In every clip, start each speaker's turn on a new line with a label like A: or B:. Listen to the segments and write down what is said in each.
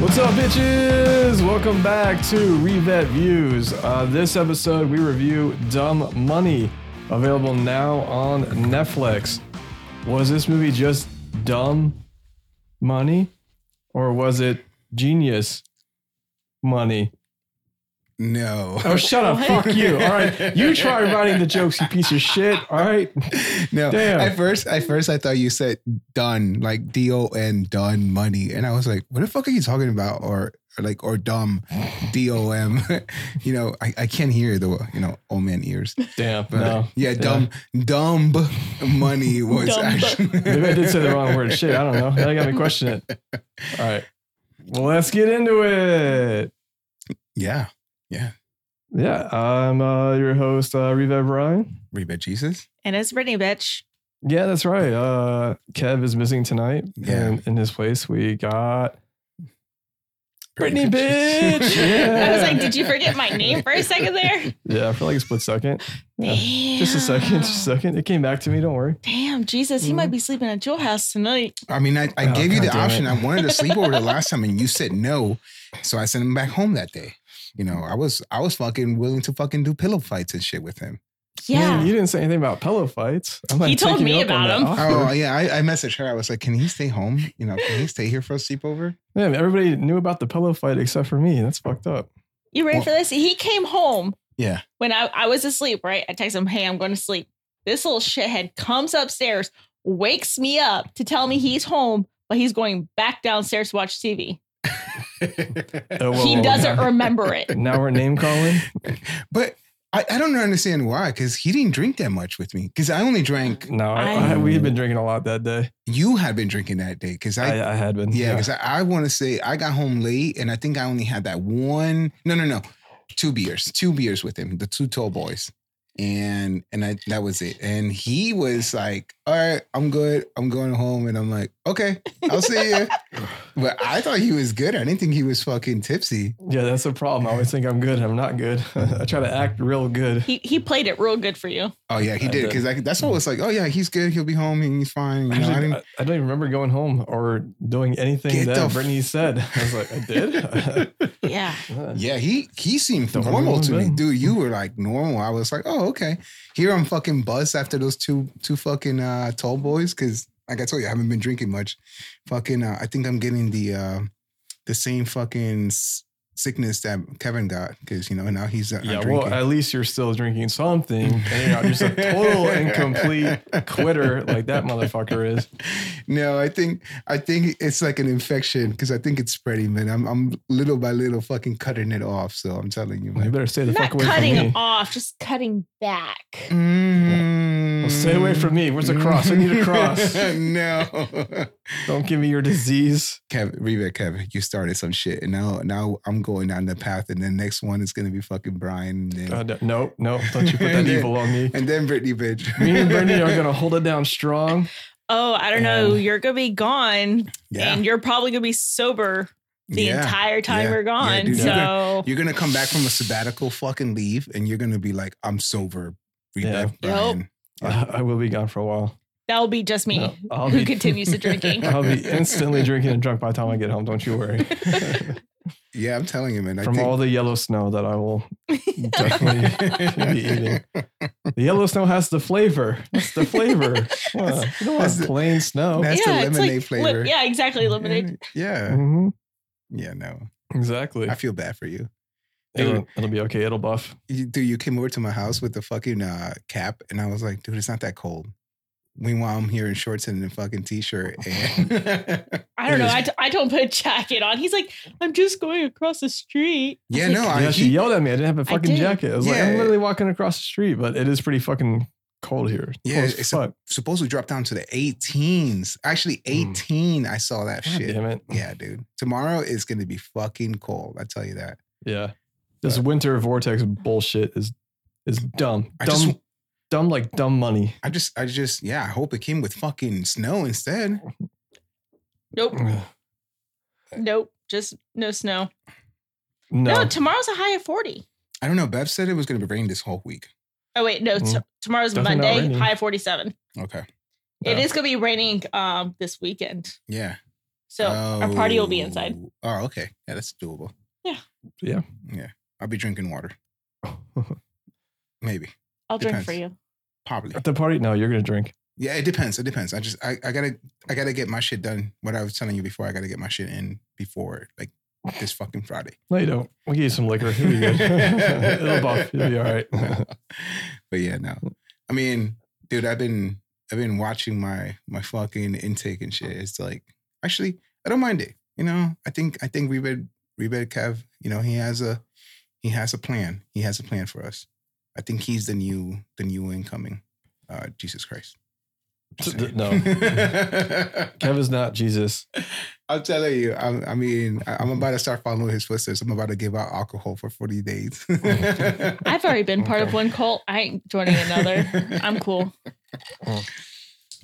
A: What's up, bitches? Welcome back to Revet Views. Uh, this episode, we review Dumb Money, available now on Netflix. Was this movie just dumb money, or was it genius money?
B: No,
A: Oh, shut up! Fuck you! All right, you try writing the jokes, you piece of shit. All right,
B: no.
A: Damn.
B: At first, at first, I thought you said done, like D O N, done money, and I was like, what the fuck are you talking about? Or, or like, or dumb, D O M. you know, I, I can't hear the you know old man ears.
A: damn.
B: But
A: No,
B: yeah, dumb, dumb money was
C: Dumb.
B: actually.
A: Maybe I did say the wrong word. Shit, I don't know. That got me questioning it. All right. Well, let's get into it.
B: Yeah,
A: Yeah, I'm uh, your host, uh, Revev Ryan.
B: Rebet Jesus.
C: And it's Brittany, bitch.
A: Yeah, that's right. Uh, Kev is missing tonight.
B: Yeah.
A: And in his place, we got. Brittany, bitch!
B: Yeah.
C: I was like, did you forget my name for a second there?
A: Yeah, for like a split second. Yeah.
C: Damn.
A: Just a second. Just a second. It came back to me. Don't worry.
C: Damn, Jesus, he might be sleeping at your house tonight.
B: I mean, I, I
A: Oh,
B: gave you
A: God
B: the
A: damn
B: option.
A: it.
B: I wanted to sleep over the last time, and you said no, so I sent him back home that day. You know, I was I was fucking willing to fucking do pillow fights and shit with him.
C: Yeah.
A: Man, you didn't say anything about pillow fights. I'm
C: He told
A: taking you
C: me
A: up on
C: about
A: that
C: him.
A: offer.
B: Oh yeah, I, I messaged her. I was like, "Can he stay home? You know, can he stay here for a sleepover?"
A: Man, everybody knew about the pillow fight except for me. That's fucked up.
C: You ready
B: Well-
C: for this? He came home
B: Yeah,
C: when I, I was asleep, right? I text him, hey, I'm going to sleep. This little shithead comes upstairs, wakes me up to tell me he's home, but he's going back downstairs to watch TV.
A: Oh, whoa,
C: he
A: whoa,
C: doesn't
A: whoa.
C: remember it.
A: Now we're name calling.
B: but I, I don't understand why because he didn't drink that much with me because I only drank.
A: No, I,
C: I-
A: I- we had been drinking a lot that day.
B: You had been drinking that day because I,
A: I, I had been.
B: Yeah, because I, I want to say I got home late and I think I only had that one. No, no, no, two beers, two beers with him, the two tall boys, and and I that was it. And he was like, "All right, I'm good. I'm going home." And I'm like, "Okay, I'll see you." but I thought he was good. I didn't think he was fucking tipsy.
A: Yeah, that's the problem. I always think I'm good. I'm not good. I try to act real good.
C: He, he played it real good for you.
B: Oh yeah, he
A: I
B: did
A: did.
B: because that's what was like. Oh yeah, he's good. He'll be home and he's fine. You know, I
A: Actually,
B: didn't-
A: I, I don't even remember going home or doing anything
B: Get the
A: that
B: f-
A: Brittany said. I was like, I did.
C: Yeah.
B: Yeah, he he seemed
A: Don't
B: normal
A: remember
B: to me,
A: him.
B: dude. You were like normal. I was like, oh okay. Here I'm fucking buzzed after those two two fucking uh, tall boys because like I told you, I haven't been drinking much. Fucking, uh, I think I'm getting the uh, the same fucking s- sickness that Kevin got because you know now he's uh,
A: yeah,
B: not
A: well,
B: drinking.
A: at least you're still drinking something. And you're not just a total and complete quitter like that motherfucker is.
B: no, I think I think it's like an infection because I think it's spreading, man. I'm I'm little by little fucking cutting it off. So I'm telling you,
A: You
B: man.
A: better stay the
C: Not
A: fuck away from me.
C: cutting him off, just cutting back.
B: Mm.
A: Well, stay away from me. Where's the cross? I need a cross.
B: no.
A: Don't give me your disease.
B: Kevin, Reba, Kevin, you started some shit, and now now I'm going down the path, and then next one is gonna be fucking Brian, and then,
A: Uh, no, no, no, don't you put that
B: And then-
A: evil on me.
B: and then Brittany, bitch.
A: Me and Brittany are gonna hold it down strong.
C: Oh, I don't know.
A: And-
C: You're gonna be gone,
B: yeah,
C: and you're probably gonna be sober the
B: yeah.
C: entire time
B: Yeah.
C: we're
B: Yeah,
C: gone.
B: dude,
C: so,
B: you're You're gonna come back from a sabbatical, fucking leave, and you're gonna be like, I'm sober, Reba,
A: Yeah.
B: Brian.
A: Uh, I will be gone for a while.
C: that'll be just me
A: No, I'll
C: who
A: be
C: continues to drinking.
A: I'll be instantly drinking and drunk by the time I get home. Don't you worry.
B: Yeah, I'm telling you, man. I
A: From all the yellow snow that I will definitely be eating. The yellow snow has the flavor. That's the flavor. Come on, you don't
B: That's
A: want
B: the-
A: plain snow.
B: that's the
C: it's
B: lemonade
C: like,
B: flavor.
C: yeah, exactly. Lemonade.
B: Yeah,
A: Mhm,
B: yeah, no,
A: Exactly.
B: I feel bad for you.
A: It'll, it'll be okay. It'll buff.
B: you, dude, you came over to my house with the fucking uh, cap, and I was like, dude, it's not that cold. Meanwhile, I'm here in shorts and a fucking t-shirt, and
C: I don't know. I, t- I don't put a jacket on. He's like, I'm just going across the street. I was
B: yeah,
C: like,
B: no, I,
A: Yeah, she
B: he-
A: yelled at me. I didn't have a
C: I
A: fucking
C: did.
A: jacket. I was like, I'm
B: Yeah.
A: literally walking across the street, but it is pretty fucking cold here. Cold
B: Yeah,
A: as
B: it's a
A: fuck.
B: supposed to drop down to the 18s. Actually, 18. I saw that
A: Hmm. God
B: shit.
A: damn it.
B: Yeah, dude. Tomorrow is gonna be fucking cold. I tell you that.
A: Yeah. This winter vortex bullshit is is dumb.
B: I
A: dumb
B: just,
A: dumb like dumb money.
B: I just, I just, yeah. I hope it came with fucking snow instead.
C: Nope.
A: No.
C: Nope. Just no snow. No. tomorrow's a high of 40.
B: I don't know. Bev said it was gonna rain this whole week.
C: Oh, wait. No. T-
A: Mm.
C: tomorrow's
A: Definitely not
C: Monday,
A: raining.
C: high of 47.
B: Okay.
A: Yeah.
C: It is going to be raining um, this weekend.
B: Yeah.
C: So our party will be inside.
B: Oh, Oh, okay. Yeah, that's doable.
C: Yeah.
A: Yeah.
B: Yeah. I'll be drinking water. Maybe.
C: I'll drink
B: Depends.
C: for you.
B: Probably.
A: At the party? No, you're gonna drink.
B: Yeah, it depends. It depends. I just I, I gotta I gotta get my shit done. What I was telling you before, I gotta get my shit in before like this fucking Friday.
A: No, you don't. We'll give you some liquor. You'll be good. It'll buff. You'll be all right.
B: but yeah, no. I mean, dude, I've been I've been watching my my fucking intake and shit. It's like actually, I don't mind it. You know, I think I think Rebed Rebed Kev, you know, he has a he has a plan. He has a plan for us. I think he's the new the new incoming uh Jesus Christ. Just saying.
A: No. Kev is not Jesus.
B: I'm telling you, I'm, I mean, I- I'm about to start following his footsteps. I'm about to give out alcohol for 40 days.
C: I've already been part of
A: Okay.
C: one cult. I ain't joining another. I'm cool.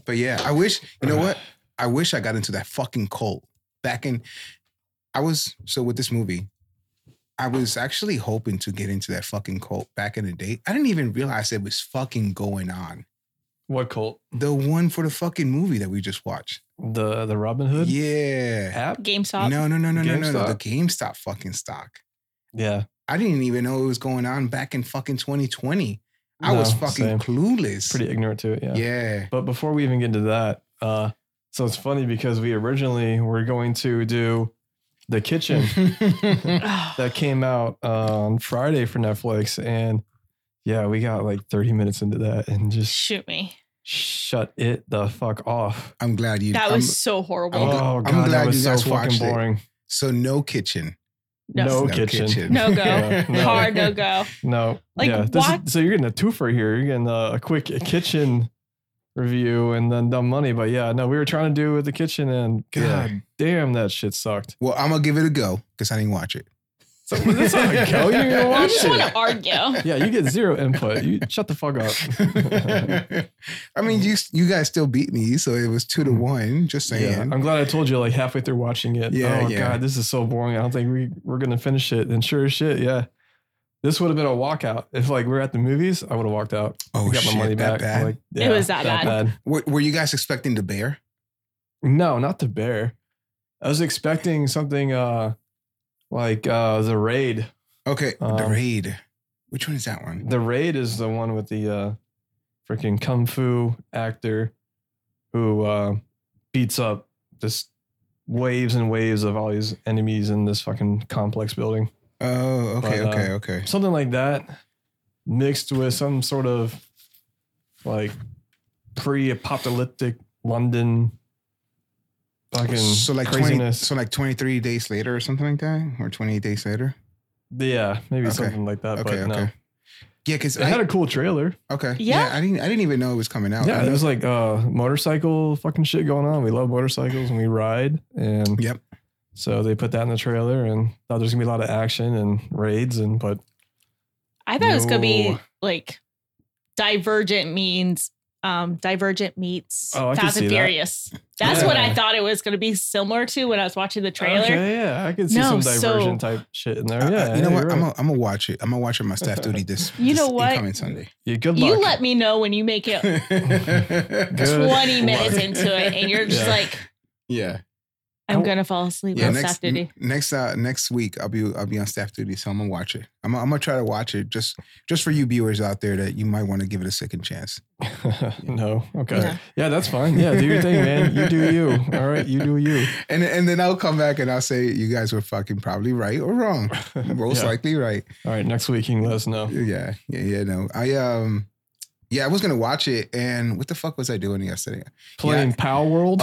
B: But yeah, I wish, you know what? I wish I got into that fucking cult back in. I was, so with this movie, I was actually hoping to get into that fucking cult back in the day. I didn't even realize it was fucking going on.
A: What cult?
B: The one for the fucking movie that we just watched.
A: The the Robin Hood
B: Yeah.
A: app?
C: GameStop.
B: No, no, no, no, no, no, no. The
A: GameStop.
B: GameStop fucking stock.
A: Yeah.
B: I didn't even know it was going on back in fucking 2020. I
A: No,
B: was fucking
A: same.
B: clueless.
A: pretty ignorant to it. Yeah.
B: yeah.
A: But before we even get into that, uh, so it's funny because we originally were going to do the kitchen
C: Ugh.
A: that came out uh, on Friday for Netflix, and yeah, we got like 30 minutes into that and just
C: Shoot me.
A: shut it the fuck off.
B: I'm glad you.
C: That
B: I'm-
C: was so horrible.
B: I'm gl-
A: oh
B: I'm
A: god, that
B: glad
A: was
B: you
A: so
B: guys
A: fucking
B: watched it.
A: boring.
B: so no kitchen.
A: No,
C: no,
A: kitchen.
C: No go.
A: Yeah, no.
C: hard no go.
A: No,
C: Like,
A: yeah, this is-
C: why-
A: so you're getting a twofer here. You're getting a, a quick kitchen review and then dumb money. But yeah, no, we were trying to do with the kitchen, and
B: Yeah.
A: god damn, that shit sucked.
B: Well, I'm gonna give it a go because I didn't watch it.
A: So that's not a go. You didn't even
C: You
A: watch
C: just
A: it.
C: want to argue.
A: Yeah, you get zero input. You shut the fuck up.
B: I mean, you you guys still beat me, so it was two to one. Just
A: Mm-hmm. yeah,
B: saying.
A: I'm glad I told you like halfway through watching it.
B: Yeah,
A: oh
B: yeah.
A: god, this is so boring. I don't think we we're gonna finish it. And sure as shit, yeah. This would have been a walkout if like we were at the movies. I would have walked out.
B: oh
A: I got
B: shit,
A: my money
B: that
A: back.
B: bad.
A: Like,
C: It was that bad.
B: were, were you guys expecting the bear?
A: No, not the bear. I was expecting something uh like uh the raid.
B: Okay, the
A: Um,
B: raid. Which one is that one?
A: The raid is the one with the uh freaking kung fu actor who uh beats up this waves and waves of all these enemies in this fucking complex building.
B: Oh, okay,
A: But, uh,
B: okay, okay.
A: Something like that mixed with some sort of like pre-apocalyptic London fucking
B: So like twenty.
A: craziness.
B: So like twenty three days later or something like that, or twenty eight days later.
A: yeah, maybe
B: Okay.
A: something like that,
B: Okay,
A: but no.
B: okay. Yeah, because
A: It
B: I
A: had a cool trailer.
B: okay.
C: Yeah.
B: I didn't. I didn't even know it was coming out.
A: yeah,
B: I know-
A: there's like uh motorcycle fucking shit going on. We love motorcycles and we ride. And
B: Yep.
A: so they put that in the trailer and thought there's gonna be a lot of action and raids and but
C: I thought it was gonna be
A: No.
C: like divergent means um divergent meets
A: Oh, I could
C: Fast and
A: see that.
C: Furious. That's what I
A: Yeah.
C: thought it was gonna be similar to when I was watching the trailer.
A: Okay, yeah, I could see
C: No,
A: some diversion type shit in there. Oh, yeah,
B: you know
A: yeah,
B: what?
A: you're
B: I'm
A: right.
B: gonna I'm gonna watch it. I'm gonna watch it on my staff duty this.
C: You
B: this
C: know what?
B: Incoming Sunday.
A: Yeah, good luck.
C: You let me know when you make it
A: Good.
C: 20
A: luck.
C: minutes into it and you're just
A: Yeah.
C: like,
B: yeah,
C: I'm
A: Oh.
C: gonna fall asleep
B: yeah.
C: on
B: Next
C: staff duty.
B: next uh, next week, I'll be I'll be on staff duty, so I'm gonna watch it. I'm, I'm gonna try to watch it just just for you viewers out there that you might want to give it a second chance.
A: no, okay,
C: Yeah.
A: yeah. that's fine. Yeah, do your thing, man. You do you. All right, you do you.
B: And and then I'll come back and I'll say you guys were fucking probably right or wrong, most
A: Yeah.
B: likely right.
A: All right, next week you can let us know.
B: Yeah, yeah, yeah. No, I um, yeah, I was gonna watch it, and what the fuck was I doing yesterday?
A: Playing Pow World.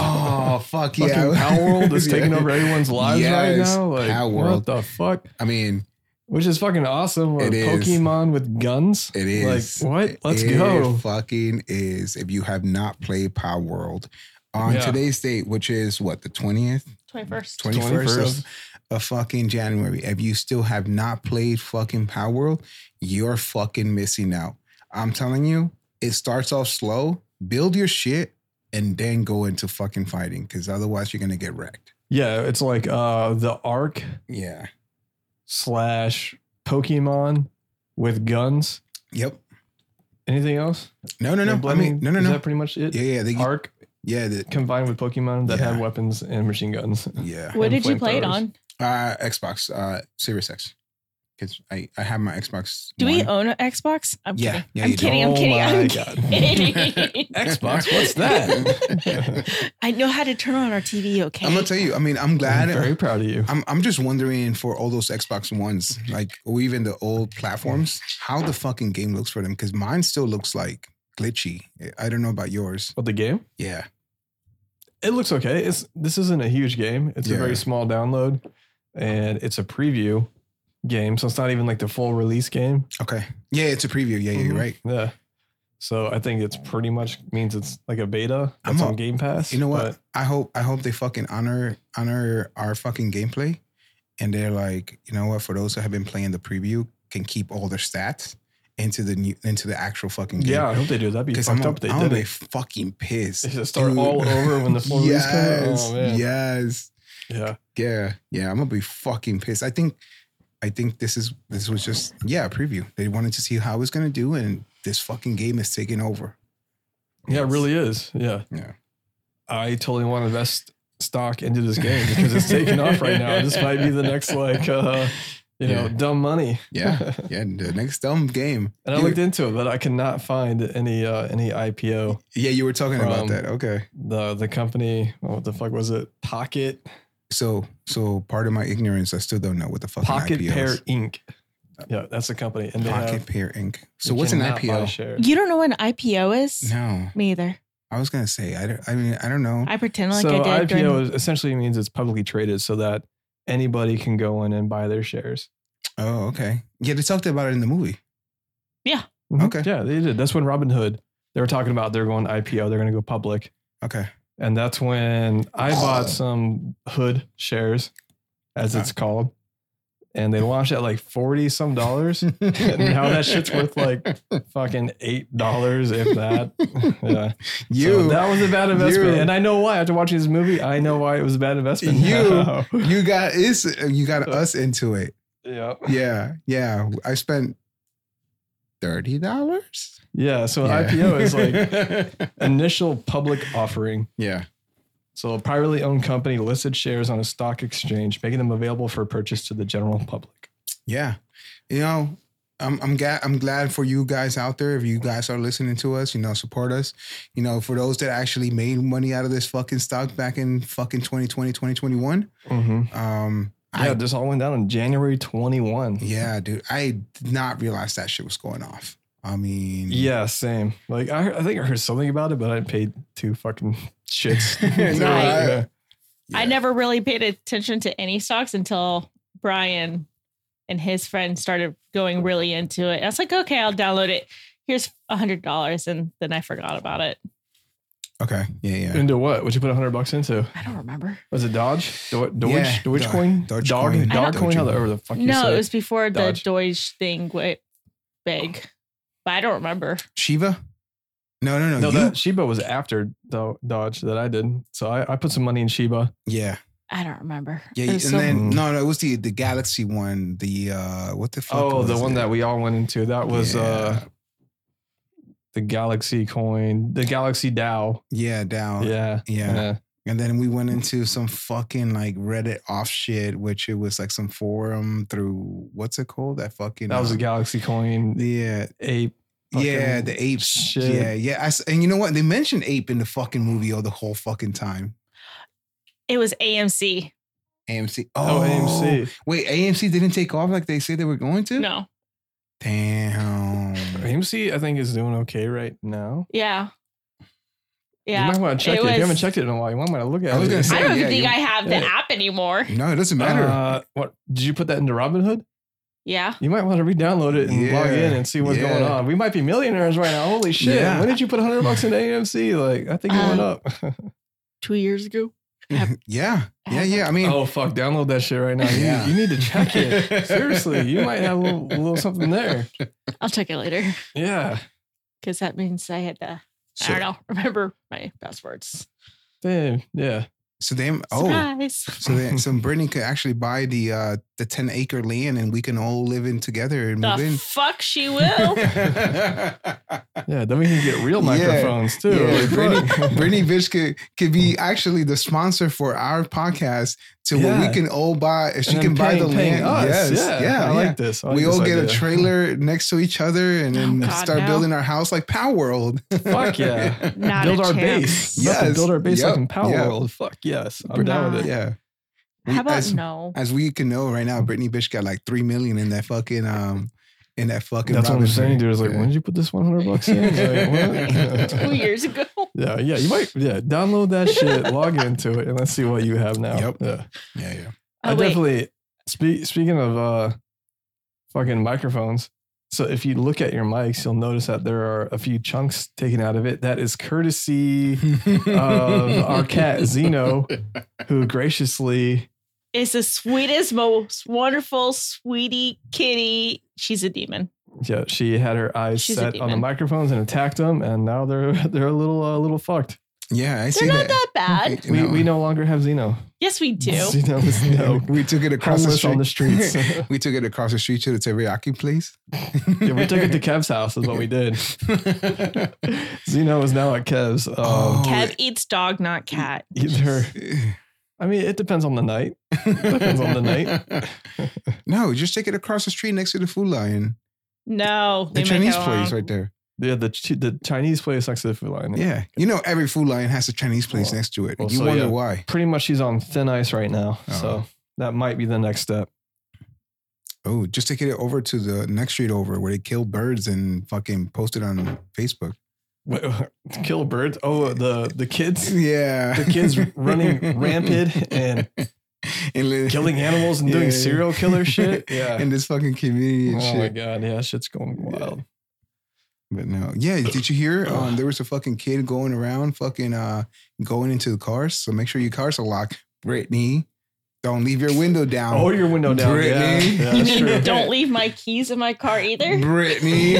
B: Oh fuck
A: Fucking
B: yeah!
A: Pow World is taking
B: Yeah.
A: over everyone's lives
B: Yes,
A: right now. Like,
B: Pow
A: what
B: World.
A: the fuck?
B: I mean,
A: Which is fucking awesome. Or
B: It is.
A: Pokemon with guns.
B: it is.
A: Like, what? Let's
B: It
A: go.
B: Fucking is. If you have not played Power World on
A: Yeah.
B: today's date, which is what the twentieth,
C: 21st.
B: twenty first of, of fucking January. If you still have not played fucking Power World, you're fucking missing out. I'm telling you, it starts off slow. Build your shit. And then go into fucking fighting because otherwise you're gonna get wrecked.
A: Yeah, it's like uh the Arc
B: Yeah.
A: slash Pokemon with guns.
B: Yep.
A: Anything else?
B: No, no, no. I
A: Blending?
B: mean, no, no,
A: Is
B: no.
A: that pretty much it?
B: Yeah, yeah. They,
A: Arc
B: Yeah. The,
A: combined with Pokemon that had
B: Yeah.
A: weapons and machine guns.
B: yeah.
C: What
A: And
C: did you play it
A: flamethrowers.
C: on?
B: Uh, Xbox, uh, Series X. Because I, I have my Xbox.
C: Do we
B: One.
C: own an Xbox? I'm
B: Yeah.
C: kidding.
B: Yeah,
C: I'm
B: you do.
C: kidding. I'm
A: Oh
C: kidding. I'm
A: my
C: kidding.
A: Xbox, what's that?
C: I know how to turn on our TV. Okay.
B: I'm gonna tell you. I mean, I'm glad.
A: I'm very proud of you.
B: I'm I'm just wondering for all those Xbox ones, like or even the old platforms, how the fucking game looks for them. Because mine still looks like glitchy. I don't know about yours.
A: But the game,
B: Yeah,
A: it looks okay. It's this isn't a huge game. It's a
B: Yeah.
A: very small download, and it's a preview game, so it's not even like the full release game.
B: Okay. Yeah, it's a preview. Yeah, yeah, you're
A: Mhm.
B: right.
A: Yeah. So I think it's pretty much means it's like a beta.
B: I'm
A: It's
B: a-
A: on Game Pass.
B: You know what?
A: but
B: I hope I hope they fucking honor honor our fucking gameplay, and they're like, you know what? For those that have been playing the preview, can keep all their stats into the new into the actual fucking game.
A: yeah, I hope they do. That'd be
B: Because
A: fucked
B: I'm,
A: up. if They
B: I'm gonna
A: did
B: be
A: it.
B: fucking
A: They
B: pissed.
A: should start
B: Dude.
A: all over when the full release comes.
B: yes,
A: out. Oh man.
B: yes.
A: Yeah.
B: Yeah, yeah, I'm gonna be fucking pissed. I think, I think this is this was just yeah a preview. They wanted to see how it's gonna do, and this fucking game is taking over.
A: Yeah, it really is. Yeah.
B: Yeah.
A: I totally want to invest stock into this game because it's taking off right now. This might be the next like uh you know,
B: Yeah.
A: dumb money.
B: Yeah, yeah. The next dumb game.
A: And I
B: You-
A: looked into it, but I cannot find any uh any IPO.
B: yeah, you were talking about
A: from-
B: that. Okay,
A: The the company, oh, what the fuck was it? Pocket
B: so so part of my ignorance, I still don't know what the fucking
A: Pocket
B: IPO
A: Pair
B: is.
A: Inc. Yeah, that's the company. And they
B: Pocket
A: have,
B: Pair Inc. So
A: you
B: what's an
A: cannot buy
B: IPO?
A: shares.
C: you don't know what an IPO is?
B: No,
C: Me either.
B: I was gonna say I. don't- I mean, I don't know.
C: I pretend like
A: so
C: I did. during-
A: IPO is essentially means it's publicly traded so that anybody can go in and buy their shares.
B: oh, okay. Yeah, they talked about it in the movie.
A: Mhm.
B: Okay.
A: Yeah, they did. That's when Robinhood, they were talking about they're going IPO, they're going to go public.
B: Okay.
A: And that's when I bought some Hood shares, as it's called. And they launched at like 40 some dollars. now that shit's worth like fucking $8, if that. Yeah.
B: you.
A: So that was a bad investment.
B: You.
A: And I know why. After watching this movie, I know why it was a bad investment.
B: You.
A: now.
B: you got is you got us into it.
A: yeah.
B: Yeah, yeah. I spent thirty dollars.
A: Yeah. So an
B: Yeah.
A: IPO is like initial public offering.
B: yeah,
A: So, a privately owned company listed shares on a stock exchange, making them available for purchase to the general public.
B: yeah. You know, I'm I'm glad I'm glad for you guys out there. If you guys are listening to us, you know, support us. You know, for those that actually made money out of this fucking stock back in fucking 2020, 2021. Um,
A: Yeah,
B: I
A: this all went down on January 21.
B: yeah, dude, I did not realize that shit was going off. I mean,
A: Yeah, same. Like, I, heard- I think I heard something about it, but I paid two fucking shits.
B: No, I-
A: Yeah.
C: I
B: yeah.
C: never really paid attention to any stocks until Brian and his friend started going really into it. I was like, okay, I'll download it. Here's a hundred dollars, and then I forgot about it.
B: Okay, yeah, yeah.
A: Into what? What'd you put 100 bucks into?
C: I don't remember.
A: Was it Dodge? Do- Doge?
B: Yeah,
A: Doge
B: Dodge-
A: coin?
B: Dogecoin.
A: Dog,
C: I don't-
A: dog coin? However the fuck you
C: no,
A: say
C: it was before
A: Dodge.
C: the Deutsch thing went big, but I don't remember.
B: Shiva. No, no, no.
A: No,
B: you,
A: that Sheba was after Do- Dodge that I did. So I, I put some money in Sheba.
B: yeah.
C: I don't remember.
B: Yeah,
C: It
B: and
C: was so-
B: then
A: Mm.
B: no, no, it was the the Galaxy one. The uh, what the fuck?
A: Oh, the
B: was
A: one
B: it?
A: that we all went into. That was uh the Galaxy coin, the Galaxy Dow.
B: yeah, down. Uh, Yeah.
A: Yeah.
B: and then we went into some fucking like Reddit off shit, which it was like some forum through what's it called? That fucking
A: That was
B: uh,
A: a Galaxy coin.
B: yeah,
A: Ape.
B: yeah,
A: fucking
B: the apes.
A: shit.
B: Yeah, yeah. I s and you know what? They mentioned ape in the fucking movie all the whole fucking time.
C: it was AMC.
B: AMC.
A: Oh, AMC.
B: Wait, AMC didn't take off like they said they were going to.
C: No,
B: Damn.
A: AMC, I think, is doing okay right now.
C: yeah,
A: You
C: yeah.
A: might want to check it.
C: it
A: If you haven't
C: was-
A: checked it in a while, you might want to look at it.
B: I was gonna say-
C: I don't
B: Yeah,
C: even think
B: you-
C: I have the
A: yeah.
C: app anymore.
B: No, it doesn't matter.
A: Uh, what did you put that into Robinhood?
C: Yeah,
A: You might want to re-download it and log
B: Yeah.
A: in and see what's
B: Yeah.
A: going on. We might be millionaires right now. Holy shit!
B: Yeah.
A: When did you put 100 bucks into AMC? Like, I think it went
C: Um,
A: up.
C: two years ago.
B: yeah, yeah, yeah. I mean,
A: oh fuck! Download that shit right now. You-
B: Yeah.
A: You, need to check it. Seriously, you might have a little, a little something there.
C: I'll check it later.
A: Yeah.
C: because that means I had to,
B: So-
C: I don't know, remember my passwords.
A: Damn. Yeah.
B: So they oh
C: Surprise.
B: so they so Brittany could actually buy the uh the 10 acre land and we can all live in together and move
C: The oh.
B: in.
C: fuck she will.
A: Yeah, then we can get real
B: Yeah.
A: microphones too.
B: Yeah,
A: Like,
B: Brittany,
A: look.
B: Brittany Bitch could, could be actually the sponsor for our podcast to where
A: Yeah.
B: we can all buy, if she
A: And
B: can
A: then
B: buy the
A: paying- paying
B: land.
A: us.
B: Yes.
A: Yeah,
B: Yeah.
A: I
B: yeah.
A: like this. I like
B: we
A: this
B: all get a
A: idea.
B: trailer next to each other and then
C: Oh, God,
B: start
C: no.
B: building our house like Power World.
A: Fuck yeah.
C: Not
A: build
C: a
A: our
C: chance.
A: base. Yes.
B: Yes.
A: build our base like
B: Yep.
A: in Power
B: Yeah.
A: World. Fuck yes. I'm down with it.
B: yeah.
C: How about
B: As-
C: no?
B: As we can know right now, Brittany Bitch got like three million in that fucking um in that fucking.
A: That's what I'm
B: Robinhood.
A: saying, dude. It's like,
B: Yeah.
A: when did you put this 100 bucks in? It's like, what?
C: Two years ago.
A: yeah, yeah. You might, yeah. Download that shit, log into it, and let's see what you have now.
B: Yep.
A: Yeah.
B: Yeah, yeah.
C: Oh,
A: I
C: wait.
A: definitely, spe- speaking of uh, fucking microphones, so if you look at your mics, you'll notice that there are a few chunks taken out of it. That is courtesy of Um, our cat, Zeno, who graciously,
C: It's the sweetest, most wonderful, sweetie kitty. She's a demon.
A: yeah, she had her eyes
C: She's a
A: set on the
C: demon.
A: microphones and attacked them, and now they're they're a little a little fucked.
B: Yeah, I see
C: They're not
B: that.
C: that bad.
B: You
A: We,
B: know.
A: we no longer have Zeno.
C: Yes, we do.
A: Zeno is no
B: we took it across the
A: homeless
B: street.
A: on the streets. yeah,
B: we took it across the street to the teriyaki place. yeah,
A: we took it to Kev's house. Is what we did. Zeno is now at Kev's. Um,
B: Oh.
C: Kev eats dog, not cat.
A: Either, I mean, it depends on the night. Depends on the night.
B: no, just take it across the street next to the Food Lion,
C: No,
B: the
C: they make
B: Chinese
C: it
B: place
C: wrong.
B: right there.
A: Yeah, the Ch- the Chinese place next to the food line.
B: Yeah, you know every Food Lion has a Chinese place
A: Well,
B: next to it.
A: well,
B: you
A: so,
B: wonder
A: yeah.
B: why?
A: pretty much she's on thin ice right now. So
B: Oh.
A: that might be the next step.
B: Oh, just take it over to the next street over where they kill birds and fucking post it on Facebook.
A: Wait, kill birds. Oh, the the kids,
B: Yeah,
A: the kids running rampant and
B: And li-
A: killing animals and doing
B: Yeah.
A: serial killer shit. Yeah.
B: in this fucking community
A: oh
B: and
A: my
B: shit.
A: god. Yeah, shit's going wild.
B: But no, yeah. Did you hear? Um, there was a fucking kid going around, fucking uh, going into the cars. So make sure your cars are locked, Brittany. Don't leave your window down.
A: Oh, your window down. Yeah,
B: Brittany.
A: yeah, that's true. Mm-hmm.
C: Don't leave my keys in my car either.
B: Brittany.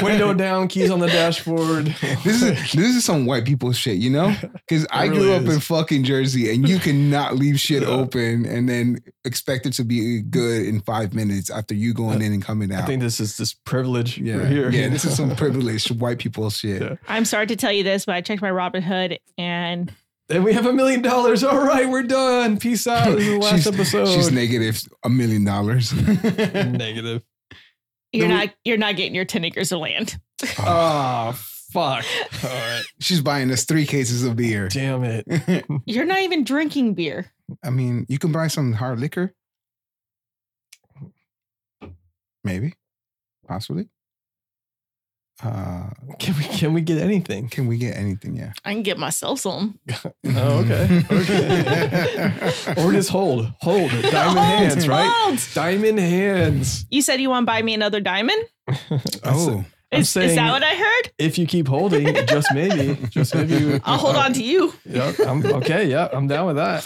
A: window down, keys on the dashboard.
B: This is this is some white people shit, you know? Because I
A: really
B: grew up
A: is.
B: in fucking Jersey, and you cannot leave shit
A: Yeah.
B: open and then expect it to be good in five minutes after you going in and coming out.
A: I think this is this privilege
B: yeah,
A: right here.
B: yeah. This is some privileged white people shit.
A: Yeah.
C: I'm sorry to tell you this, but I checked my Robin Hood and
A: And we have a million dollars. All right, we're done. Peace out. This is the last
B: she's,
A: episode.
B: she's negative a million dollars.
A: negative.
C: you're
A: No, we-
C: not you're not getting your 10 acres of land.
A: Oh, fuck. All right.
B: She's buying us three cases of beer.
A: Damn it.
C: You're not even drinking beer.
B: I mean, you can buy some hard liquor. Maybe. Possibly. Uh,
A: Can we can we get anything?
B: can we get anything? Yeah.
C: I can get myself some.
A: Oh, okay. Okay. Or just hold. Hold. Diamond hands, right?
C: Hold.
A: Diamond hands.
C: You said you want to buy me another diamond?
B: oh,
A: I'm
C: Is, is
A: saying-
C: that what I heard?
A: If you keep holding, just maybe. Just maybe you-
C: I'll hold on to you.
A: Yep. I'm okay. Yeah, I'm down with that.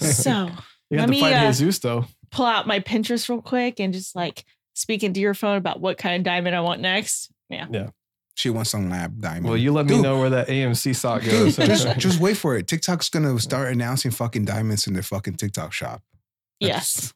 C: So
A: You have
C: Let
A: to
C: me,
A: fight
C: uh,
A: Jesus though.
C: pull out my Pinterest real quick and just like speak into your phone about what kind of diamond I want next. Yeah.
B: she wants some lab diamond.
A: Well, you let me
B: Dude,
A: know where that AMC sock
B: Dude,
A: goes.
B: just, just wait for it. TikTok's gonna start announcing fucking diamonds in their fucking TikTok shop.
C: Yes.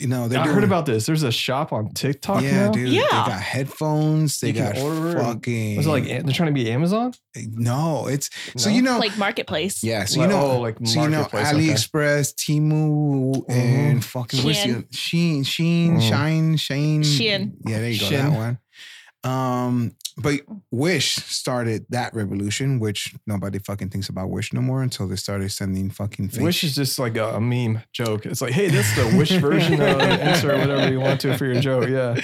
B: You know, they're
A: I
B: doing,
A: heard about this. There's a shop on TikTok
B: Yeah,
A: now.
B: dude.
C: Yeah.
B: They got headphones. They
A: You can
B: got
A: order and-
B: fucking.
A: Was it like they're trying to be Amazon?
B: no? It's so
A: No?
B: you know.
C: Like marketplace.
B: yeah, so
A: Like-
B: you know.
A: oh, like
B: So you know
A: marketplace, okay. Mm-hmm.
B: AliExpress, Timu, and fucking what's the
C: Shein.
B: other- Sheen, Sheen,
A: Mm.
B: Shine, Shane,
C: Shein.
B: Yeah, there you go.
A: Shein.
B: That one. Um, but Wish started that revolution, which nobody fucking thinks about Wish no more until they started sending fucking fake.
A: Wish is just like a, a meme joke. It's like, hey, this is the wish version of insert whatever you want to for your joke. Yeah.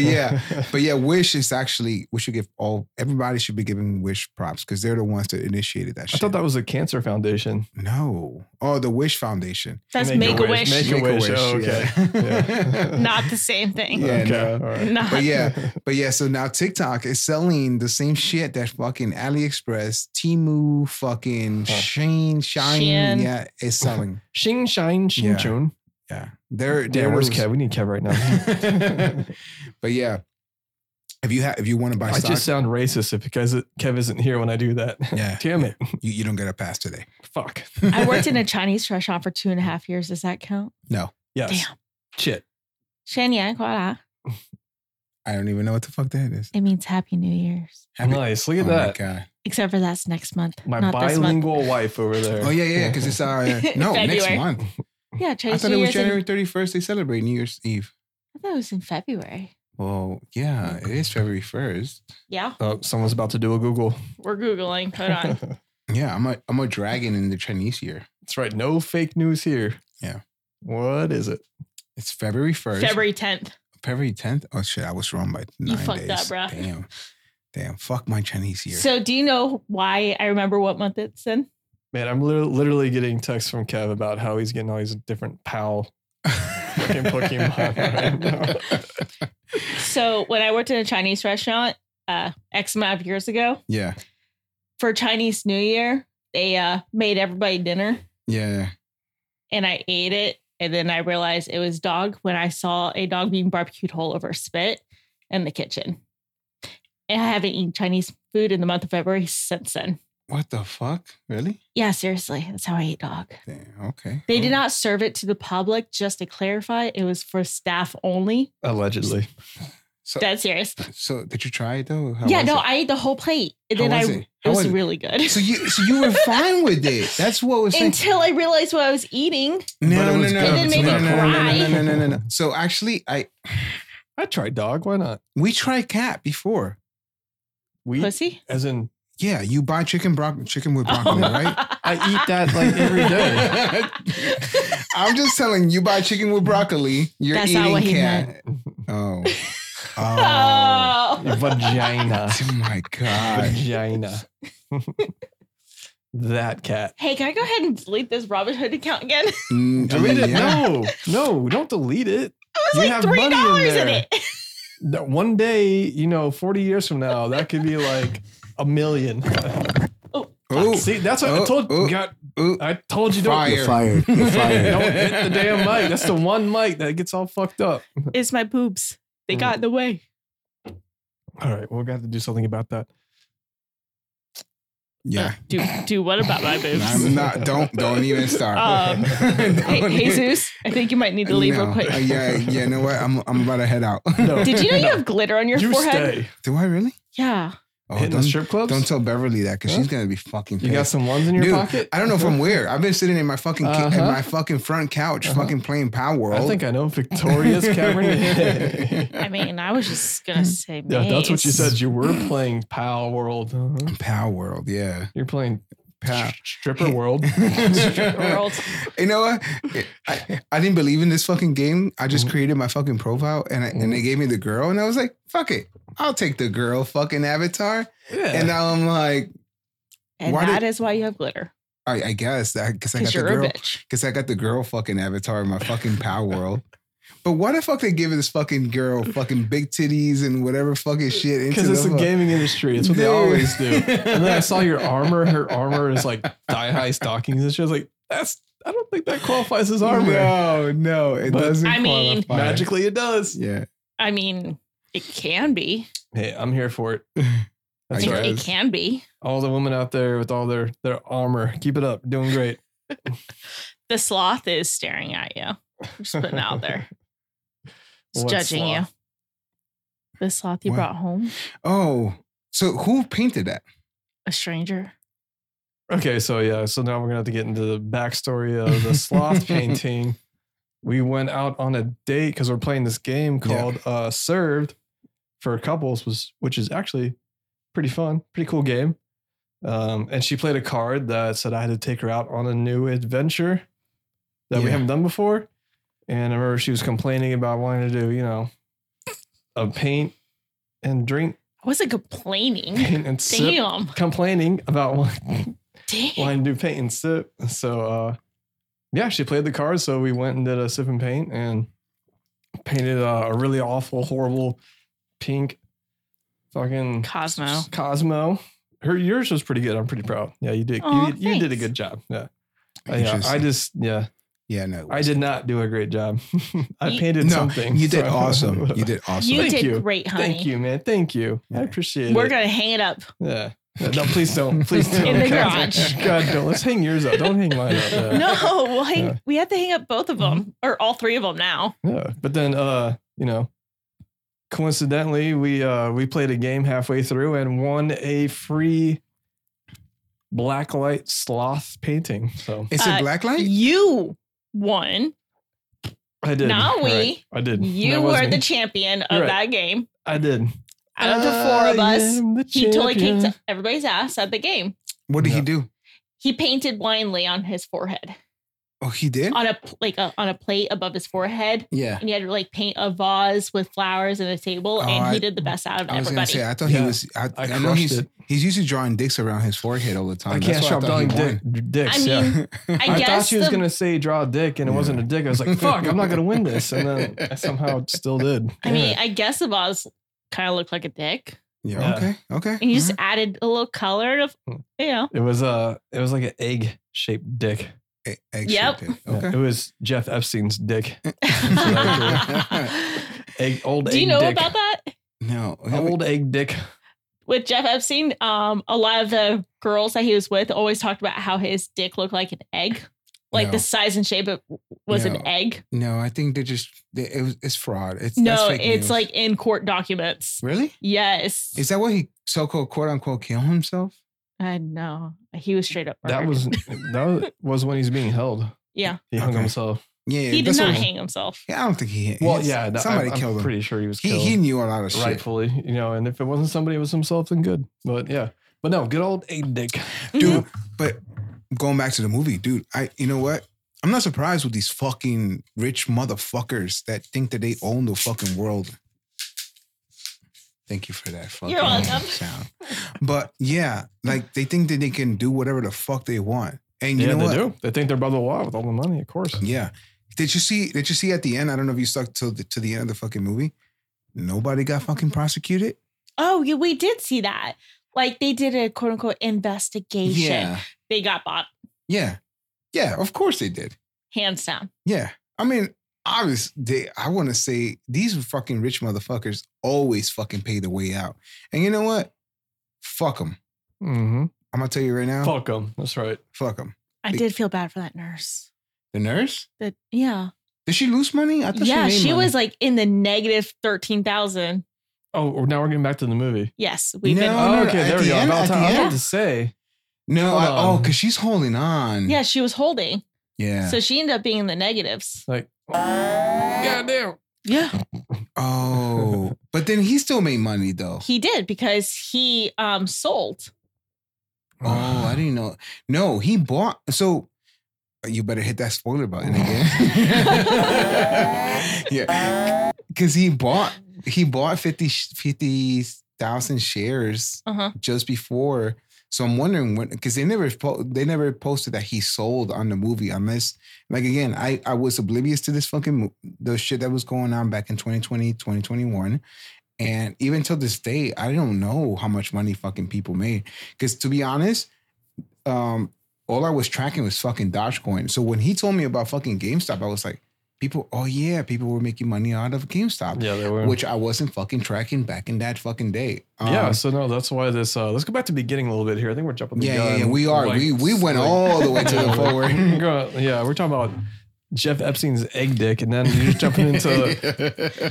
B: yeah, but yeah, Wish is actually we should give all everybody should be giving Wish props because they're the ones that initiated that
A: I
B: shit.
A: thought that was the Cancer Foundation.
B: no, oh, the Wish Foundation.
C: That's
A: Make
C: make
A: a
C: a wish.
A: Make a Wish. Oh, okay. Yeah.
C: Not the same thing.
B: Yeah,
A: okay.
B: no.
A: All right.
C: Not
B: But yeah, but yeah, so now TikTok is selling the same shit that fucking AliExpress, Timu, fucking
A: Huh.
B: Shane, Shine,
C: Shein.
B: yeah, is selling.
A: Shing, shine, shing,
B: Yeah.
A: chun.
B: Yeah. They're, they're
A: Damn, where's
B: those-
A: Kev? We need Kev right now.
B: but yeah. If you have if you want to buy
A: I
B: stock,
A: just sound racist if because it, Kev isn't here when I do that.
B: Yeah.
A: Damn it.
B: you, you don't get a pass today.
A: Fuck.
C: I worked in a Chinese restaurant for two and a half years. Does that count?
B: No.
A: Yes.
C: Damn.
A: Shit.
C: Shania Kwara.
B: I don't even know what the fuck that is.
C: It means Happy New Year's.
B: Happy-
A: nice. Look at
B: oh
A: that.
B: My, God.
C: Except for that's next month.
A: My
C: not this month.
A: bilingual wife over there.
B: Oh yeah, yeah, because it's our no next
C: February.
B: month.
C: Yeah,
B: I
C: Chinese
B: thought it
C: New
B: was
C: Year's. in-
B: January thirty first. They celebrate New Year's Eve.
C: I thought it was in February.
B: Well, yeah, it is February first.
C: Yeah,
A: Oh, someone's about to do a Google.
C: we're googling. Hold on.
A: That's
B: Yeah, I'm a I'm a dragon in the Chinese year.
A: right. No fake news here.
B: Yeah.
A: What is it?
B: It's February first.
C: February 10th.
B: February tenth. Oh shit, I was wrong by nine
C: You fucked
B: days.
C: up, bruh.
B: Damn, damn. Fuck my Chinese year.
C: So, do you know why I remember what month it's in?
A: Man, I'm lit- literally getting texts from Kev about how he's getting all these different pal fucking Pokemon right now.
C: So, when I worked in a Chinese restaurant uh, X amount of years ago
B: yeah,
C: for Chinese New Year, they uh, made everybody dinner
B: yeah.
C: and I ate it. And then I realized it was dog when I saw a dog being barbecued whole over spit in the kitchen. And I haven't eaten Chinese food in the month of February since then.
B: What the fuck? Really?
C: Yeah, seriously. That's how I eat dog.
B: Damn. Okay. Oh,
C: They did not serve it to the public, just to clarify, it was for staff only.
A: Allegedly.
B: So,
C: That's serious.
B: so did you try it though? How
C: yeah,
B: was
C: no,
B: it?
C: I ate the whole plate. And
B: How
C: then
B: was
C: I
B: it?
C: it,
B: How
C: was,
B: was it?
C: really good.
B: So you so you were fine with it. That's what was saying.
C: Until I realized what I was eating.
A: But
B: No,
A: it
B: no,
A: was
B: no,
A: good.
B: no,
A: It
B: no,
A: didn't make me
B: no, no, no,
A: cry.
B: no, no, no, no, no. So actually, I
A: I tried dog. Why not?
B: we tried cat before.
A: We
C: Pussy?
A: as in
B: Yeah, you buy chicken broccoli, chicken with broccoli, right?
A: I eat that like every day.
B: I'm just telling you, buy chicken with broccoli. You're
C: That's
B: eating
C: not what he
B: cat. Oh, oh,
C: Oh.
A: Vagina.
B: oh my god!
A: Vagina. that cat.
C: Hey, can I go ahead and delete this Robin Hood account again? It
B: Mm, I mean,
A: Delete it.
B: yeah.
A: No, no, don't delete it.
C: was
A: You
C: like
A: have
C: three
A: money in
C: dollars in,
A: there.
C: it.
A: That One day, you know, 40 years from now, that could be like a million.
B: Ooh,
A: See, that's what I
B: Oh,
A: told
B: oh.
A: God,
B: ooh,
A: I told you don't
B: Fire.
D: You're fired. You're
A: don't
D: fired.
A: hit the damn mic. That's the one mic that gets all fucked up.
C: It's my boobs. They
A: got
C: in the way.
A: All right, we're gonna have to do something about that.
B: yeah.
C: Do do what about my boobs?
B: I'm not. Don't don't even start.
C: Um, hey,
B: Don't even-
C: Jesus, I think you might need to leave
B: no.
C: real quick.
B: Uh, yeah, yeah. You know what? I'm I'm about to head out.
A: No.
C: Did you know
A: No.
C: you have glitter on your
A: you
C: forehead?
A: stay.
B: Do I really?
C: Yeah.
B: Oh,
A: Hitting the
B: don't,
A: strip clubs.
B: don't tell Beverly that because
A: Huh?
B: she's gonna be fucking.
A: you got
B: pissed.
A: some ones in your
B: Dude,
A: pocket.
B: I don't know if I'm weird. I've been sitting in my fucking ki- in
A: Uh-huh.
B: my fucking front couch,
A: Uh-huh.
B: fucking playing Power World.
A: I think I know Victoria's Cabernet.
C: I mean, I was just gonna say.
A: yeah, that's what you
C: mace.
A: said. You were playing Pal World. Uh-huh.
B: Power World, yeah.
A: You're playing
B: Pow.
A: sh- Stripper World.
C: World.
B: you know what? I, I didn't believe in this fucking game. I just
A: Mhm.
B: created my fucking profile and I,
A: Mm-hmm.
B: and they gave me the girl and I was like, fuck it. I'll take the girl fucking avatar.
A: Yeah.
B: And now I'm like,
C: And
B: Why
C: that is
B: did-
C: why you have glitter.
B: I, I guess that because I got
C: Because
B: the
C: you're a
B: girl
C: bitch.
B: because I got the girl fucking avatar in my fucking Power World. But why the fuck they give this fucking girl fucking big titties and whatever fucking shit? into
A: because it's the
B: fuck-
A: gaming industry. It's what they
B: Dude.
A: always do. And then I saw your armor. Her armor is like thigh high stockings, and she was like, "That's I don't think that qualifies as armor."
B: No, no, it
A: But-
B: doesn't.
C: I mean-
B: qualify.
A: Magically, it does.
B: Yeah.
C: I mean, it can be.
A: Hey, I'm here for it. That's
C: It,
B: I
A: right.
C: it can be.
A: All the women out there with all their their armor, keep it up. Doing great.
C: The sloth is staring at you. Just putting it out there. It's
A: What
C: judging you.
A: sloth?
C: The sloth you
B: What?
C: brought home,
B: Oh, so who painted that?
A: Oh,
C: a stranger.
A: Okay, so yeah, so now we're gonna have to get into the backstory of the sloth painting. We went out on a date because we're playing this game
B: Yeah.
A: called uh Served for couples, was which is actually pretty fun, pretty cool game. Um, and she played a card that said I had to take her out on a new adventure that we
B: Yeah.
A: haven't done before. And I remember she was complaining about wanting to do, you know, a paint and drink,
C: I wasn't complaining.
A: paint and sip,
C: Damn.
A: complaining about wanting
C: Damn.
A: wine do paint and sip. So uh yeah, she played the cards. So we went and did a sip and paint and painted uh, a, a really awful, horrible pink fucking
C: Cosmo.
A: Cosmo. Her yours was pretty good. I'm pretty proud. Yeah, you did.
C: Aw,
A: you, did- you did a
C: thanks.
A: good job. Yeah. Uh, yeah, I
B: Interesting.
A: just yeah,
B: yeah, no,
A: I did not do a great job. I
C: You-
A: painted
B: no,
A: something.
B: You did
A: so-
B: awesome. You did awesome.
C: You
A: Thank
C: did
A: you.
C: great, honey.
A: Thank you, man. Thank you. I
B: Yeah.
A: appreciate
C: We're
A: it.
C: gonna hang it up.
A: yeah. No, please don't. Please don't.
C: In the
A: God,
C: garage.
A: God, no. Let's hang yours up. Don't hang mine up. No.
C: No, we'll hang,
A: Yeah.
C: we had to hang up both of them or all three of them now.
A: Yeah, but then uh, you know, coincidentally, we uh we played a game halfway through and won a free blacklight sloth painting. So
B: It's a
C: Uh,
B: black light.
C: You won.
A: I did.
C: Now
A: All right,
C: we-
A: I did.
C: You
A: That was
C: were
A: me.
C: the champion of
A: You're right.
C: that game.
A: I did.
C: Out of the four of
A: I
C: us,
A: am the
C: he totally
A: champion.
C: kicked everybody's ass at the game.
B: What did
A: Yeah.
B: he do?
C: He painted blindly on his forehead,
B: Oh, he did.
C: on a like a, on a plate above his forehead,
B: Yeah.
C: and he had to like paint a vase with flowers and a table,
B: Oh,
C: and
B: I-
C: he did the best out of
B: I was gonna
C: everybody.
B: say. I thought
A: Yeah.
B: he was. I,
A: I
B: I, know
A: crushed
B: he's
A: it.
B: he's used to drawing dicks around his forehead all the time.
A: I can't
B: That's why
A: stop
B: thought he
A: drawing dick,
B: won.
A: dicks.
C: I
A: yeah.
C: mean, I,
A: I, thought
C: guess
A: she was
C: the-
A: gonna say draw a dick, and it
B: Yeah.
A: wasn't a dick. I was like, "Fuck, I'm not gonna win this," and then I somehow still did.
C: I mean, I guess the vase kind of looked like a dick,
B: Yeah.
A: Yeah.
B: Okay. Okay.
C: and he just
B: Alright.
C: added a little color of
A: Hmm.
C: you know.
A: It was a it was like an egg shaped dick.
B: E- egg-shaped
C: Yep.
B: dick.
A: Yeah,
B: Okay.
A: it was Jeff Epstein's dick. Egg, old
C: Do you
A: egg
C: know
A: dick.
C: about that?
B: No.
A: Old egg dick.
C: With Jeff Epstein, um, a lot of the girls that he was with always talked about how his dick looked like an egg, like
B: No.
C: the size and shape of was
B: No.
C: an egg.
B: No, I think they're just they, it was, it's fraud. It's that's
C: No,
B: fake
C: it's
B: news.
C: like in court documents.
B: really.
C: Yes,
B: Is that what he so called quote unquote kill himself?
C: I know he was straight up.
A: That
C: murdered.
A: was that was when he's being held.
C: yeah.
A: He hung
B: Okay.
A: himself.
B: Yeah,
C: He did
B: that's
C: not
B: what-
C: hang himself.
B: Yeah, I don't think he.
A: Well,
B: he's-
A: yeah, that-
B: somebody
A: I, am
B: killed him.
A: Pretty sure he was
B: he
A: killed.
B: he knew a lot of shit.
A: rightfully, you know. And if it wasn't somebody, it was himself. Then good. But yeah, but no, good old egg dick.
C: Mm-hmm.
B: dude. But going back to the movie, dude, I you know what? I'm not surprised with these fucking rich motherfuckers that think that they own the fucking world. Thank you for that fucking
C: You're welcome.
B: sound. But yeah, like they think that they can do whatever the fuck they want. And you
A: yeah,
B: know
A: they
B: what?
A: do. They think they're above the law with all the money, of course.
B: Yeah. Did you see? Did you see at the end? I don't know if you stuck till the, to the end of the fucking movie. Nobody got
C: Mm-hmm.
B: fucking prosecuted.
C: Oh, yeah, we did see that. Like they did a quote unquote investigation. They got bought
B: Yeah. Yeah. Of course they did.
C: hands down.
B: Yeah. I mean, obviously, they, I want to say these fucking rich motherfuckers always fucking pay the way out. And you know what? Fuck them.
A: Mm-hmm.
B: I'm going to tell you right now.
A: Fuck them. That's right.
B: Fuck them.
C: I did feel bad for that nurse.
B: The nurse?
C: That yeah,
B: Did she lose money? I
C: yeah.
B: made
C: She
B: money.
C: was like in the negative thirteen thousand.
A: Oh, now we're getting back to the movie.
C: Yes, we've
B: No, no,
A: Oh,
B: no,
A: okay,
B: at
A: there
B: the
A: we go.
B: end-
A: About
B: at
A: time.
B: the
A: I
B: end-
A: had to say,
B: No,
A: Hold
B: I, oh,
A: on.
B: because she's holding on.
C: been. Yeah, she was holding,
B: Yeah.
C: so she ended up being in the negatives.
A: like, goddamn.
C: Yeah,
B: oh. But then he still made money, though.
C: he did because he um sold.
B: Oh, I didn't know. No, he bought. So you better hit that spoiler button again. yeah, because he bought he bought 50 50,000 shares
C: Uh huh.
B: just before. So I'm wondering when because they never po- they never posted that he sold on the movie unless like again I I was oblivious to this fucking mo- the shit that was going on back in 2020 2021 and even till this day I don't know how much money fucking people made because to be honest um all I was tracking was fucking Dogecoin so when he told me about fucking GameStop I was like people oh yeah people were making money out of GameStop
A: Yeah, they were.
B: which I wasn't fucking tracking back in that fucking day Um,
A: yeah, so no, that's why this. Uh, let's go back to the beginning a little bit here. I think we're jumping. The
B: yeah,
A: gun,
B: yeah, yeah. We are.
A: like-
B: we we went
A: like-
B: all the way to the
A: Yeah, we're-
B: forward.
A: we're going- yeah, we're talking about Jeff Epstein's egg dick, and then you're just jumping into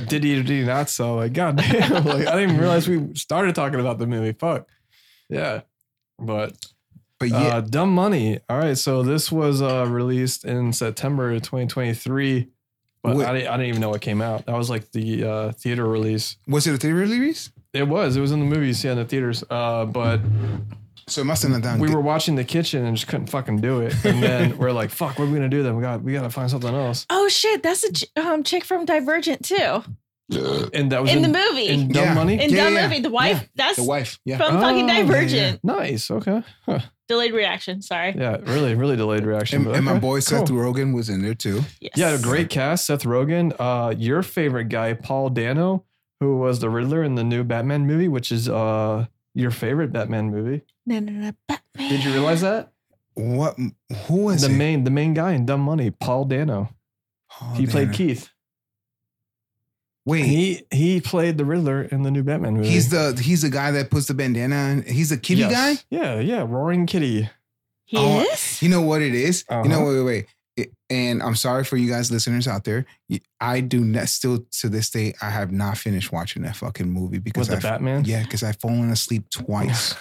A: did he or did he not sell? Like, goddamn! Like, I didn't even realize we started talking about the movie. Fuck. Yeah, but
B: but yeah,
A: uh, Dumb Money. All right, so this was uh, released in September of 2023, but
B: Wait.
A: I didn't, I didn't even know it came out. That was like the uh, theater release.
B: was it a theater release?
A: It was. It was in the movies, yeah, in the theaters. Uh, but
B: So it must have not done.
A: we were watching the kitchen and just couldn't fucking do it. And then we're like, "Fuck, what are we gonna do then? We got we gotta find something else."
C: Oh shit, that's a ch- um chick from Divergent too
A: And that was
C: in the movie.
A: in
C: In,
A: Dumb
B: Yeah.
A: Money.
B: Yeah,
C: that
B: yeah,
C: movie, the wife.
B: Yeah,
C: That's
B: the wife. Yeah.
C: from fucking
A: Oh, yeah, yeah.
C: Divergent.
A: nice. Okay. Huh.
C: Delayed reaction. Sorry.
A: Yeah. Really, really delayed reaction.
B: and,
A: but
B: and my
A: okay,
B: boy
A: cool.
B: Seth Rogen was in there too.
C: Yes.
A: Yeah, great cast. Seth Rogen, uh, your favorite guy, Paul Dano, who was the Riddler in the new Batman movie, which is uh, your favorite Batman movie.
C: No, no, no, Batman.
A: Did you realize that
B: What? Who was
A: the
B: it?
A: main the main guy in Dumb Money, Paul Dano,
B: Oh,
A: he played
B: damn.
A: Keith.
B: Wait,
A: He he played the Riddler in the new Batman movie.
B: he's the he's the guy that puts the bandana. on. He's a kitty guy.
A: Yes. Yeah, yeah, Roaring Kitty.
C: He
B: Oh,
C: is?
B: You know what it is? You know,
A: Uh-huh.
B: wait, wait, wait. It- and I'm sorry for you guys, listeners out there. You- I do not, still to this day, I have not finished watching that fucking movie because
A: With the
B: I've,
A: Batman?
B: yeah, because I've fallen asleep twice,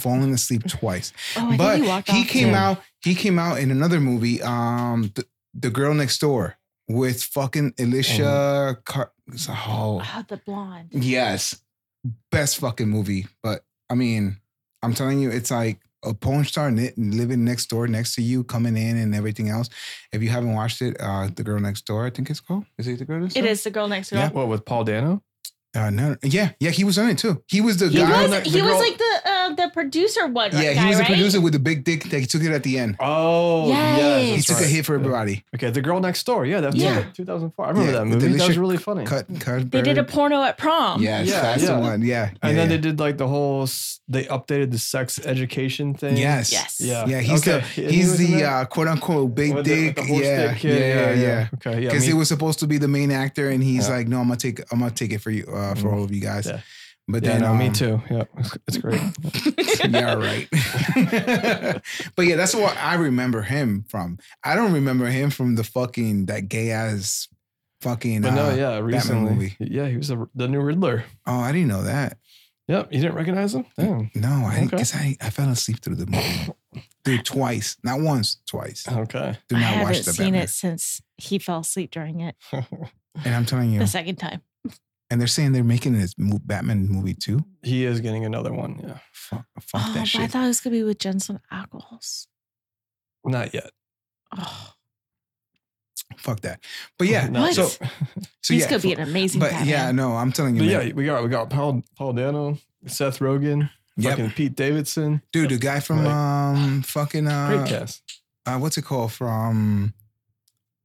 B: fallen asleep twice.
C: Oh, I
B: but
C: think he walked
B: he
C: off.
B: came
A: Yeah.
B: out, he came out in another movie, um, the, the girl next door with fucking Alicia. Car- oh,
C: Oh, the blonde.
B: yes, best fucking movie. But I mean, I'm telling you, it's like a porn star ni- living next door, next to you, coming in and everything else. If you haven't watched it, uh, the girl next door, I think it's called. Is it the girl next
C: It
B: door?
C: is the girl next door.
B: Yeah.
A: What with Paul Dano?
B: Uh, no, yeah, yeah, he was on it too. He was the
C: He
B: guy.
C: was.
A: the-
C: he
A: the
C: was
A: girl-
C: like the uh, the producer one.
B: yeah,
C: guy,
B: he was
C: right?
B: a producer with the big dick that he took it at the end.
A: Oh,
C: Yes.
A: yes,
B: He
A: that's
B: took a
A: right.
B: hit for everybody.
A: Okay, The Girl Next Door. Yeah, that's
C: Yeah.
A: yeah. 2004. I remember
B: Yeah,
A: that
B: with
A: movie. That was
B: Alicia
A: really funny.
B: Cut, cut.
C: They did a
B: bird.
C: porno at prom.
B: Yes,
A: Yeah,
B: that's
A: yeah.
B: the one. Yeah,
A: And
B: yeah,
A: then
B: yeah.
A: they did like the whole. s- They updated the sex education thing.
B: Yes.
C: Yes.
A: Yeah.
B: Yeah, he's
A: Okay.
B: the
A: Yeah, he
B: he's
A: was in
B: the
A: that?
B: uh, quote unquote big
A: With the- with
B: dick.
A: the horse
B: yeah,
A: dick
B: yeah,
A: kid.
B: yeah, yeah.
A: Okay. Yeah.
B: Because
A: me-
B: it was supposed to be the main actor, and he's
A: Yeah.
B: like, "No, I'm gonna take I'm gonna take it for you uh, for
A: Mhm.
B: all of you guys."
A: Yeah.
B: But
A: yeah.
B: then,
A: no, me
B: um,
A: too. Yeah. It's, it's great.
B: yeah, right. but yeah, that's what I remember him from. I don't remember him from the fucking that gay ass fucking.
A: But no,
B: uh,
A: yeah, recently.
B: movie.
A: Yeah, he was the the new Riddler.
B: Oh, I didn't know that.
A: Yep. You didn't recognize him? Damn.
B: No, I
A: Okay.
B: because I I fell asleep through the movie, dude, twice, not once, twice.
A: Okay.
B: Do
C: Oh, I
B: not
C: haven't
B: watch the
C: seen
B: Batman.
C: it since he fell asleep during it
B: And I'm telling you,
C: the second time.
B: and they're saying they're making this mo- Batman movie too.
A: he is getting another one. Yeah.
B: Fuck, fuck
C: Oh,
B: that
C: but I
B: shit.
C: thought it was gonna be with Jensen Ackles.
A: Not yet.
C: Oh,
B: fuck that. But yeah,
A: Not
C: What?
B: so
A: yet.
B: so
C: Oh, he's
B: yeah,
C: gonna be an amazing.
B: but
C: Batman.
B: yeah, no, I'm telling you,
A: But
B: man.
A: yeah, we got we got Paul Paul Dano, Seth Rogen,
B: Yep.
A: fucking Pete Davidson.
B: dude, the guy from
A: Like-
B: um fucking
A: Great
B: uh,
A: cast.
B: uh what's it called from.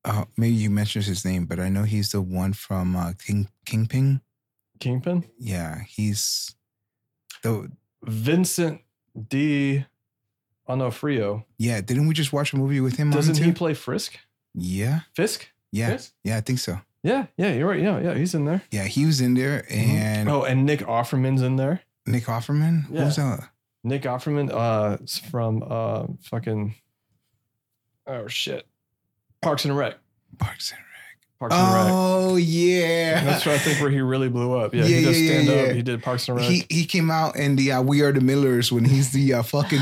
B: Uh, maybe you mentioned his name, but I know he's the one from uh, King Kingpin.
A: Kingpin.
B: Yeah, he's the
A: Vincent D. Onofrio.
B: yeah. Didn't we just watch a movie with him? on
A: Doesn't he
B: too?
A: play Frisk?
B: Yeah,
A: Fisk?
B: yeah,
A: Fisk?
B: yeah. I think so.
A: Yeah, yeah, you're right. Yeah, yeah, he's in there.
B: Yeah, he was in there, and
A: Oh, and Nick Offerman's in there.
B: Nick Offerman.
A: Yeah.
B: Who's that?
A: Nick Offerman, uh, is from uh, fucking, oh shit, Parks and Rec.
B: Parks and
A: Parks and Rec.
B: Oh yeah,
A: That's where I think where he really blew up. Yeah,
B: Yeah,
A: he does
B: yeah, yeah,
A: stand
B: yeah.
A: up. He did Parks and Rec.
B: He he came out in the uh, We Are the Millers when he's the uh, fucking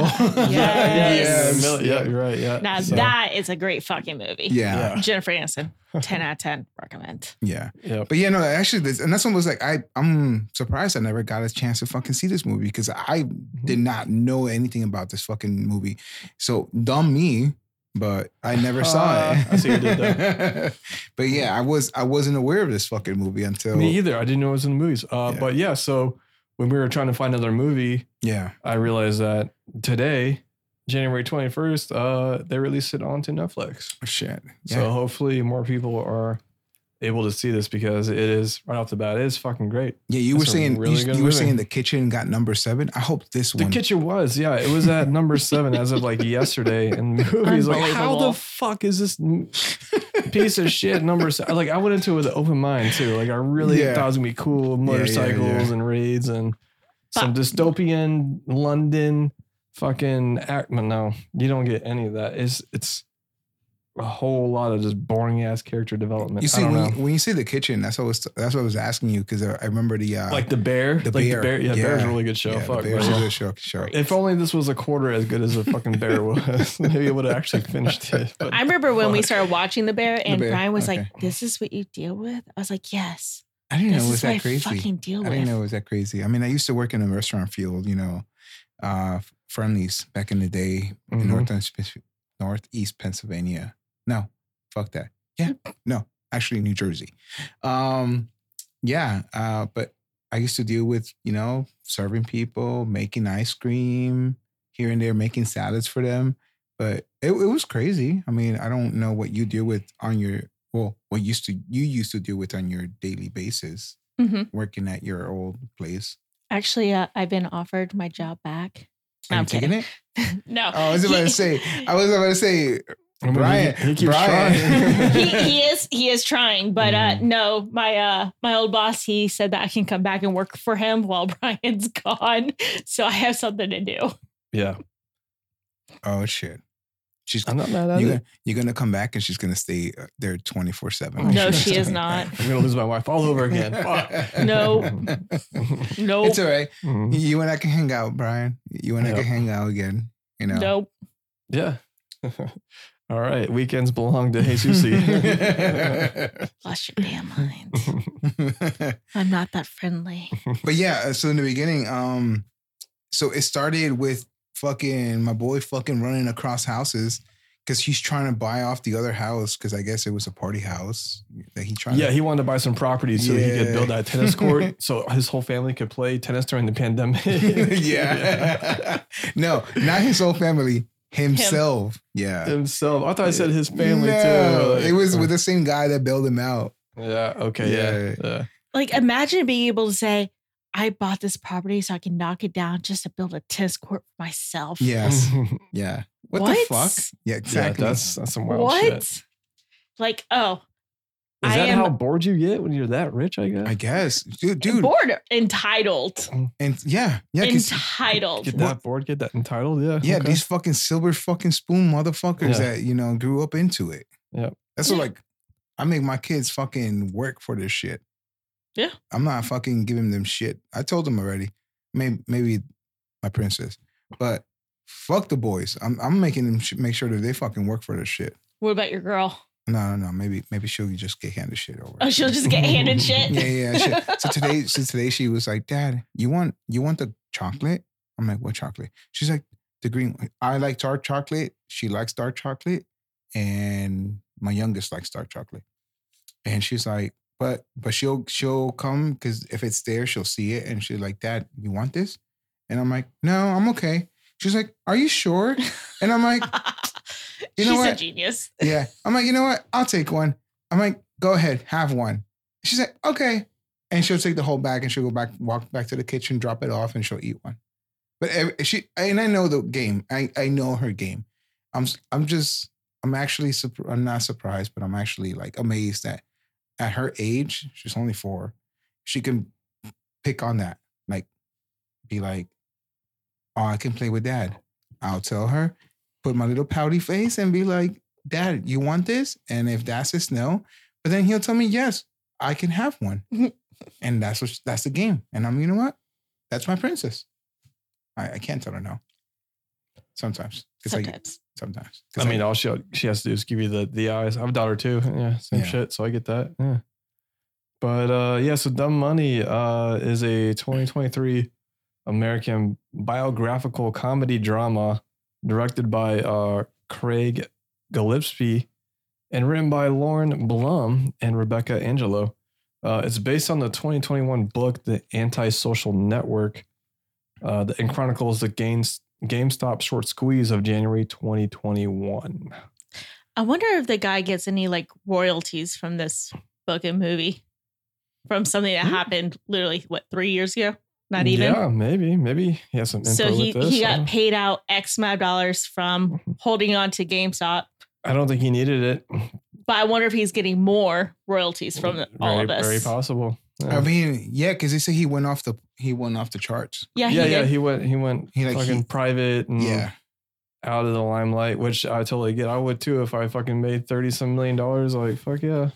A: yeah, yeah, yeah,
C: Yes.
A: Mil- yeah, you're right. Yeah.
C: now
A: So,
C: that is a great fucking movie.
B: yeah,
A: Yeah.
C: Jennifer Aniston, ten out of ten, recommend.
B: yeah.
A: Yep.
B: But yeah, no, actually, this, and that's one was like I I'm surprised I never got a chance to fucking see this movie because I
A: Mm-hmm.
B: did not know anything about this fucking movie. So dumb me, but I never saw
A: Ah,
B: it.
A: I see what you did
B: but yeah, I was I wasn't aware of this fucking movie until
A: Me either. I didn't know it was in the movies. Uh,
B: Yeah.
A: But yeah, so when we were trying to find another movie,
B: yeah
A: I realized that today, January 21st, uh, they released it onto Netflix.
B: oh, shit yeah.
A: So hopefully more people are able to see this because it is right off the bat, it is fucking great.
B: Yeah, you
A: That's
B: were
A: a
B: saying
A: really
B: you,
A: good
B: you were
A: movie.
B: saying the kitchen got number seven. I hope this
A: The
B: one.
A: kitchen was, yeah, it was at number seven as of like yesterday. And the movie's like, how
C: Unbelievable.
A: the fuck is this n- piece of shit number seven? Like, I went into it with an open mind too. Like, I really
B: Yeah.
A: thought it was gonna be cool
B: yeah,
A: motorcycles
B: yeah.
A: and raids and some dystopian London fucking act. But no, you don't get any of that. It's, it's, a whole lot of just boring ass character development.
B: You
A: I
B: see,
A: don't
B: when
A: know.
B: you, when you say the kitchen, that's what I was that's what I was asking you because I, I remember the uh,
A: like the bear,
B: The
A: like
B: Bear.
A: the bear. Yeah,
B: Yeah.
A: bear's a really good show.
B: yeah, the
A: Fuck,
B: Bears
A: but
B: is
A: yeah.
B: a show, show.
A: If only this was a quarter as good as the fucking bear was, maybe it would have actually finished it. But
C: I remember when we started watching The Bear, and
B: Bear,
C: Brian was
B: okay.
C: like, "This is what you deal with." I was like, "Yes,
B: I didn't know
C: this
B: it was
C: is what I
B: that crazy.
C: fucking deal
B: I
C: with."
B: didn't know it was that crazy. I mean, I used to work in a restaurant field, you know, uh, friendlies back in the day in
A: Mhm.
B: North northeast Pennsylvania. No, fuck that. Yeah, no, actually New Jersey. Um, yeah, uh, but I used to deal with you know serving people, making ice cream here and there, making salads for them. But it, it was crazy. I mean, I don't know what you deal with on your well, what used to you used to deal with on your daily basis
C: Mhm.
B: working at your old place.
C: Actually, uh, I've been offered my job back.
B: Are
C: No,
B: you
C: I'm
B: taking
C: kidding.
B: it?
C: no,
B: Oh, I was about
C: he-
B: to say. I was about to say.
A: I mean, he-
B: Brian-
A: he, keeps
B: Brian.
A: trying.
C: he, he is he is trying, but uh,
B: Mm.
A: Mhm.
C: no, my uh, my old boss he said that I can come back and work for him while Brian's gone, so I have something to do.
A: yeah,
B: Oh shit. She's
A: I'm not mad at
B: you're,
A: it.
B: gonna- you're gonna come back and she's gonna stay uh, there 24 seven.
C: No, she is not.
A: I'm gonna lose my wife all over again. Fuck.
C: No. Nope,
B: It's all right.
A: Mhm.
B: You and I can hang out, Brian. You and I
A: Yeah.
B: can hang out again. You know.
C: nope.
A: Yeah. all right. Weekends belong to Jesusi.
C: Lost your damn mind. I'm not that friendly.
B: but yeah, uh, so in the beginning, um, so it started with fucking my boy fucking running across houses because he's trying to buy off the other house because I guess it was a party house that he tried.
A: Yeah,
B: to,
A: he wanted to buy some property so he could
B: Yeah.
A: build that tennis court so his whole family could play tennis during the pandemic.
B: yeah. no, not his whole family, himself. Yeah,
A: Himself. I thought I said his family
B: No,
A: too. Like, uh.
B: It was with the same guy that bailed him out.
A: Yeah, okay, yeah. yeah.
C: Like imagine being able to say, I bought this property so I can knock it down just to build a tennis court for myself.
B: Yes, yeah. What, the
C: What?
B: fuck? Yeah, exactly.
A: Yeah, that's that's some wild
C: What?
A: shit. Is
C: Like, oh, I
A: that
C: am-
A: how bored you get when you're that rich, I guess?
B: I guess, dude. Dude,
C: bored, entitled,
B: and yeah, yeah. 'cause-
C: entitled.
A: get that bored, get that entitled, yeah.
B: Yeah,
A: okay.
B: these fucking silver fucking spoon motherfuckers
A: Yeah.
B: that you know grew up into it.
A: Yeah.
B: that's what,
C: Yeah.
B: like I make my kids fucking work for this shit.
C: Yeah.
B: I'm not fucking giving them shit. I told them already. Maybe maybe my princess, but fuck the boys. I'm I'm making them sh- make sure that they fucking work for this shit.
C: What about your girl?
B: No, no, no. Maybe maybe she'll just get handed shit over.
C: Oh, she'll just get handed shit.
B: yeah, yeah. shit. So today, so today she was like, "Dad, you want you want the chocolate?" I'm like, "What chocolate?" She's like, "The green." one. I like dark chocolate. She likes dark chocolate, and my youngest likes dark chocolate. And she's like, "But but she'll she'll come because if it's there, she'll see it." And she's like, "Dad, you want this?" And I'm like, "No, I'm okay." She's like, "Are you sure?" And I'm like, You
C: She's
B: know
C: a
B: what?
C: genius.
B: yeah. I'm like, you know what? I'll take one. I'm like, go ahead, have one. She's like, okay. And she'll take the whole bag and she'll go back, walk back to the kitchen, drop it off, and she'll eat one. But ev- she and I know the game. I I know her game. I'm s- I'm just I'm actually surp- I'm not surprised, but I'm actually like amazed that at her age, she's only four, she can pick on that. Like, be like, oh, I can play with dad. I'll tell her, put my little pouty face, and be like, Dad, you want this? And if that's his no, but then he'll tell me, yes, I can have one. and that's what that's the game. And I'm, you know what? That's my princess. I, I can't tell her no. Sometimes. 'Cause I-
C: Sometimes.
B: sometimes. 'Cause
A: I mean, all she she has to do is give you the the eyes. I have a daughter too. Yeah, same
B: Yeah.
A: shit. So I get that. Yeah. But uh, yeah, so Dumb Money uh, is a 2023 American biographical comedy drama directed by uh, Craig Gillespie and written by Lauren Blum and Rebecca Angelo. Uh, it's based on the 2021 book, The Antisocial Network, uh, and chronicles the gains, GameStop short squeeze of January 2021.
C: I wonder if the guy gets any like royalties from this book and movie from something that
A: Hmm.
C: happened literally what three years ago? Not even.
A: Yeah, maybe, maybe he has some. Info
C: so he
A: with this. Mm-hmm.
C: he
A: I
C: got
A: don't-
C: paid out X amount of dollars from holding on to GameStop,
A: I don't think he needed it.
C: but I wonder if he's getting more royalties from the- all
A: very,
C: of us.
A: Very possible.
B: I mean, yeah, because they say he went off the he went off the charts.
C: yeah, he
A: yeah, yeah.
C: did.
A: He went. He went.
B: He, like,
A: fucking
B: he-
A: private and
B: Yeah.
A: out of the limelight, which I totally get. I would too if I fucking made thirty some million dollars. Like fuck yeah,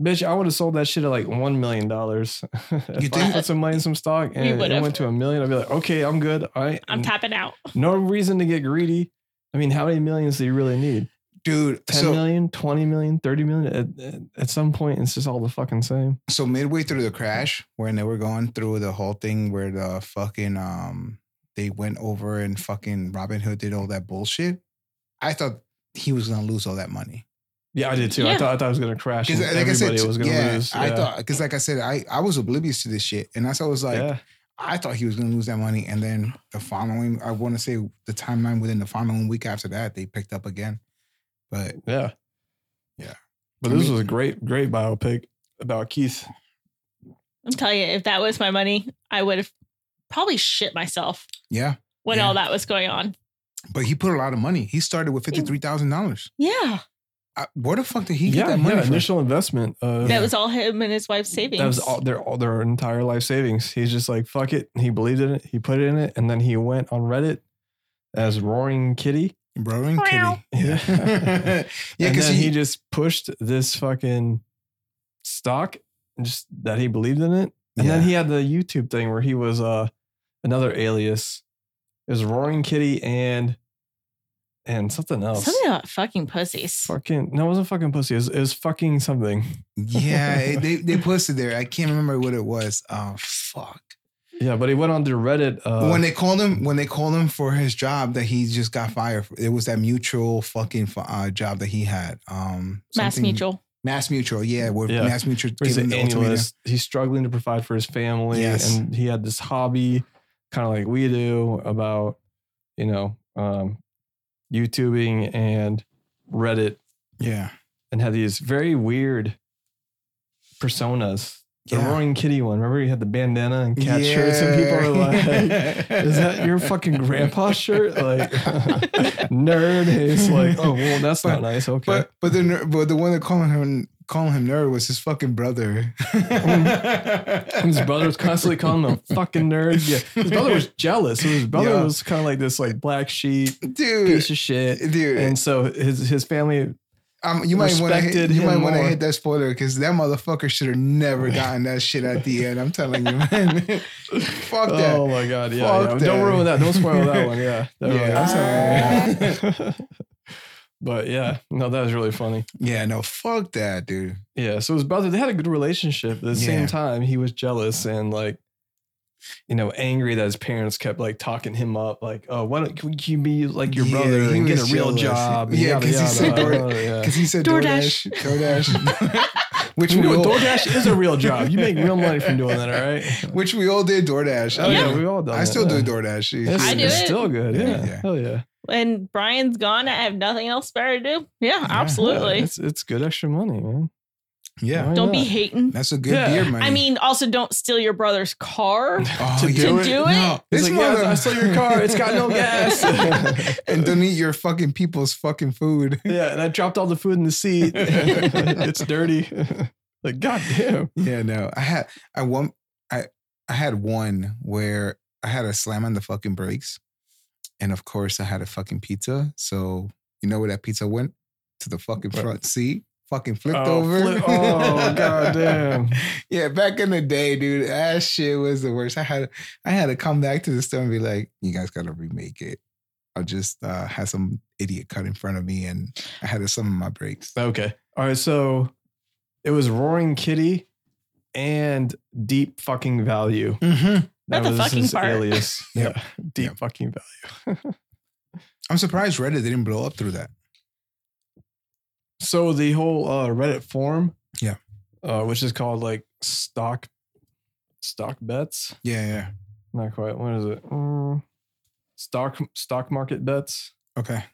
A: bitch. I would have sold that shit at like one million dollars. if
B: You
A: I
B: think-
A: put some money in some stock and it
C: would've.
A: went to a million, I'd be like, okay, I'm good. I
C: I'm tapping out.
A: no reason to get greedy. I mean, how many millions do you really need?
B: Dude,
A: 10
B: so
A: million, 20 million, 30 million? At, at, at some point, it's just all the fucking same.
B: so midway through the crash, when they were going through the whole thing where the fucking um they went over and fucking Robin Hood did all that bullshit, I thought he was gonna lose all that money.
A: Yeah, I did too. I
C: Yeah.
A: thought I thought it was gonna crash.
B: Because
A: And
B: like
A: everybody
B: I said,
A: was gonna
B: yeah,
A: lose.
B: I thought because like I said, I I was oblivious to this shit, and that's why I was like,
A: yeah.
B: I thought he was gonna lose that money, and then the following, I want to say the timeline within the following week after that, they picked up again. But
A: Yeah.
B: Yeah.
A: But
B: I
A: this
B: mean-
A: was a great, great biopic about Keith.
C: I'm telling you, if that was my money, I would have probably shit myself
B: yeah,
C: when
B: Yeah.
C: all that was going on.
B: But he put a lot of money. He started with fifty three thousand dollars.
C: Yeah.
B: Where the fuck did he
A: yeah,
B: get that money
A: yeah,
B: from?
A: initial investment. Uh,
C: That was all him and his wife's savings.
A: that was all their all their entire life savings. He's just like fuck it. He believed in it. He put it in it, and then he went on Reddit as Roaring Kitty.
B: Roaring
C: Meow.
B: Kitty. yeah,
A: and
B: because
A: then
B: he,
A: he, just pushed this fucking stock and just that he believed in it. And then
B: Yeah.
A: he had the YouTube thing where he was uh another alias. It was Roaring Kitty and and something else.
C: Something about fucking pussies.
A: Fucking no, it wasn't fucking pussy. It was, it was fucking something.
B: yeah, it- they they posted there. I can't remember what it was. Oh fuck.
A: Yeah, but he went on to Reddit. Uh,
B: when they called him, when they called him for his job that he just got fired, for, it was that mutual fucking fu- uh, job that he had. Um,
C: Mass
B: something-
C: Mutual.
B: Mass Mutual, yeah, where
A: Yeah.
B: Mass Mutual
A: Or
B: gave
A: He's
B: him
A: an
B: the ultimatum.
A: analyst. He's struggling to provide for his family,
B: Yes.
A: and he had this hobby, kind of like we do, about you know, um, YouTubing and Reddit,
B: Yeah,
A: and had these very weird personas. The
B: Yeah.
A: Roaring Kitty one. Remember, he had the bandana and cat shirts, and people were like. Is that your fucking grandpa's shirt? Like nerd. It's like, oh well, that's not
B: But-
A: nice. Okay.
B: But but the ner- but the one that calling him calling him nerd was his fucking brother.
A: his brother was constantly calling him a fucking nerd. Yeah. His brother was jealous. So his brother
B: Yeah.
A: was kind of like this like black sheep,
B: dude,
A: piece of shit.
B: dude.
A: And so his his family
B: Um, you might want to hit,
A: respected
B: you
A: him
B: might want to
A: more.
B: hit that spoiler because that motherfucker should have never gotten that shit at the end. I'm telling you, man. Fuck that.
A: Oh my god, yeah.
B: Fuck
A: yeah. Don't
B: that.
A: ruin that. Don't spoil that one. Yeah. That
B: Yeah,
A: was- but yeah, no, that was really funny.
B: Yeah, no, fuck that, dude.
A: Yeah. So his brother, they had a good relationship. At the same
B: Yeah.
A: time, he was jealous and like, you know, angry that his parents kept like talking him up, like, oh, why don't can you be like your
B: Yeah,
A: brother
B: he
A: and get a
B: was
A: real
B: jealous.
A: job? and
B: Yeah,
A: yada,
B: 'cause he said
A: yada.
B: Dor-
A: Oh, yeah.
B: Because he said DoorDash,
C: DoorDash.
B: DoorDash, which
A: You
B: we
A: know,
B: all,
A: DoorDash is a real job. You make real money from doing that, all right?
B: which we all did DoorDash.
A: Oh,
B: I,
A: yeah,
B: don't know.
A: we've all done
B: I still
A: that.
B: do DoorDash.
A: yeah.
C: I do
A: it's
C: it.
A: still good.
B: Yeah,
A: Yeah.
B: yeah.
A: Hell yeah.
C: When Brian's gone, I have nothing else better to do. Yeah,
A: Yeah,
C: absolutely.
A: It's, it's good extra money, man.
B: Yeah,
A: Why
C: Don't be
A: not?
C: hating.
B: that's a good
A: Yeah.
B: beer money.
C: I mean, also don't steal your brother's car.
B: Oh,
A: to
B: yeah.
A: do
C: to
A: it.
C: do it.
B: No,
A: He's
B: this
A: like, "Yes,
B: mother-
A: I saw your car. It's got no gas.
B: and don't eat your fucking people's fucking food.
A: Yeah, and I dropped all the food in the seat. it's dirty. like, goddamn.
B: Yeah, no. I had I one I I had one where I had a slam on the fucking brakes. And of course I had a fucking pizza. So you know where that pizza went? To the fucking
A: Where?
B: front seat. Fucking flipped
A: Oh,
B: over.
A: flip- oh, goddamn.
B: Yeah, back in the day, dude, that shit was the worst. I had I had to come back to the store and be like, you guys gotta remake it. I just uh had some idiot cut in front of me and I had to summon my brakes.
A: Okay. All right. So it was Roaring Kitty and Deep Fucking Value.
B: Mm-hmm.
C: Not the
A: was
C: fucking
A: his
C: part.
A: alias.
B: Yep.
A: Yeah. Deep
B: Yep.
A: Fucking Value.
B: I'm surprised Reddit didn't blow up through that.
A: so the whole uh, Reddit forum,
B: Yeah.
A: uh, which is called like stock stock bets.
B: Yeah, yeah.
A: Not quite. What is it? Mm, stock stock market bets.
B: Okay.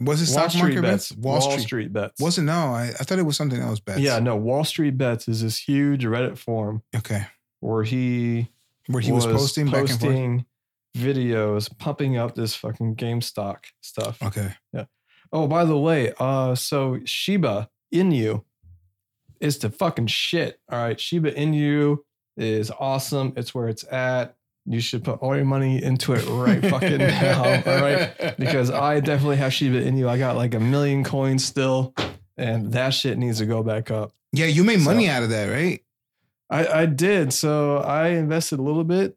B: Was it
A: Wall
B: stock
A: Street
B: market
A: bets.
B: bets? Wall, Street.
A: bets.
B: Was it? No, I, I thought it was something else. Bets.
A: Yeah, no. Wall Street bets is this huge Reddit forum
B: Okay.
A: where he
B: Where he was, posting, back and
A: posting videos, pumping up this fucking GameStop stuff.
B: forth. Okay.
A: Oh, by the way, uh, so Shiba Inu is the fucking shit. All right, Shiba Inu is awesome. It's where it's at. You should put all your money into it right fucking now. All right, because I definitely have Shiba Inu. I got like a million coins still, and that shit needs to go back up.
B: Yeah, you made money
A: So-
B: out of that, right?
A: I, I did. So I invested a little bit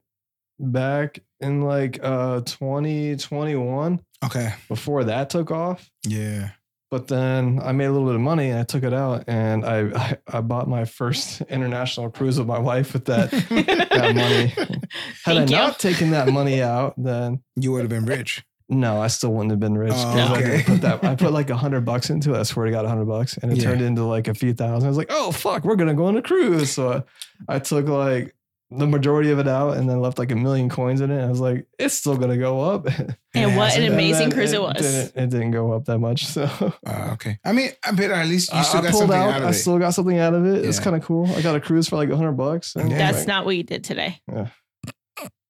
A: back in like uh 2021
B: Okay.
A: before that took off.
B: Yeah.
A: But then I made a little bit of money and I took it out and I I, I bought my first international cruise with my wife with that that money. Had I
C: Thank you.
A: not taken that money out, then
B: You would have been rich.
A: No, I still wouldn't have been rich. 'cause
B: Oh,
A: I,
B: okay.
A: didn't put that, I put like a hundred bucks into it. I swear to God, a hundred bucks, and it
B: Yeah.
A: turned into like a few thousand. I was like, "Oh fuck, we're gonna go on a cruise." So I, I took like the majority of it out, and then left like a million coins in it. I was like, "It's still gonna go up."
C: And what an
A: And
C: amazing
A: then
C: cruise it was.
A: Didn't, it didn't go up that much, so
B: Uh, okay. I mean, I bet at least you
A: I,
B: still
A: I
B: got
A: pulled
B: something out,
A: out.
B: of
A: I
B: it.
A: still got something out of it. It's
B: Yeah.
A: kind of cool. I got a cruise for like a hundred bucks. and
B: Yeah.
C: That's
A: like,
C: not what you did today.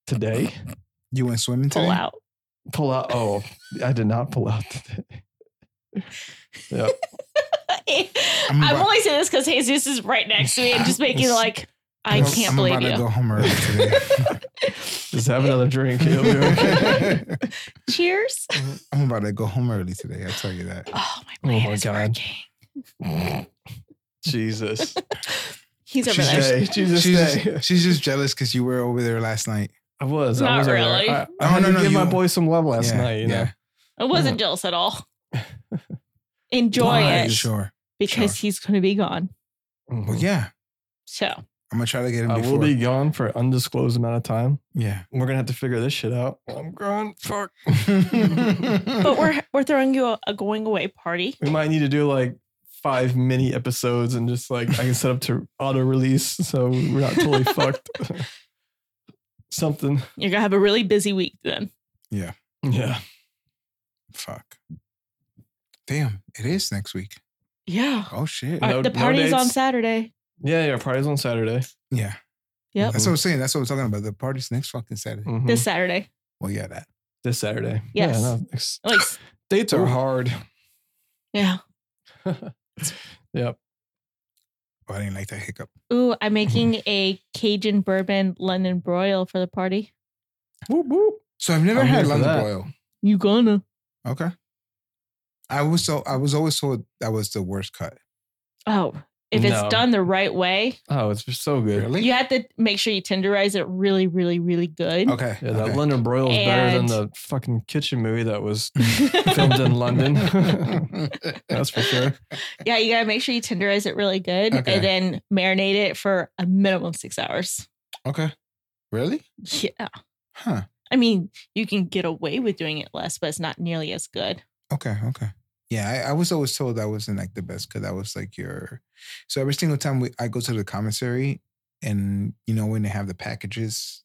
A: today.
B: you went swimming
C: Pull
B: today.
C: out.
A: Pull out. Oh, I did not pull out today. yep.
B: I'm
C: I'm
B: about-
C: only saying this because Jesus is right next to me and just making like, I
B: I'm-
C: can't
B: I'm
C: believe
B: about
C: you.
B: to go home early today.
A: Just have another drink. You'll be okay.
C: Cheers.
B: I'm about to go home early today. I tell you that.
C: Oh my,
A: Oh
C: brain
A: my
C: is
A: God.
C: working.
A: Jesus.
C: He's over
B: She's
A: Tuesday.
C: there.
A: Jesus
B: She's
A: Day.
B: just, she's just jealous because you were over there last night.
A: I was. I
C: Not
A: was over there.
C: really.
A: I, I
B: No,
A: had
B: Oh, no,
A: to
B: no,
A: give my
B: you-
A: boy some love last
B: Yeah,
A: night. You know.
B: yeah.
C: I wasn't jealous at all. Enjoy
A: Why?
C: it
B: Sure.
C: because he's going to be gone.
B: Well, yeah.
C: So
B: I'm gonna try to get him
A: I
B: before.
A: will be gone for an undisclosed amount of time.
B: Yeah.
A: We're gonna have to figure this shit out. I'm grown. Fuck.
C: but we're we're throwing you a, a going away party.
A: We might need to do like five mini episodes and just like I can set up to auto release so we're not totally fucked. Something.
C: You're gonna have a really busy week then.
A: Yeah.
B: fuck. Damn, it is next week.
C: Yeah.
B: Oh shit.
A: Uh,
C: Our-
A: no-
C: the
A: no
C: party's on
A: dates?
C: Saturday.
A: Yeah. Yeah. Party's on Saturday.
B: yeah.
C: Yep.
B: That's what I'm saying. That's what I'm talking about. The party's next fucking Saturday.
A: Mhm.
C: This Saturday.
B: Well, yeah, that.
A: This Saturday.
C: Yes.
A: Yeah, no, it's-
C: Like
A: dates are
B: Ooh.
A: hard.
C: yeah.
A: yep.
B: Oh, I didn't like that hiccup.
C: Ooh, I'm making a Cajun bourbon London broil for the party.
A: Whoop, whoop.
B: So I've never
A: I'm here
B: had
A: for
B: London
A: that.
B: broil.
C: You gonna?
B: Okay. I was so I was always told that was the worst cut.
C: Oh, if it's
A: No.
C: done the right way,
A: Oh, it's just so good.
B: Really?
C: you have to make sure you tenderize it really, really, really good.
B: Okay.
A: Yeah, that
B: okay.
A: London broil is better than
C: And-
A: the fucking kitchen movie that was filmed in London. That's for sure.
C: yeah, you gotta make sure you tenderize it really good
B: Okay.
C: and then marinate it for a minimum of six hours.
B: okay. Really?
C: Yeah.
B: Huh.
C: I mean, you can get away with doing it less, but it's not nearly as good.
B: Okay. Okay. Yeah, I, I was always told that wasn't like the best because that was like your. So every single time we, I go to the commissary, and you know when they have the packages,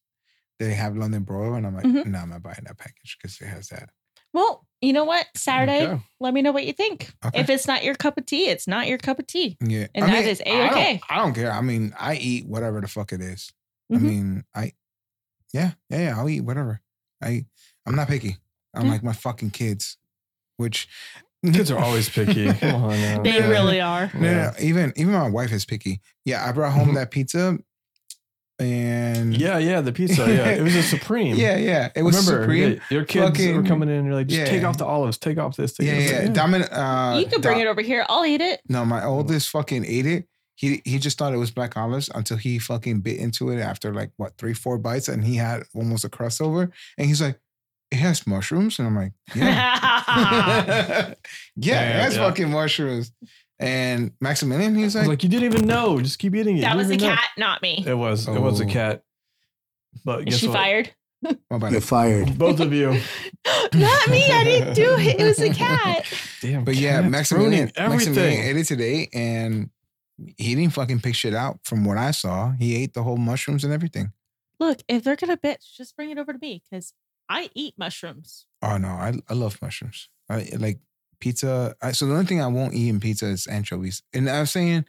B: they have London broil, and I'm like,
C: Mhm.
B: no, I'm not buying that package because it has that.
C: Well, you know what? Saturday,
A: Okay.
C: let me know what you think.
B: Okay.
C: If it's not your cup of tea, it's not your cup of tea.
B: Yeah,
C: And that is
B: I don't-
C: A-okay.
B: I don't care. I mean, I eat whatever the fuck it is. I
C: Mhm.
B: mean, I, yeah, yeah, yeah. I'll eat whatever. I, I'm not picky. I'm
C: Yeah.
B: like my fucking kids, which
A: Kids are always picky. Come on now.
C: They
B: Oh, Yeah.
C: really are.
B: No, no, no. even even my wife is picky. Yeah, I brought home
A: Mhm.
B: that pizza, and
A: Yeah, yeah, the pizza. Yeah, it was a supreme.
B: yeah, yeah. It was
A: Remember,
B: supreme.
A: yeah, your kids were
B: Fucking-
A: coming in and you're like, just
B: Yeah.
A: take off the olives, take off this, take
B: Yeah,
A: off
B: yeah.
A: that.
B: Domin- uh,
C: you could bring it over here. I'll eat it.
B: No, my oldest fucking ate it. He he just thought it was black olives until he fucking bit into it after like what three four bites, and he had almost a crossover. And he's like, "It has mushrooms," and I'm like, "Yeah." yeah, it
A: Yeah,
B: has
A: yeah.
B: fucking mushrooms. And Maximilian, he's
A: I was
B: like,
A: like, you didn't even know. Just keep eating it.
C: that
A: You
C: was the
A: didn't even know."
C: cat, not me.
A: It was. It was a
B: Oh.
A: cat. But
C: Is
A: guess
C: she
A: what?
C: fired?
B: "What about
D: You're
B: it?"
D: fired.
A: Both of you.
C: not me. I didn't do it. It was the cat.
A: Damn.
B: But yeah,
A: cats
B: Maximilian,
A: ruining everything.
B: Maximilian ate it today, and he didn't fucking pick shit out. From what I saw, he ate the whole mushrooms and everything.
C: Look, if they're gonna bitch, just bring it over to me because I eat mushrooms.
B: Oh no, I I love mushrooms. I like pizza. I, so the only thing I won't eat in pizza is anchovies. And I'm saying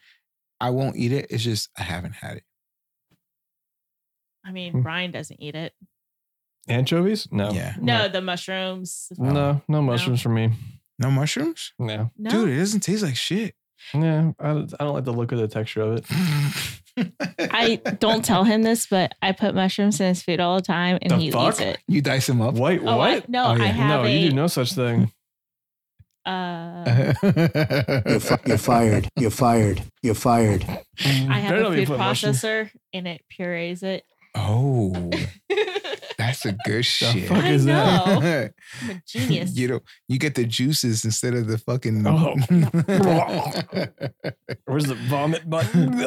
B: I won't eat it. It's just I haven't had it.
C: I mean,
A: Hmm.
C: Ryan doesn't eat it.
A: Anchovies? No.
B: Yeah.
C: No, the mushrooms.
A: No, no mushrooms for me.
B: No mushrooms,
A: No.
C: No.
B: dude. It doesn't taste like shit.
A: Yeah. I, don't- I don't like the look of the texture of it.
C: I don't tell him this, but I put mushrooms in his food all the time, and
A: The
C: he
A: fuck?
C: eats it.
B: You dice them up.
A: Wait,
C: Oh, I,
A: what?
C: no,
B: Oh, yeah.
C: I have
A: no,
C: a.
A: you do no such thing.
C: uh,
D: You're, fi- you're fired. You're fired. You're fired.
C: I have
A: Better not
C: a
A: be
C: food
A: putting mushrooms.
C: processor, and it purees it.
B: Oh, that's a good shit.
A: fuck?
C: I
A: is that?
C: know. I'm a genius.
B: you know, you get the juices instead of the fucking.
A: Oh.
B: that
A: Where's the vomit button?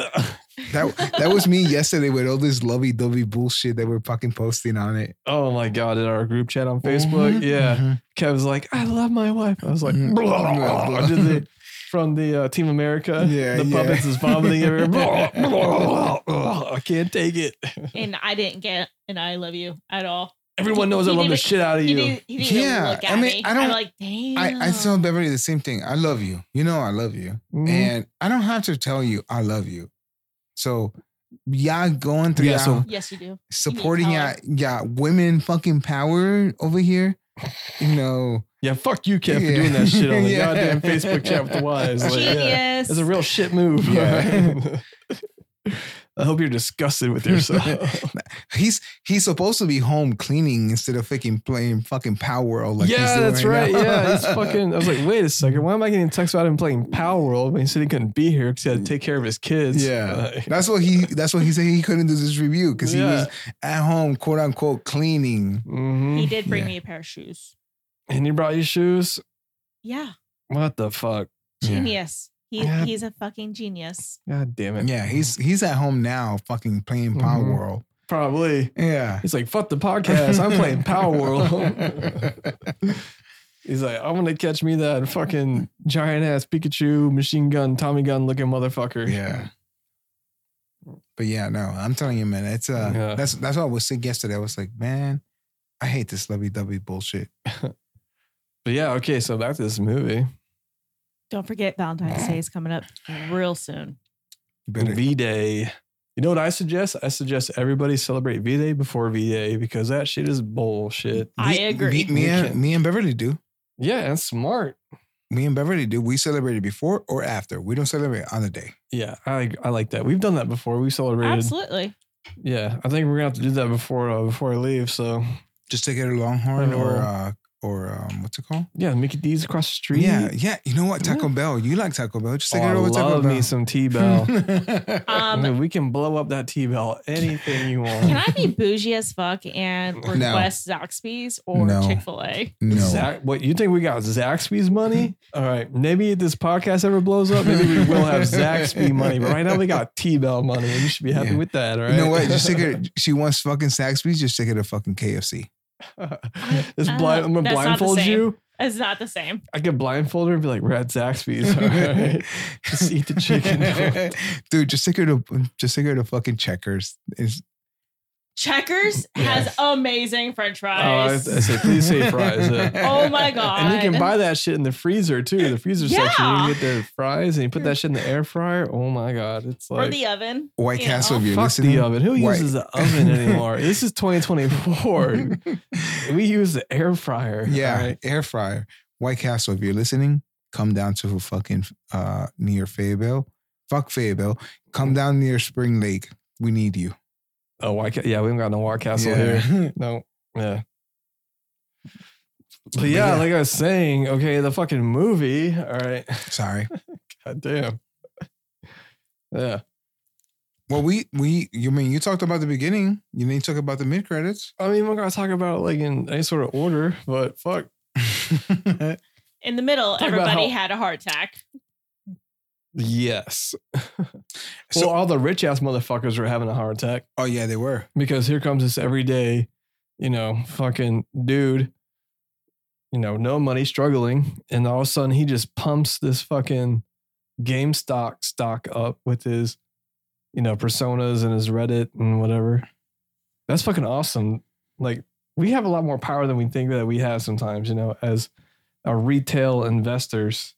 B: that was me yesterday with all this lovey dovey bullshit that we're fucking posting on it.
A: oh my god! In our group chat on Facebook,
B: Mhm,
A: yeah,
B: mhm.
A: Kevin's like, "I love my wife." I was like,
B: Mhm.
A: I did the, from the uh, Team America,
B: Yeah,
A: the
B: yeah.
A: puppets is vomiting everywhere. I can't take it.
C: and I didn't get an I love you at all.
A: Everyone knows I
C: He
A: love the
C: didn't-
A: shit out of
C: He
A: you.
C: didn't, he didn't even
B: Yeah,
C: look at
B: I mean,
C: me.
B: I
C: I'm
B: don't-
C: like, damn.
B: I, I tell Beverly the same thing. I love you. You know, I love you.
A: Mhm.
B: And I don't have to tell you, I love you. So, y'all going through
A: Yeah,
B: y'all
A: so-
C: Yes, you do.
B: supporting
C: tell
B: y'all,
C: her.
B: y'all women fucking power over here. you know,
A: Yeah, fuck you, Kev, for
B: Yeah.
A: doing that shit on the
B: Yeah.
A: goddamn Facebook chat with the Y's. Like, yeah,
C: Genius.
A: it's a real shit move.
B: Yeah.
A: I hope you're disgusted with yourself.
B: he's he's supposed to be home cleaning instead of fucking playing fucking Power World. Like he's
A: yeah,
B: doing
A: that's right.
B: now.
A: yeah, he's fucking. I was like, wait a second. Why am I getting texts about him playing Power World when he said he couldn't be here because he had to take care of his kids?
B: Yeah,
A: Like,
B: that's what he. That's what he said. He couldn't do this review because he was at home, quote unquote, cleaning.
A: mhm.
C: He did bring
B: Yeah.
C: me a pair of shoes.
A: And you brought your shoes.
C: Yeah.
A: What the fuck?
C: Genius. He,
A: Yeah.
C: He's a fucking genius.
A: God damn it.
B: Yeah, he's he's at home now, fucking playing Power
A: Mhm.
B: World.
A: probably.
B: Yeah,
A: He's like, fuck the podcast. I'm playing Power World. He's like, I'm gonna catch me that fucking giant ass Pikachu machine gun, Tommy gun looking motherfucker.
B: yeah. But yeah, no, I'm telling you, man, it's uh,
A: Yeah.
B: that's that's what I was saying yesterday. I was like, man, I hate this lovey dovey bullshit.
A: But yeah, okay, so back to this movie.
C: Don't forget Valentine's Day is coming up real soon.
B: You better
A: V Day. You know what I suggest? I suggest everybody celebrate V Day before V Day because that shit is bullshit.
C: I
B: Me-
C: agree.
B: Me, me and, me and Beverly do.
A: Yeah, and smart.
B: Me and Beverly do. We celebrate it before or after. We don't celebrate on the day.
A: Yeah, I I like that. We've done that before. We've celebrated.
C: Absolutely.
A: Yeah, I think we're gonna have to do that before uh, before I leave. So
B: Just take it to Longhorn or
A: Oh.
B: uh, or um, what's it called?
A: yeah, Mickey D's across the street.
B: Yeah, yeah. You know what? Taco Bell. You like Taco Bell? Just
A: Oh,
B: take
A: I
B: it over Taco
A: love
B: Bell.
A: me some T Bell. I
C: Um,
A: mean, we can blow up that T Bell anything you want.
C: Can I be bougie as fuck and
A: No.
C: request Zaxby's or
B: No.
C: Chick fil A?
B: no.
A: Zac- what you think we got Zaxby's money? All right, maybe if this podcast ever blows up, maybe we will have Zaxby money. But right now we got T Bell money, and you should be happy
B: Yeah.
A: with that. All right,
B: You know what? Just take it. She wants fucking Saxby's. Just take it to fucking KFC.
A: this
C: I
A: blind, I'm
C: don't-
A: gonna
C: Uh, that's not the
A: blindfold
C: same.
A: you.
C: It's not the same.
A: I could blindfold her and be like, "We're at Zaxby's." All right, just eat the chicken.
B: dude. Just take her to just take her to fucking Checkers. It's-
C: Checkers has amazing french
A: oh, I, I
C: fries.
A: say, please say fries. yeah.
C: oh my God.
A: And you can buy that shit in the freezer too. The freezer section, you can
C: Yeah.
A: get the fries, and you put that shit in the air fryer. Oh my god, it's
C: Or
A: like
C: the oven.
B: White
C: You
B: Castle.
C: know.
B: If you're
A: Fuck
B: listening,
A: the oven. Who
B: Why-
A: uses the oven anymore? this is 2024. we use the air fryer.
B: yeah,
A: all right?
B: air fryer. White Castle. If you're listening, come down to fucking uh, near Fayetteville. Fuck Fayetteville. Come down near Spring Lake. We need you.
A: Oh, White Ca- yeah, we don't got no White Castle here. No. Yeah. But yeah,
B: yeah.
A: like I was saying, okay, the fucking movie. All right.
B: Sorry.
A: God damn. Yeah.
B: Well, we we you mean you talked about the beginning. You didn't talk about the mid credits.
A: I mean, we're going to talk about it like in any sort of order, but fuck.
C: In the middle,
A: Talk about
C: everybody
A: how-
C: had a heart attack.
A: Yes.
B: So-
A: well, all the rich ass motherfuckers were having a heart attack.
B: oh yeah, they were.
A: because here comes this everyday, you know, fucking dude, you know, no money, struggling, and all of a sudden he just pumps this fucking GameStop stock up with his, you know, personas and his Reddit and whatever. That's fucking awesome. Like we have a lot more power than we think that we have sometimes, you know, as our retail investors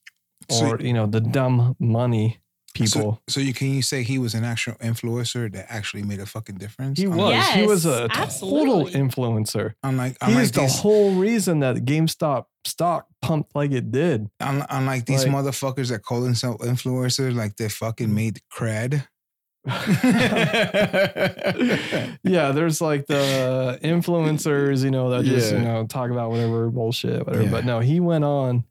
B: So-
A: or you know the dumb money
B: So-
A: people.
B: So you can you say he was an actual influencer that actually made a fucking difference?
A: he was.
B: Unlike,
A: he was
C: Yes,
A: a total
C: absolutely.
A: influencer.
B: unlike,
A: He
B: unlike
A: is the
B: these,
A: whole reason that GameStop stock pumped like it did.
B: un- unlike these
A: like- Mm.
B: motherfuckers that call themselves influencers, like they fucking made cred.
A: yeah, there's like the influencers, you know, that just you
B: Yeah.
A: know talk about whatever bullshit, whatever.
B: Yeah.
A: But no, he went on,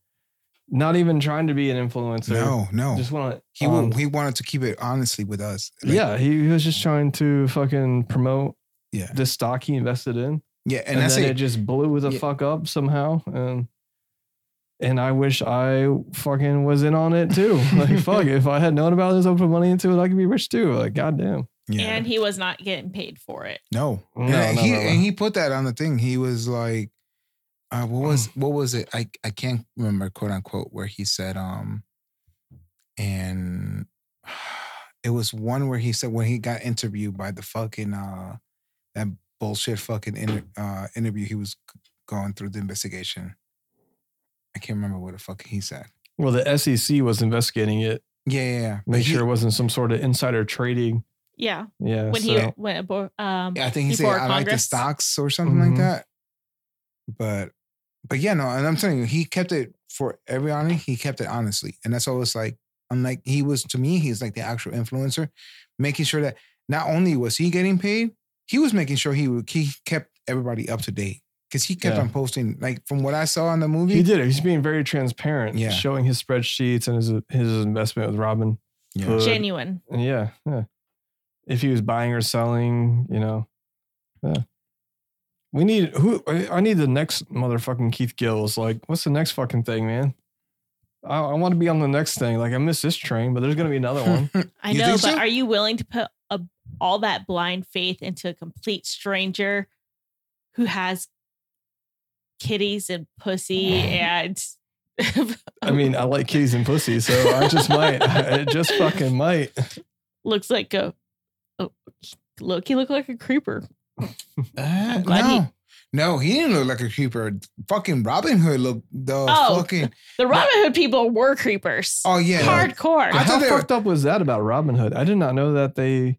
A: not even trying to be an influencer.
B: no, no.
A: just went on.
B: he
A: on-
B: wa- he wanted to keep it honestly with us. Like,
A: yeah, he, he was just trying to fucking promote
B: Yeah.
A: the stock he invested in,
B: yeah, and,
A: and,
B: that's
A: then
B: it.
A: it just blew the
B: Yeah.
A: fuck up somehow, and and I wish I fucking was in on it too. Like fuck, if I had known about this, I would put money into it. I could be rich too. Like goddamn.
B: yeah.
C: And he was not getting paid for it.
B: No.
A: No,
B: and,
A: no,
B: he,
A: no, no.
B: and he put that on the thing. He was like, uh, what was
A: Mm.
B: what was it? I, I can't remember quote unquote where he said um and it was one where he said when he got interviewed by the fucking uh that bullshit fucking inter- uh interview he was going through the investigation. I can't remember what the fuck he said.
A: Well, the SEC was investigating it,
B: Yeah, yeah, yeah. But
A: make
B: he-
A: sure it wasn't some sort of insider tradiing.
C: Yeah.
A: Yeah.
C: When
A: so,
C: he went aboard. Um,
B: I think he said
C: before
B: I like the
A: Mm-hmm.
C: Congress.
B: stocks or something
A: Mhm.
B: like that. But but yeah, no, and I'm telling you, he kept it for everyone. He kept it honestly, and that's always like, I'm like, he was to me, he's like the actual influencer, making sure that not only was he getting paid, he was making sure he would, he kept everybody up to date because he kept
A: Yeah.
B: on posting. Like from what I saw in the movie,
A: He did it. He's being very transparent,
B: Yeah.
A: showing his spreadsheets and his his investment with Robin.
B: Yeah.
A: Hood.
C: Genuine.
A: Yeah, yeah. If he was buying or selling, you know. Yeah. We need who I I need the next motherfucking Keith Gills. Like, what's the next fucking thing, man? I, I want to be on the next thing. Like, I missed this train, but there's gonna be another one.
C: I
B: You
C: know, but
B: think so?
C: are you willing to put a, all that blind faith into a complete stranger who has kitties and pussy and
A: I mean, I like kitties and pussy, so I just might. I just fucking might.
C: looks like a, a look? He looked like a creeper.
B: Uh,
C: glad he-
B: no. no, he didn't look like a creeper. Fucking Robin Hood looked the
C: Oh.
B: fucking
C: The Robin Hood people were creepers.
B: oh yeah,
C: Hardcore.
B: I
A: How
B: thought they were-
A: fucked up was that about Robin Hood? I did not know that they.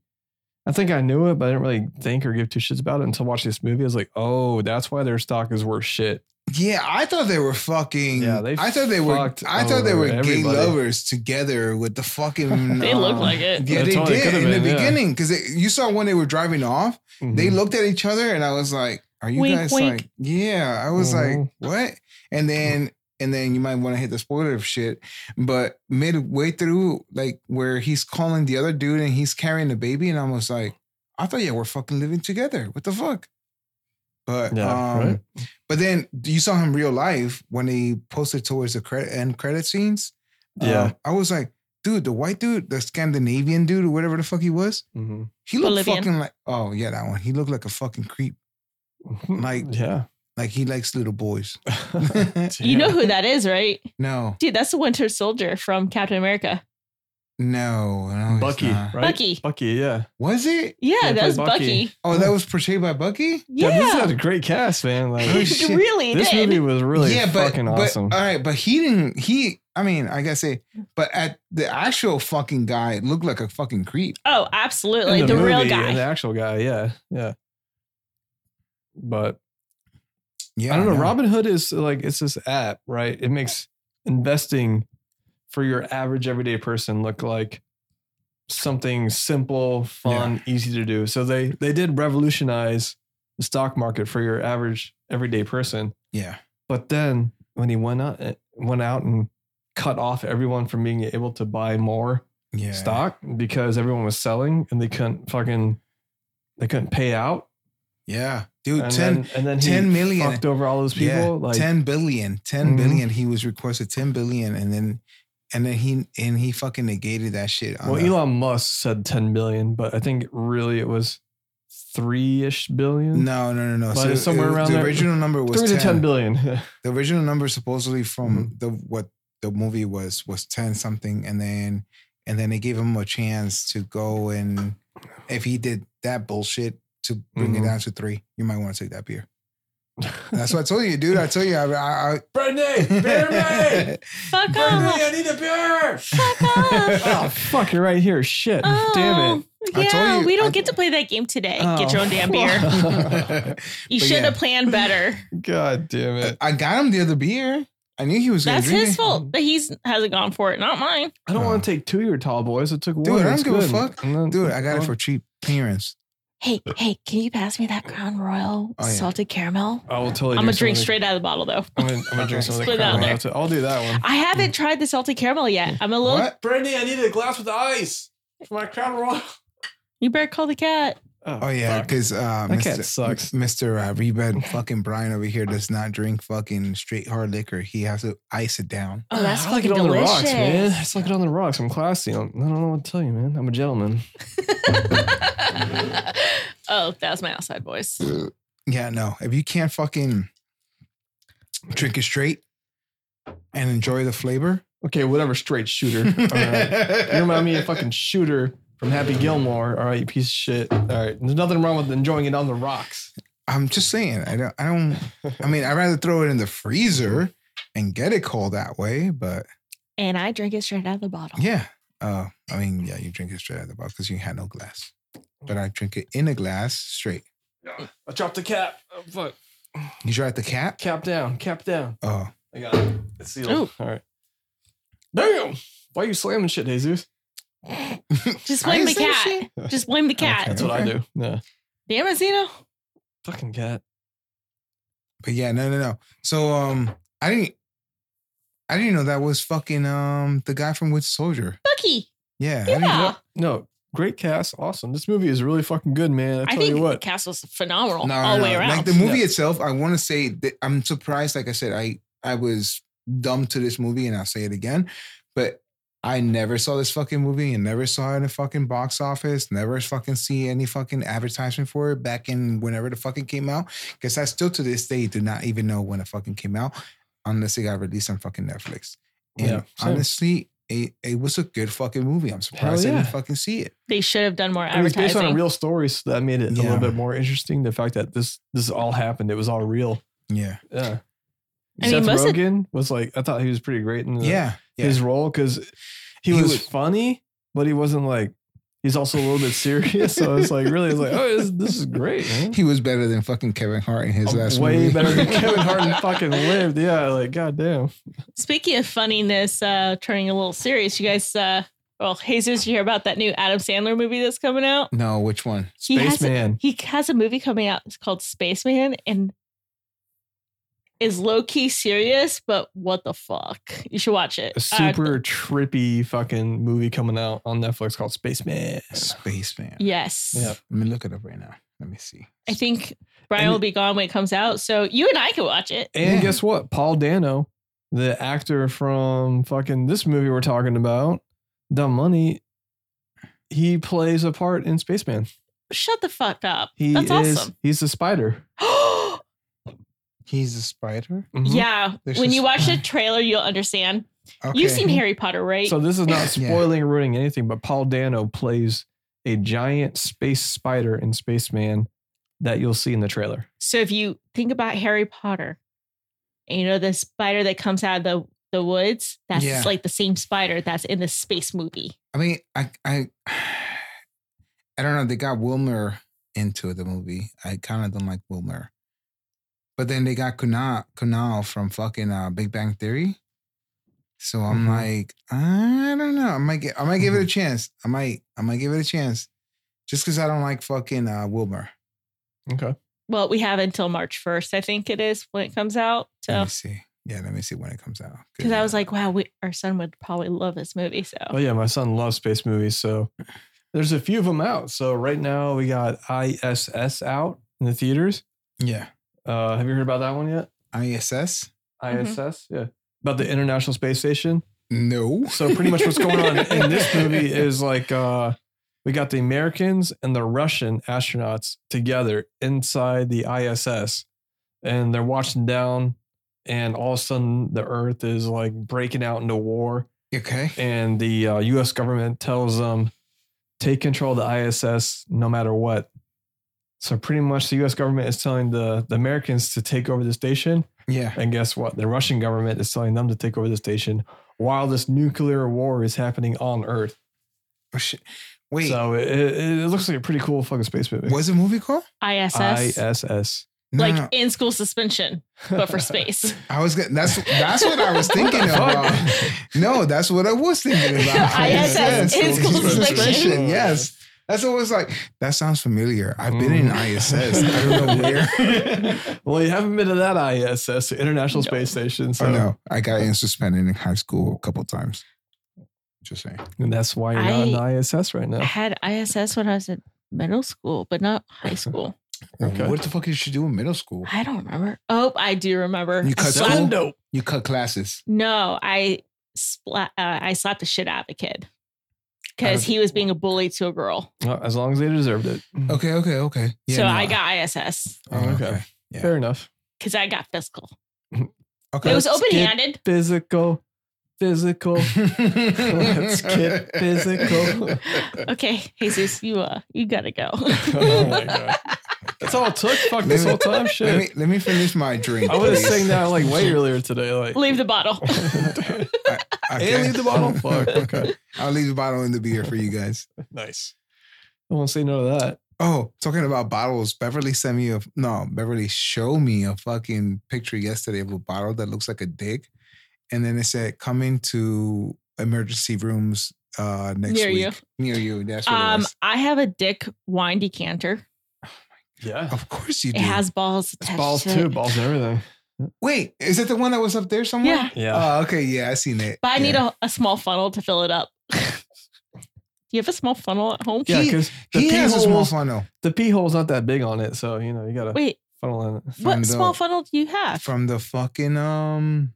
A: I think I knew it, but I didn't really think or give two shits about it until watching this movie. I was like, oh, that's why their stock is worth shit.
B: yeah. I thought they were fucking.
A: Yeah, they
B: I thought they were.
A: fucked
B: I thought they
A: over
B: were gay
A: everybody.
B: lovers together with the fucking.
C: they
B: uh,
C: look like it.
B: Yeah,
A: They
B: they
A: totally
B: did
A: could've
B: in the
A: been, yeah.
B: beginning because you saw when they were driving off. They
A: Mhm.
B: looked at each other, and I was like, "Are you
C: Wink,
B: guys
C: wink.
B: like?" Yeah, I was
A: Mhm.
B: like, "What?" And then, and then you might want to hit the spoiler of shit, but midway through, like where he's calling the other dude and he's carrying the baby, and I was like, "I thought yeah, we're fucking living together. What the fuck?" But
A: Yeah,
B: um,
A: right?
B: but then you saw him real life when he posted towards the credit end credit scenes.
A: Yeah.
B: Um, I was like, dude, the white dude, the Scandinavian dude, or whatever the fuck he was,
A: Mhm.
B: he looked
C: Bolivian.
B: fucking like, oh yeah, that one. He looked like a fucking creep. Like-
A: yeah.
B: Like he likes little boys.
C: You know who that is, right?
B: no,
C: Dude, that's the Winter Soldier from Captain America.
B: no, no, he's
A: Bucky,
B: not.
A: right?
C: Bucky.
A: Bucky, yeah.
B: Was it?
C: Yeah,
A: Yeah,
C: that's
A: play Bucky.
C: Bucky.
B: Oh, that was portrayed by Bucky.
A: Yeah, this had
C: Yeah.
A: a great cast, man.
B: Oh,
A: Like
B: shit.
C: it really
A: this
C: did.
A: movie was really fucking
B: but, uh,
A: awesome.
B: All right, but he didn't. He, I mean, I guess it. But at the actual fucking guy looked like a fucking creep.
C: oh,
A: In
C: absolutely. The, real
A: movie,
C: guy.
A: and the actual guy, yeah, yeah. But
B: Yeah,
A: I don't know.
B: no.
A: Robin Hood is like it's this app, right? It makes investing for your average everyday person look like something simple, fun, easy to do. So they they did revolutionize the stock market for your average everyday person.
B: Yeah,
A: But then when he went out, eh, went out and cut off everyone from being able to buy more
B: yeah.
A: stock because everyone was selling and they couldn't fucking they couldn't pay out.
B: Yeah, dude,
A: and
B: ten.
A: then, and then he
B: 10 million.
A: fucked over all those people.
B: Yeah,
A: like
B: 10 billion 10
A: Mhm.
B: billion, he was requested 10 billion and then and then he and he fucking negated that shit on
A: well,
B: the-
A: Elon Musk said ten billion, but I think really it was three ish billion.
B: no no no no
A: But it's somewhere around
B: the
A: there.
B: original number was
A: three
B: 10,
A: to ten billion. Mm-hmm. Yeah.
B: the original number supposedly from the what the movie was was 10 something and then and then they gave him a chance to go and if he did that bullshit to bring
A: Mhm.
B: it down to three you might want to take that beer that's what i told you dude i told you i, I, I
A: Brittany,
C: Fuck off.
A: need a beer.
C: Fuck off.
A: oh, fuck, you're right here. Shit, damn it.
C: Oh,
B: I
C: Yeah,
B: told you-
C: we don't
B: I-
C: get to play that game today.
A: Oh,
C: Get your own damn beer.
A: fuck.
C: You
B: But
C: should have
B: yeah.
C: planned better.
A: Oh. God damn it.
B: I got him the other beer. I knew he was going to
C: That's
B: drink
C: his
B: it.
C: fault that he's hasn't gone for it, not mine.
A: I don't
B: Oh.
A: want to take two of your tall boys. It took one.
B: I don't
A: It's
B: give a
A: good.
B: fuck.
A: And then-
B: Dude, I got it for cheap clearance.
C: Hey, hey, can you pass me that Crown Royal
B: Oh, yeah.
C: salted caramel?
A: I will totally.
C: I'm gonna drink
A: some of
C: straight out of the bottle though.
A: the- I'm gonna, I'm gonna drink some of the
C: Split it out
A: Crown
C: there.
A: Royal too. I'll do that one.
C: I haven't tried the salted caramel yet. I'm a little.
B: What?
A: Brandy, I needed a glass with ice for my Crown Royal.
C: You better call the cat.
B: Oh yeah, because uh,
A: That
B: Mr.
A: cat sucks.
B: Mr. Uh, Rebed fucking Brian over here does not drink fucking straight hard liquor. He has to ice it down.
C: Oh, that's
A: I like
C: fucking
A: it on
C: delicious.
A: the rocks, man. I just like it on the rocks. I'm classy. I'm, I don't know what to tell you, man. I'm a gentleman.
C: oh, that was my outside voice.
B: Yeah, no. If you can't fucking drink it straight and enjoy the flavor,
A: Okay, whatever. Straight shooter. All right. You remind me of fucking shooter from Happy Gilmore. All right, you piece of shit. All right, there's nothing wrong with enjoying it on the rocks.
B: I'm just saying. I don't. I don't. I mean, I'd rather throw it in the freezer and get it cold that way. But
C: And I drink it straight out of the bottle.
B: Yeah. Uh, I mean, yeah, you drink it straight out of the bottle because you had no glass. But I drink it in a glass straight.
A: I dropped the cap. Oh, fuck.
B: You try at the cap?
A: Cap down, cap down.
B: Oh,
A: I got it. It's sealed.
C: Ooh.
A: All right. Damn. Why are you slamming shit, Jesus?
C: Just
B: I
C: blame the
B: didn't say
C: cat. Just blame the cat.
A: That's what I do. Yeah.
C: Damn it, Zeno.
A: Fucking cat.
B: but yeah, no, no, no. So um, I didn't, I didn't know that was fucking um the guy from Wood Soldier.
C: Bucky.
B: Yeah, I didn't know.
C: Yeah.
A: No, great cast. Awesome. This movie is really fucking good, man. I
C: I,
A: tell
C: think
A: you
C: the
A: what.
C: cast was phenomenal
B: No,
C: all the
B: no,
C: way
B: no.
C: around.
B: Like the movie
A: Yeah.
B: itself, I want to say that I'm surprised. Like I said, I I was dumb to this movie, and I'll say it again, but I never saw this fucking movie, and never saw it in a fucking box office. Never fucking see any fucking advertisement for it back in whenever the fucking came out. Because I still to this day do not even know when it fucking came out, unless it got released on fucking Netflix. And
A: Yeah, same.
B: honestly. It, it was a good fucking movie. I'm surprised I
A: yeah.
B: didn't fucking see it.
C: they should have done more
A: It was
C: advertising.
A: based on a real story, so that made it a
B: Yeah.
A: little bit more interesting. The fact that this this all happened, it was all real.
B: Yeah.
A: Yeah.
C: I mean,
A: Seth
C: most of-
A: Rogen was like, I thought he was pretty great in the,
B: Yeah. Yeah.
A: his role because he,
B: He
A: was,
B: was-
A: funny, but he wasn't like he's also a little bit serious. so it's like really it's like, oh, this, this is great. Man.
B: He was better than fucking Kevin Hart in his
A: I'm
B: last
A: Oh, way
B: movie.
A: better than Kevin Hart and fucking lived. Yeah, like goddamn.
C: Speaking of funniness, uh, turning a little serious, you guys, uh, well, Jesus, you hear about that new Adam Sandler movie that's coming out?
B: No, which one?
C: He has, a,
A: Spaceman.
C: he has a movie coming out it's called Spaceman and is low key serious, but what the fuck? You should watch it. Uh,
A: A super trippy fucking movie coming out on Netflix called Spaceman.
B: Spaceman.
C: yes.
A: Yeah.
B: Let me look it up right now. Let me see.
C: I think Brian will be gone when it comes out. So you and I can watch it.
A: And
B: Yeah.
A: guess what? Paul Dano, the actor from fucking this movie we're talking about, Dumb Money, he plays a part in Spaceman.
C: Shut the fuck up.
A: He
C: That's
A: is
C: awesome.
A: he's the spider.
B: He's a spider.
A: Mhm.
C: Yeah.
B: Mm-hmm. There's
C: when
B: just-
C: you watch the trailer, you'll understand.
B: Okay.
C: You've seen Harry Potter, right?
A: So this is not
B: Yeah.
A: spoiling or ruining anything, but Paul Dano plays a giant space spider in Spaceman that you'll see in the trailer.
C: So if you think about Harry Potter, and you know the spider that comes out of the the woods, that's
B: Yeah.
C: like the same spider that's in the space movie.
B: I mean, I, I, I don't know. They got Wilmer into the movie. I kind of don't like Wilmer, but then they got Kunal, Kunal from fucking uh, Big Bang Theory. So I'm
C: Mm-hmm.
A: Mhm.
B: like, I don't know. I might get, I might give it a chance. I might, I might give it a chance, just because I don't like fucking uh, Wilmer.
A: Okay.
C: Well, we have until March first, I think it is when it comes out.
B: Let
C: So
B: me see. Yeah, let me see when it comes out.
C: because I was like, wow, we, our son would probably love this movie. So
A: Oh yeah, my son loves space movies, so there's a few of them out. So right now we got ISS out in the theaters.
B: yeah, E
A: Uh, have you heard about that one yet?
B: ISS.
C: Mhm.
A: ISS, yeah. About the International Space Station.
B: No.
A: So pretty much what's going on in this movie is like uh we got the Americans and the Russian astronauts together inside the ISS and they're watching down and all of a sudden the earth is like breaking out into war
B: Okay.
A: and the uh, US government tells them take control of the ISS no matter what. So pretty much the US government is telling the the Americans to take over the station
B: Yeah.
A: And guess what? The Russian government is telling them to take over the station while this nuclear war is happening on Earth.
B: Oh, shit. Wait.
A: So it, it, it looks like a pretty cool fucking space movie.
B: What's the movie called?
C: ISS,
A: ISS.
B: No,
C: like
B: no,
C: in school suspension, but for space.
B: I was gonna, that's that's what I was thinking
A: What the
B: about.
A: fuck?
B: No, that's what I was thinking about.
C: ISS, in school suspension.
B: Yes, that's always like that sounds familiar. I've been in
A: Mm.
B: ISS. I don't know where.
A: well, you haven't been to that ISS, the International
C: No.
A: Space Station. So
B: Oh no, I got in suspended in high school a couple times. Just saying.
A: and that's why you're not in
C: I-
A: the ISS right
B: Oh.
C: I
A: now.
C: had ISS when I was in middle school, but not high school.
A: Okay.
B: What the fuck did you do in middle school?
C: I don't remember. Oh, I do remember.
B: You
C: I
B: cut
C: slapped-
B: school?
A: dope.
B: You cut classes.
C: No, I spla- uh, I slapped the shit out of a kid because
B: Out of-
C: he was being a bully to a girl.
A: Well, As long as they deserved it.
B: Okay, okay, okay. Yeah,
C: so
B: no,
C: I got ISS
B: Oh,
A: Okay.
B: okay. yeah.
A: Fair enough.
C: because I got physical.
B: Okay.
C: it was
A: Let's
C: open
A: get-
C: handed.
A: Physical. Physical.
B: Let's
A: get physical.
C: Okay, Jesus, you uh, you gotta go.
A: oh my god. That's all it took. Fuck this whole time. Shit.
B: Let me let me finish my drink.
A: I would have
B: please.
A: sang that like way earlier today. Like,
C: Leave the bottle.
A: And leave the
B: Oh,
A: bottle? Fuck, okay.
B: I'll leave the bottle in the beer for you guys.
A: nice. I won't say no to that.
B: Oh, talking about bottles, Beverly sent me a no, Beverly showed me a fucking picture yesterday of a bottle that looks like a dick. And then it said, come into emergency rooms uh next
C: Near
B: week.
C: you.
B: Near you. That's what it
C: Um,
B: was.
C: I have a dick wine decanter.
A: Yeah.
B: Of course you
C: It
B: do.
C: has balls attached
A: Oh, balls
C: to
A: too,
C: it.
A: balls and everything. Uh,
B: Wait, is it the one that was up there somewhere?
C: Yeah,
A: Yeah.
B: Oh, okay. Yeah, I seen it.
C: but I need
B: Yeah.
C: a, a small funnel to fill it up. Do you have a small funnel at home?
A: yeah,
B: he-
A: because the
B: he
A: pee
B: has a small
A: hole's
B: funnel
A: the pee hole's not that big on it, so you know you gotta
C: Wait,
A: funnel in it.
C: what
B: From the-
C: small funnel do you have?
B: from the fucking um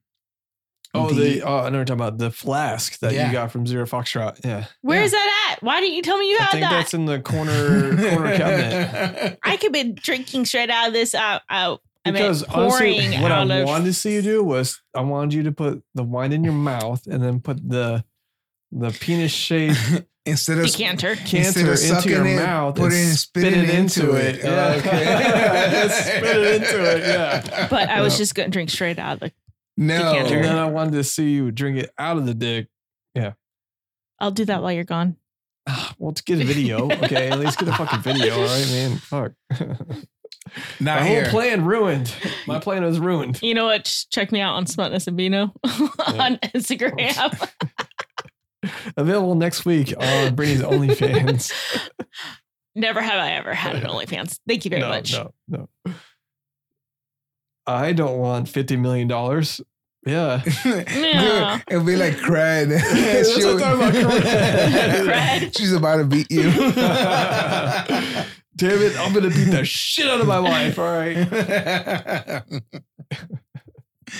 A: Oh, the oh, I know you're talking about the flask that
B: Yeah.
A: you got from Zero Foxtrot. Yeah,
C: Where
B: yeah.
C: is that at? Why didn't you tell me you
A: I
C: had
A: think
C: that?
A: that's in the corner corner cabinet.
C: I could be drinking straight out of this. Out, out. I mean,
A: Because honestly,
C: pouring
A: what I
C: out of.
A: wanted to see you do was I wanted you to put the wine in your mouth and then put the the penis shaped
B: Instead of
C: decanter.
B: Instead
A: cancer
B: of
A: into
B: sucking
A: your
B: it,
A: mouth
B: put
A: and
B: it in,
A: spit, it into it. Yeah.
B: Okay.
A: spit it into it. Yeah.
C: But I was just going to drink straight out of the.
B: no.
A: And then
C: Decanter.
A: I wanted to see you drink it out of the dick.
C: I'll do that while you're gone.
A: Ah, Well, let's get a video. Okay. At least get a fucking video. All right, man. Fuck. My
B: Not
A: whole
B: here.
A: plan ruined. My plan was ruined.
C: You know what? Just Check me out on Smutness and Vino on Instagram.
A: Available next week on Brittany's OnlyFans.
C: Never have I ever had an OnlyFans. Thank you very
A: no,
C: much.
A: no, no. I don't want $50 million. Yeah.
C: Yeah.
B: It'll be like cred.
A: That's what I'm talking about,
C: cred.
B: She's about to beat you.
A: Damn it. I'm going to beat the shit out of my wife. All right.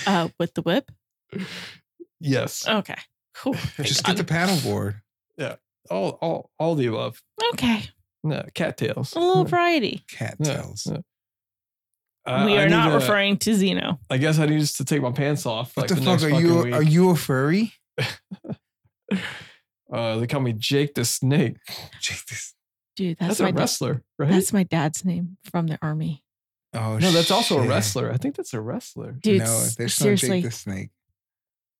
C: Uh, with the whip.
A: Yes.
C: Okay. Cool. Thank
B: Just
C: God.
B: get the paddle board.
A: All, all, all the above.
C: okay.
A: No, cattails.
C: A little variety.
B: Cattails.
A: Yeah, I-
C: we
A: I
C: are
A: need
B: uh,
C: not
A: to-
C: referring to Zeno.
A: I guess I need just to take my pants off.
B: What
A: like,
B: the
A: next
B: fuck are
A: fucking
B: you?
A: week.
B: Are you a furry?
A: Uh, they call me Jake the Snake.
B: Check this.
C: Dude, that's,
A: That's,
C: my
A: a
C: da-
A: wrestler, right?
C: that's my dad's name from the army.
B: Oh
A: no, that's also a
B: shit.
A: wrestler. I think that's a wrestler.
C: Dude,
B: no,
C: s-
B: there's no
C: seriously,
B: Jake the Snake.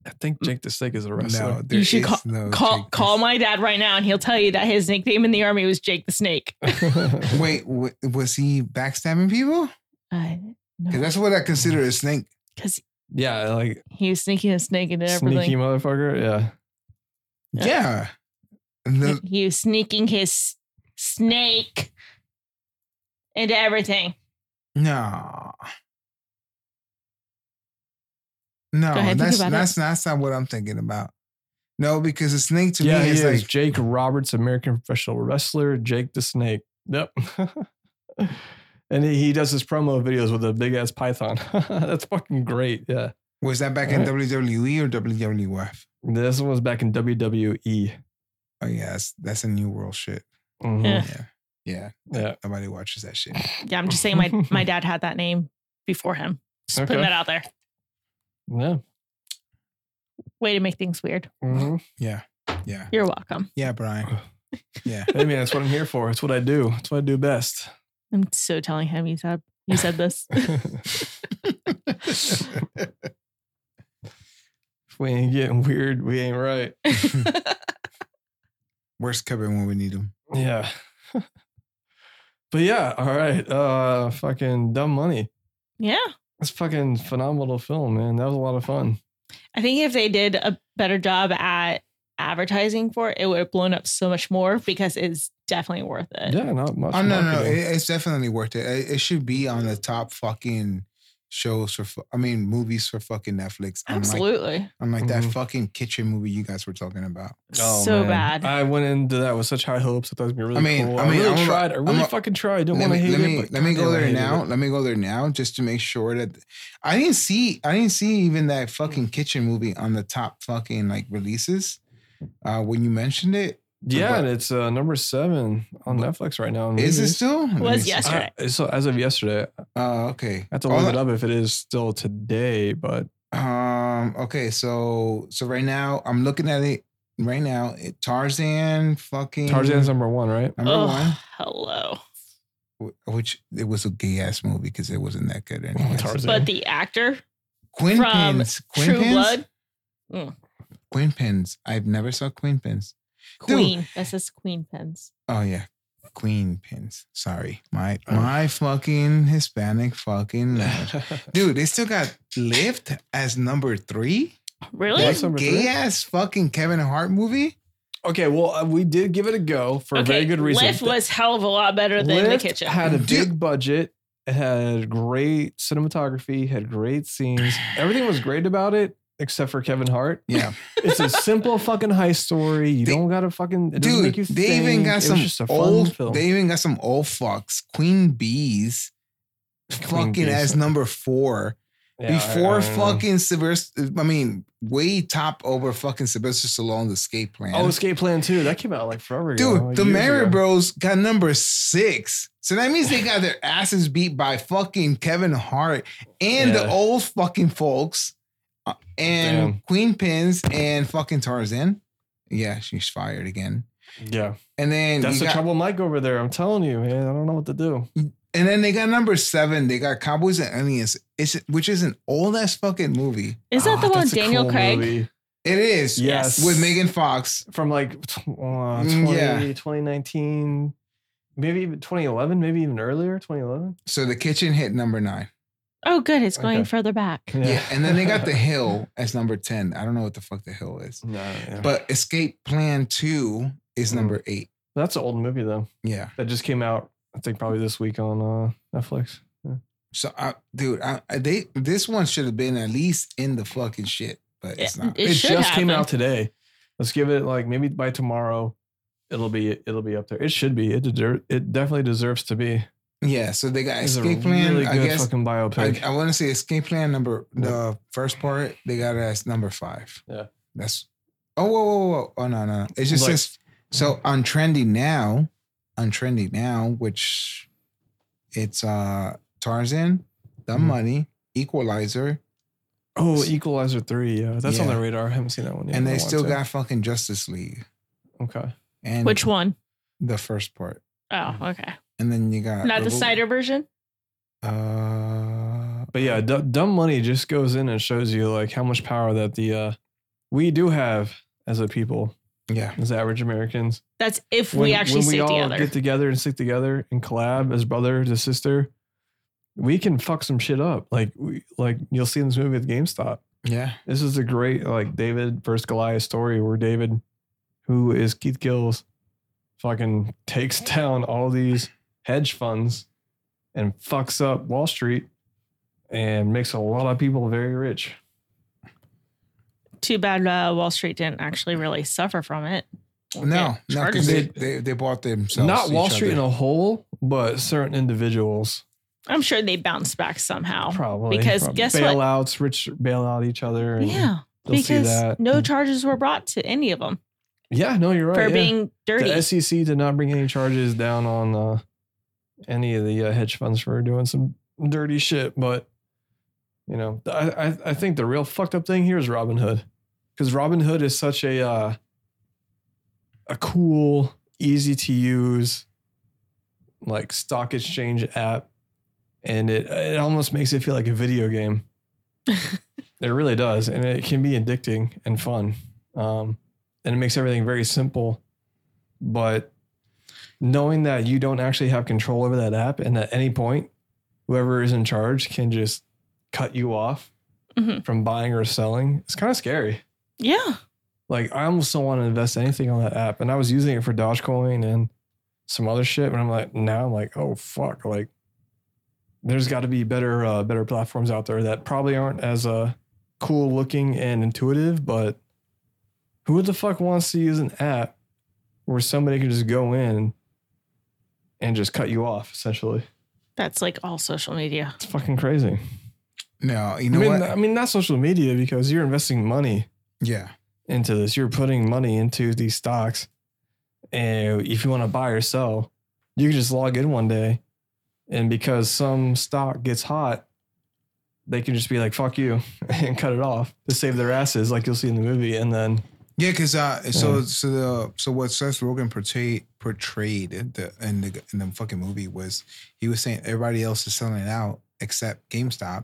A: I think Jake the Snake is a
B: No,
A: wrestler.
B: there
C: should
B: is no
C: call
B: Jake the
C: call my dad right now, and he'll tell you that his nickname in the army was Jake the Snake.
B: Wait, wa- was he backstabbing people?
C: Uh,
B: Because
C: no,
B: that's what I consider a snake.
C: because
A: yeah, like
C: he was sneaking a snake into
A: sneaky
C: everything.
A: motherfucker. Yeah.
C: Yeah.
B: Yeah. And the-
C: He was sneaking his snake into everything.
B: no. No,
C: Go ahead, think
B: that's
C: about it.
B: that's that's not what I'm thinking about. No, because a snake to
A: yeah,
B: me
A: he
B: is,
A: is
B: like
A: Jake Roberts, American professional wrestler, Jake the Snake. Yep. and he, he does his promo videos with a big ass python. that's fucking great. Yeah.
B: was that back in
A: Alright.
B: WWE or WWF?
A: This one was back in E. WWE.
B: Oh yeah, that's, that's a new world shit.
A: Mhm.
C: Yeah.
B: Yeah. Yeah.
A: Yeah.
B: Nobody watches that shit.
C: Yeah, I'm just saying my my dad had that name before him. Just
A: Okay.
C: putting that out there.
A: Yeah.
C: Way to make things weird.
A: Mhm.
B: Yeah. Yeah.
C: You're welcome.
B: Yeah, Brian. Yeah.
A: Hey man, that's what I'm here for. It's what I do. It's what I do best.
C: I'm so telling him you said you said this.
B: That's
A: If we ain't getting weird, we ain't right.
B: Where's Kevin when we need him?
A: Yeah. but yeah, all right. Uh fucking dumb money.
C: yeah.
A: That's fucking phenomenal film, man. That was a lot of fun.
C: I think if they did a better job at advertising for it, it would have blown up so much more because it's definitely worth it.
A: Yeah, not much.
B: Oh no, no, it,
A: marketing.
B: it's definitely worth it. it. It should be on the top fucking shows for. fu- I mean, movies for fucking Netflix. I'm like,
C: Absolutely.
B: I'm like that
A: Mhm.
B: fucking kitchen movie you guys were talking about.
A: Oh,
C: so
A: man.
C: bad.
A: I went into that with such high hopes. I thought it was gonna be really
B: I mean-
A: cool.
B: I
A: I,
B: mean,
A: really
B: I'm a-
A: tried. I really
B: I'm a-
A: fucking tried. I don't
B: let
A: want to
B: me
A: hate
B: let me,
A: it. but
B: let me go
A: goddamn, I
B: there
A: hated
B: now.
A: it.
B: Let me go there now just to make sure that I didn't see I didn't see even that fucking kitchen movie on the top fucking like releases. Uh, when you mentioned it,
A: Yeah, and it's uh, number seven on Netflix right now. in
B: is it
A: movies.
B: still? Let me
C: Was
B: see.
C: yes-
A: Uh, so as of yesterday,
B: Oh, okay.
A: I have to
B: All
A: look
B: I-
A: it up if it is still today, but
B: Um. Okay. So so right now I'm looking at it right now. It, Tarzan. Fucking
A: Tarzan's number one, right?
B: number
C: Oh, hello.
B: one, wh- which it was a gay ass movie because it wasn't that good anyway.
A: Oh, Tarzan.
C: But the actor,
B: Quinn
C: From
B: Pins. Quinn
C: True
B: Pins?
C: Blood,
B: Quinn Pins. I've never saw Quinn Pins.
C: Queen. That says Queen Pens.
B: Oh yeah. queen pins. Sorry, my
A: Oh.
B: my fucking Hispanic fucking language. dude. They still got Lift as number three.
C: Really?
A: That's number
B: Gay
A: three?
B: ass fucking Kevin Hart movie.
A: Okay, well, uh, we did give it a go for a very good reason.
C: Lift was hell of a lot better than
A: Lift
C: the kitchen.
A: had a
B: Dude.
A: big budget. It had great cinematography. Had great scenes. Everything was great about it, except for Kevin Hart.
B: Yeah,
A: It's a simple fucking heist story. You
B: They-
A: don't gotta fucking. It doesn't
B: dude.
A: make you
B: They
A: think.
B: even
A: It
B: got
A: was
B: some
A: just a fun
B: old.
A: film.
B: They even got some old fucks. Queen Bees, fucking
A: Bees.
B: as number four.
A: Yeah, I-
B: Before
A: I don't know.
B: fucking Sylvester, I mean, way top over fucking Sylvester Stallone's Escape Plan.
A: Oh, Escape Plan 2. That came out like forever ago.
B: Dude,
A: like,
B: the
A: years
B: Mary
A: ago.
B: Bros got number six. So that means they got their asses beat by fucking Kevin Hart and the
A: Yeah.
B: old fucking folks uh, and
A: Damn.
B: Queen Pins and fucking Tarzan. Yeah, she's fired again.
A: Yeah.
B: And then
A: That's
B: you
A: the
B: got-
A: trouble, Mike, over there. I'm telling you, man. I don't know what to do.
B: And then they got number seven. They got Cowboys and Aliens, it's, which is an old ass fucking movie.
C: Is that
A: Ah,
C: the one
A: that's
C: with
A: a
C: Daniel
A: cool
C: Craig?
A: movie.
B: It is
A: Yes.
B: with Megan Fox.
A: From like tw- uh, 20,
B: Mm, yeah.
A: 2019, maybe even 2011, maybe even earlier, 2011.
B: So the kitchen hit number nine.
C: Oh, good. It's going
A: Okay.
C: further back.
B: Yeah. And then they got the hill as number 10. I don't know what the fuck the hill is.
A: No, yeah.
B: But Escape Plan 2 is
A: Mm.
B: number eight.
A: that's an old movie, though.
B: Yeah.
A: That just came out, I think, probably this week on uh, Netflix.
B: So, I, dude, I, I- they this one should have been at least in the fucking shit, but it's
C: Yeah,
B: not.
C: it
A: it
C: should
A: just came
C: happen.
A: out today. Let's give it like maybe by tomorrow, it'll be it'll be up there. It should be. It deser- it definitely deserves to be.
B: yeah. So they got
A: It's a
B: Escape Plan.
A: really
B: I
A: good
B: guess
A: fucking
B: I,
A: biopic.
B: I want to say Escape Plan number the first part. They got it as number five.
A: Yeah.
B: That's. Oh whoa whoa whoa! Oh no no! It just
A: Like-
B: says so on trendy now, on trendy now, which it's uh Tarzan, The
A: Mhm.
B: Money, Equalizer,
A: oh, Equalizer three. Yeah, that's on
B: Yeah.
A: the radar. I haven't seen that one yet.
B: and
A: I
B: they
A: want
B: still
A: to.
B: got fucking Justice League
A: okay.
B: and
C: Which one?
B: the first part,
C: Oh, okay.
B: and then you got
C: Not the
B: Revol-
C: cider version.
B: Uh,
A: But yeah, d- dumb money just goes in and shows you like how much power that the uh we do have as a people,
B: yeah,
A: as average Americans.
C: That's if we actually
A: we
C: stick
A: all
C: together.
A: get together and stick together and collab as brother to sister, we can fuck some shit up. Like we like you'll see in this movie with GameStop.
B: yeah,
A: This is a great like David versus Goliath story where David, who is Keith Gill's, fucking takes down all these hedge funds and fucks up Wall Street and makes a lot of people very rich.
C: Too bad uh, Wall Street didn't actually really suffer from it.
B: no,
C: Yeah,
B: no,
C: hard to
B: because they,
A: say.
B: they they bought themselves
A: Not Wall
B: each
A: Street in
B: other.
A: a whole, but certain individuals
C: I'm sure they bounced back somehow.
A: probably
C: Oh, Because
A: probably.
C: guess what?
A: bailouts, rich bail out each other. And
C: Yeah,
A: they'll see
C: because
A: that.
C: no charges were brought to any of them
A: yeah, no, you're right. yeah.
C: for being dirty.
A: The SEC did not bring any charges down on uh, any of the uh, hedge funds for doing some dirty shit, but you know, I, I I think the real fucked up thing here is Robin Hood, because Robin Hood is such a uh, a cool, easy to use like stock exchange app, and it it almost makes it feel like a video game. it really does, and it can be addicting and fun, um, and it makes everything very simple but knowing that you don't actually have control over that app and at any point whoever is in charge can just cut you off
C: Mhm.
A: from buying or selling it's kind of scary
C: yeah,
A: like i almost don't want to invest anything on that app and i was using it for dogecoin and some other shit but i'm like now i'm like oh fuck like there's got to be better uh, better platforms out there that probably aren't as uh, cool looking and intuitive but who the fuck wants to use an app where somebody can just go in and just cut you off essentially
C: that's like all social media.
A: it's fucking crazy
B: No, you know
A: I, mean,
B: what?
A: I mean not social media because you're investing money
B: Yeah.
A: into this. You're putting money into these stocks. And if you want to buy or sell, you can just log in one day. And because some stock gets hot, they can just be like, fuck you and cut it off to save their asses, like you'll see in the movie. And then,
B: Yeah, because uh, so so the so what Seth Rogen portrayed portrayed in the in the in the fucking movie was he was saying everybody else is selling out except GameStop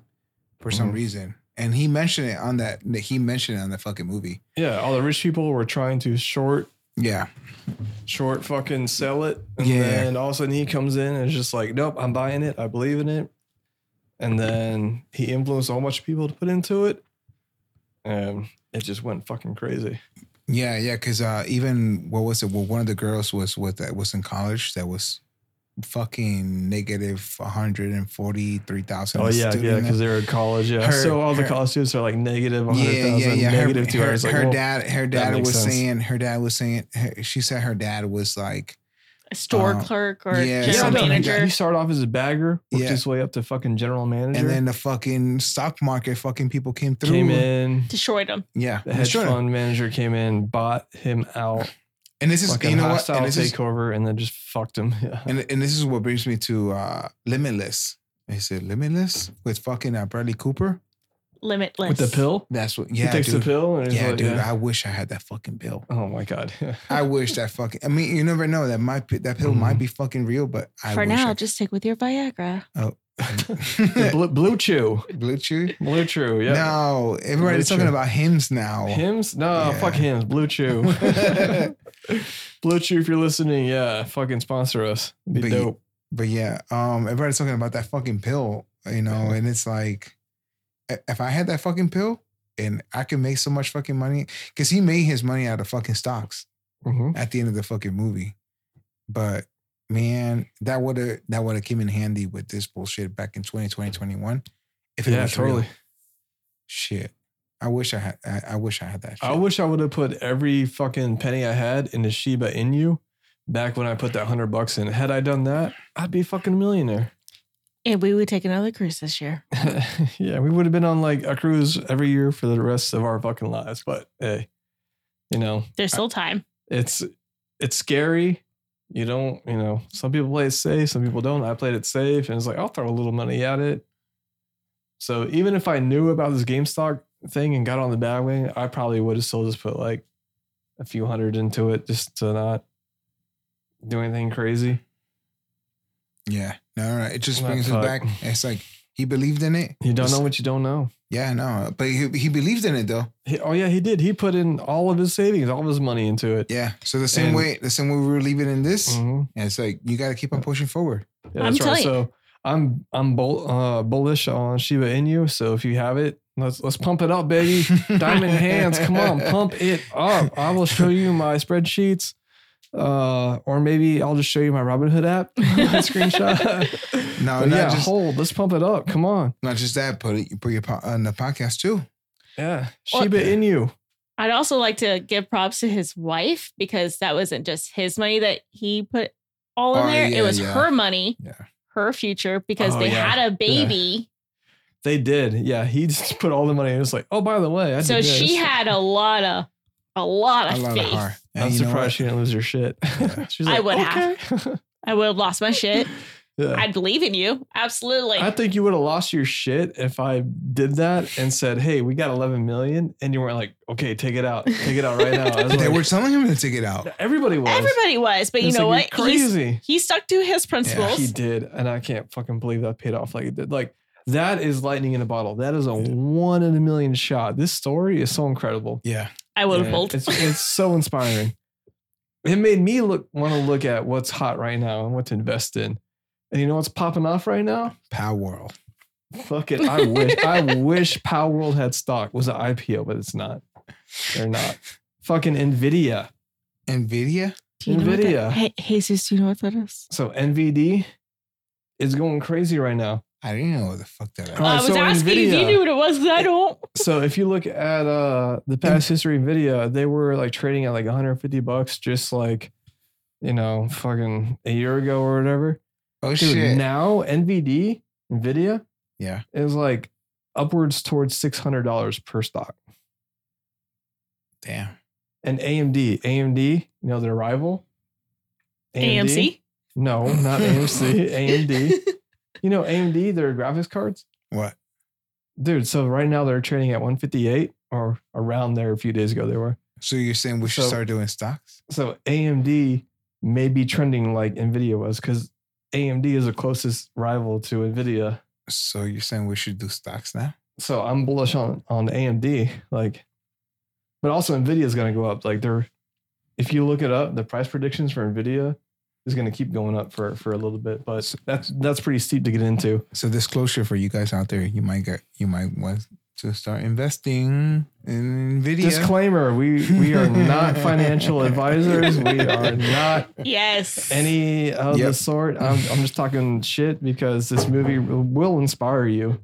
B: for some
A: Mhm.
B: reason, and he mentioned it on that that he mentioned it on that fucking movie.
A: yeah, all the rich people were trying to short
B: Yeah.
A: short fucking sell it. And
B: Yeah.
A: then all of a sudden he comes in and is just like, nope, I'm buying it. I believe in it. And then he influenced a whole bunch of people to put into it. And it just went fucking crazy.
B: Yeah, yeah, because uh, even what was it? Well, one of the girls was with that was in college that was fucking negative one hundred and forty three thousand.
A: Oh, yeah, yeah, because they were in college. Yeah.
B: Her-
A: so all the
B: her-
A: college students are like negative
B: yeah,
A: 100,000,
B: yeah, yeah. Her,
A: negative 200.
B: her,
A: It's like,
B: her
A: well,
B: dad, her
A: that
B: dad
A: makes
B: was
A: sense.
B: saying, her dad was saying, her, she said her dad was like,
C: A store
B: Uh,
C: clerk or
B: yeah,
A: yeah,
C: general
B: something like
A: manager.
C: manager.
A: You start off as a bagger, worked
B: Yeah.
A: his way up to fucking general manager.
B: and then the fucking stock market fucking people came through.
A: came in.
C: Destroyed them.
B: Yeah,
A: The hedge
B: sure.
A: fund manager came in, bought him out,
B: And this is
A: fucking
B: you know what?
A: hostile
B: And this is
A: takeover, and then just fucked him. Yeah.
B: And and this is what brings me to uh Limitless. Is it Limitless with fucking uh, Bradley Cooper?
C: Limitless.
A: With the pill?
B: That's what.
A: he
B: Yeah,
A: takes
B: dude.
A: the pill and he's
B: Yeah,
A: like,
B: dude.
A: yeah.
B: I wish I had that fucking pill.
A: oh my God.
B: I wish that fucking. I mean, you never know. That might be- that pill
A: Mhm.
B: might be fucking real, but I
C: For
B: wish
C: now,
B: I,
C: just stick with your Viagra.
A: blue, blue Chew.
B: Blue Chew.
A: Blue Chew, yeah.
B: No, everybody's
A: Blue
B: talking
A: Chew.
B: about hymns now.
A: Hims? No,
B: Oh. Yeah.
A: fuck Hims. Blue Chew. blue Chew, if you're listening, yeah, fucking sponsor us. Be
B: But you-
A: dope.
B: But yeah, um, everybody's talking about that fucking pill, you know, and it's like, i- if I had that fucking pill and I could make so much fucking money, because he made his money out of fucking stocks
A: Mhm.
B: at the end of the fucking movie. But man, that would have that would have came in handy with this bullshit back in 2020, 21. If it
A: Yeah,
B: was real.
A: totally.
B: shit, I wish I had. I, I wish I had that. Shit.
A: I wish I would have put every fucking penny I had into Shiba Inu back when I put that hundred bucks in. Had I done that, I'd be fucking millionaire.
C: And we would take another cruise this year.
A: yeah, we would have been on like a cruise every year for the rest of our fucking lives. But hey, you know,
C: There's still time.
A: it's it's scary. You don't, you know, some people play it safe, some people don't. I played it safe and it's like, I'll throw a little money at it. So even if I knew about this GameStop thing and got on the bandwagon, I probably would have still just put like a few hundred into it just to not do anything crazy.
B: yeah, no, no, no. It just
A: Well,
B: brings
A: fuck.
B: us back. It's like he believed in it.
A: You don't
B: Just-
A: know what you don't know.
B: Yeah, no, but he he believed in it though.
A: He, oh yeah, he did. He put in all of his savings, all of his money into it.
B: Yeah. So the same
A: And-
B: way, the same way we were leaving in this,
A: Mhm.
B: and it's like you got to keep on pushing forward.
A: Yeah,
C: I'm
A: that's right.
C: telling you.
A: So I'm I'm bull, uh, bullish on Shiba Inu. So if you have it, let's let's pump it up, baby. Diamond hands, come on, pump it up. I will show you my spreadsheets. Uh, or maybe I'll just show you my Robinhood app screenshot.
B: No,
A: But
B: not
A: yeah,
B: just
A: hold. Let's pump it up. Come on.
B: not just that. Put it, you put your po- on the podcast too.
A: Yeah,
C: Well-
A: Shiba Inu.
C: I'd also like to give props to his wife because that wasn't just his money that he put all in
B: Oh,
C: there.
B: yeah,
C: it was
B: yeah.
C: her money,
B: Yeah.
C: her future, because
A: Oh,
C: they
A: yeah.
C: had a baby.
A: They did. Yeah, he just put all the money. in. It's like, oh, by the way, I
C: So
A: did
C: she
A: this.
C: had a lot of a lot
B: A
C: of
B: lot
C: faith.
B: of heart. And
A: I'm
B: you know
A: surprised
B: what?
A: she didn't lose her shit. She's
C: I
A: like,
C: would
A: okay.
C: have. I would have lost my shit.
A: yeah.
C: I believe in you. Absolutely.
A: I think you would have lost your shit if I did that and said, "Hey, we got 11 million," and you weren't like, "Okay, take it out, take it out right now." I was
B: They
A: like-
B: were telling him to take it out.
A: everybody was.
C: Everybody was, but you
A: It's
C: know
A: like,
C: what?
A: you're
C: He's,
A: Crazy.
C: he stuck to his principles.
A: He did, and I can't fucking believe that paid off like it did. Like that is lightning in a bottle. That is a one in a million shot. This story is so incredible.
B: Yeah.
C: I would have
A: Yeah,
C: pulled.
A: It's, it's so inspiring. It made me look want to look at what's hot right now and what to invest in. And you know what's popping off right now?
B: Power World.
A: Fuck it. I wish. I wish Power World had stock. Was an IPO, but it's not. They're not. Fucking Nvidia.
B: Nvidia.
C: Do you know what that-
A: Nvidia.
C: Hey, Jesus, do you know what that is?
A: So NVD is going crazy right now.
B: I didn't know what the fuck that.
A: Oh,
C: I was
A: so
C: asking if you
A: Nvidia-
C: knew what it was. 'cause I don't.
A: So if you look at uh the past history of Nvidia, they were like trading at like 150 bucks, just like you know, fucking a year ago or whatever.
B: Oh
A: Dude,
B: shit.
A: now NVD, Nvidia
B: Yeah.
A: is like upwards towards six hundred dollars per stock.
B: Damn.
A: and AMD. AMD, you know their rival. AMD?
C: AMC.
A: No, not AMC. AMD. You know AMD, their graphics cards,
B: What?
A: dude. So right now they're trading at 158 or around there. A few days ago they were.
B: So you're saying we should
A: So-
B: start doing stocks?
A: So AMD may be trending like Nvidia was because AMD is the closest rival to Nvidia.
B: So you're saying we should do stocks now?
A: So I'm bullish on on AMD. Like, but also Nvidia is going to go up. Like they're if you look it up, the price predictions for Nvidia is going to keep going up for for a little bit, but that's that's pretty steep to get into.
B: So disclosure for you guys out there, you might get you might want to start investing in Nvidia.
A: Disclaimer: We we are not financial advisors. We are not
C: Yes.
A: any of the
B: Yep.
A: sort. I'm I'm just talking shit because this movie will inspire you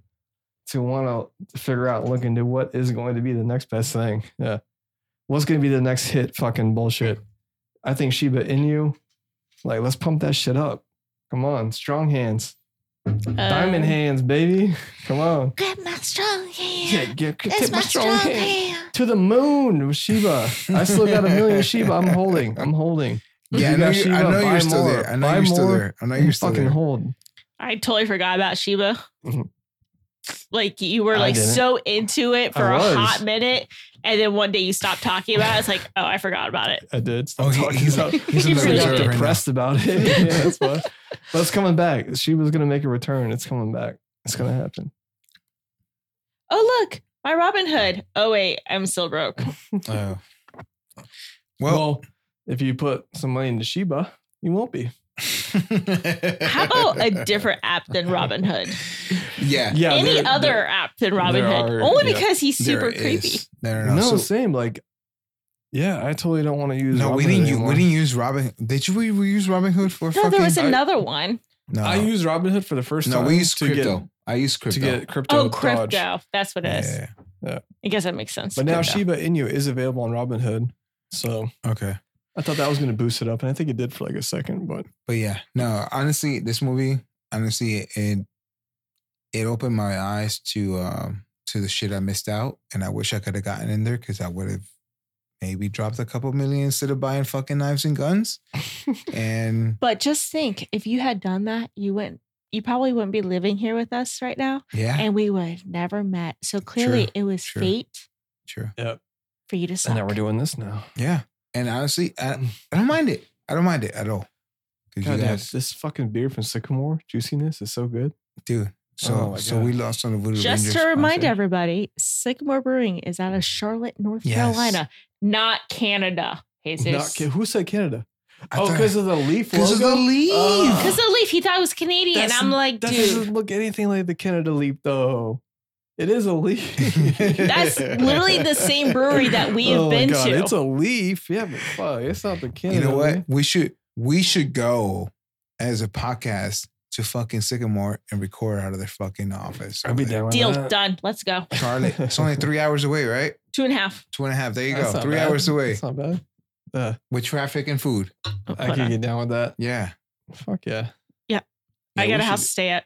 A: to want to figure out look into what is going to be the next best thing. Yeah, what's going to be the next hit? Fucking bullshit. I think Shiba Inu. Like, let's pump that shit up. Come on, strong hands.
C: Uh, Um,
A: Diamond hands, baby. Come on.
C: Grab my strong
A: Yeah,
C: hand.
A: yeah,
C: That's
A: take
C: my, strong hand.
A: To the moon, Shiba. I still got a million Shiba. I'm holding. I'm holding.
B: Yeah, I
A: You
B: know,
A: got
B: you, I
A: Shiba,
B: know
A: buy
B: you're still
A: more,
B: there. I know
A: buy
B: you're still
A: more,
B: there. I know you're still
A: fucking
B: there.
A: hold.
C: I totally forgot about Sheba.
A: Mhm.
C: Like you were
A: I
C: like
A: didn't.
C: so into it for
A: I
C: a
A: was.
C: hot minute, and then one day you stopped talking about it. It's like, oh, I forgot about it.
A: I did.
B: Oh,
A: Stop
B: he-
A: talking
B: he's-
A: about
B: he's
C: in the
A: She got
C: reserve right now.
A: depressed about it. yeah, that's why. But it's coming back. She was gonna make a return. It's coming back. It's gonna happen.
C: Oh look, my Robin Hood. Oh wait, I'm still broke.
B: Oh.
A: Well,
B: Well,
A: if you put some money into Sheba, you won't be.
C: How about a different app than Robin Hood?
B: Yeah.
A: Yeah.
C: Any
A: there-
C: other
A: there-
C: app than Robin
A: there
C: Hood?
A: are-
C: Only
A: yeah,
C: because he's super
B: There
C: creepy.
B: is. No, no,
A: no,
B: no. So-
A: same. Like, yeah, I totally don't want to use.
B: no, we
A: Robinhood
B: didn't. Use,
A: anymore.
B: we didn't use Robin. Did you? We, we use Robin Hood for?
C: No,
B: fucking,
C: there was
B: I-
C: another one.
B: No,
A: I used Robinhood for the first
B: uh, no.
A: time.
B: We used
A: to
B: crypto.
A: Get,
B: I used
A: to
B: crypto.
A: get crypto.
C: Oh, crypto.
A: Dodge.
C: That's what it is.
B: Yeah.
C: I guess that makes sense.
A: But now
C: Crypto.
A: Shiba Inu is available on Robinhood, so
B: Okay.
A: I thought that was going to boost it up, and I think it did for like a second. But
B: But yeah, no. Honestly, this movie, honestly, it it opened my eyes to um to the shit I missed out, and I wish I could have gotten in there because I would have maybe dropped a couple million instead of buying fucking knives and guns. and
C: But just think, if you had done that, you wouldn't. You probably wouldn't be living here with us right now,
B: yeah,
C: and we would have never met. So clearly,
B: True,
C: it was
B: true.
C: fate
B: sure,
C: for you to suck.
A: and now we're doing this now.
B: yeah. And honestly,
A: Mm.
B: I, I don't mind it. I don't mind it at all. 'Cause you
A: God, damn,
B: guys,
A: this fucking beer from Sycamore juiciness is so good.
B: dude. So
A: Oh my
B: so
A: God.
B: we lost on the Voodoo
C: just
B: Rangers.
C: to remind
B: Okay.
C: everybody, Sycamore Brewing is out of Charlotte, North
B: Yes.
C: Carolina, not Canada.
A: Not,
C: Jesus.
A: Ca- who said Canada?
B: I
A: oh,
B: thought-
A: because of the leaf.
B: because of the
A: logo?
B: leaf.
A: Ah.
C: Because the leaf, he thought it was Canadian.
A: That's-
C: I'm like,
A: That
C: dude,
A: doesn't look anything like the Canada leaf, though. It is a leaf.
C: that's literally the same brewery that we have
A: Oh my
C: been
A: God,
C: to.
A: It's a leaf. Yeah, but fuck, it's not the Canada.
B: you know what?
A: leaf.
B: We should we should go as a podcast to fucking Sycamore and record out of their fucking office.
A: I'd be down with
C: Deal
A: that.
C: done. Let's go.
B: Charlotte. It's only three hours away, right?
C: Two and a half.
B: Two and a half. There you
A: That's
B: go.
A: not
B: Three
A: bad.
B: hours away
A: That's not bad. Uh,
B: with traffic and food.
C: Oh,
A: I
C: hold
A: could
C: on.
A: get down with that.
B: Yeah.
A: Fuck yeah.
C: I
B: Yeah,
C: got
B: we
C: a house to
B: should-
C: stay at.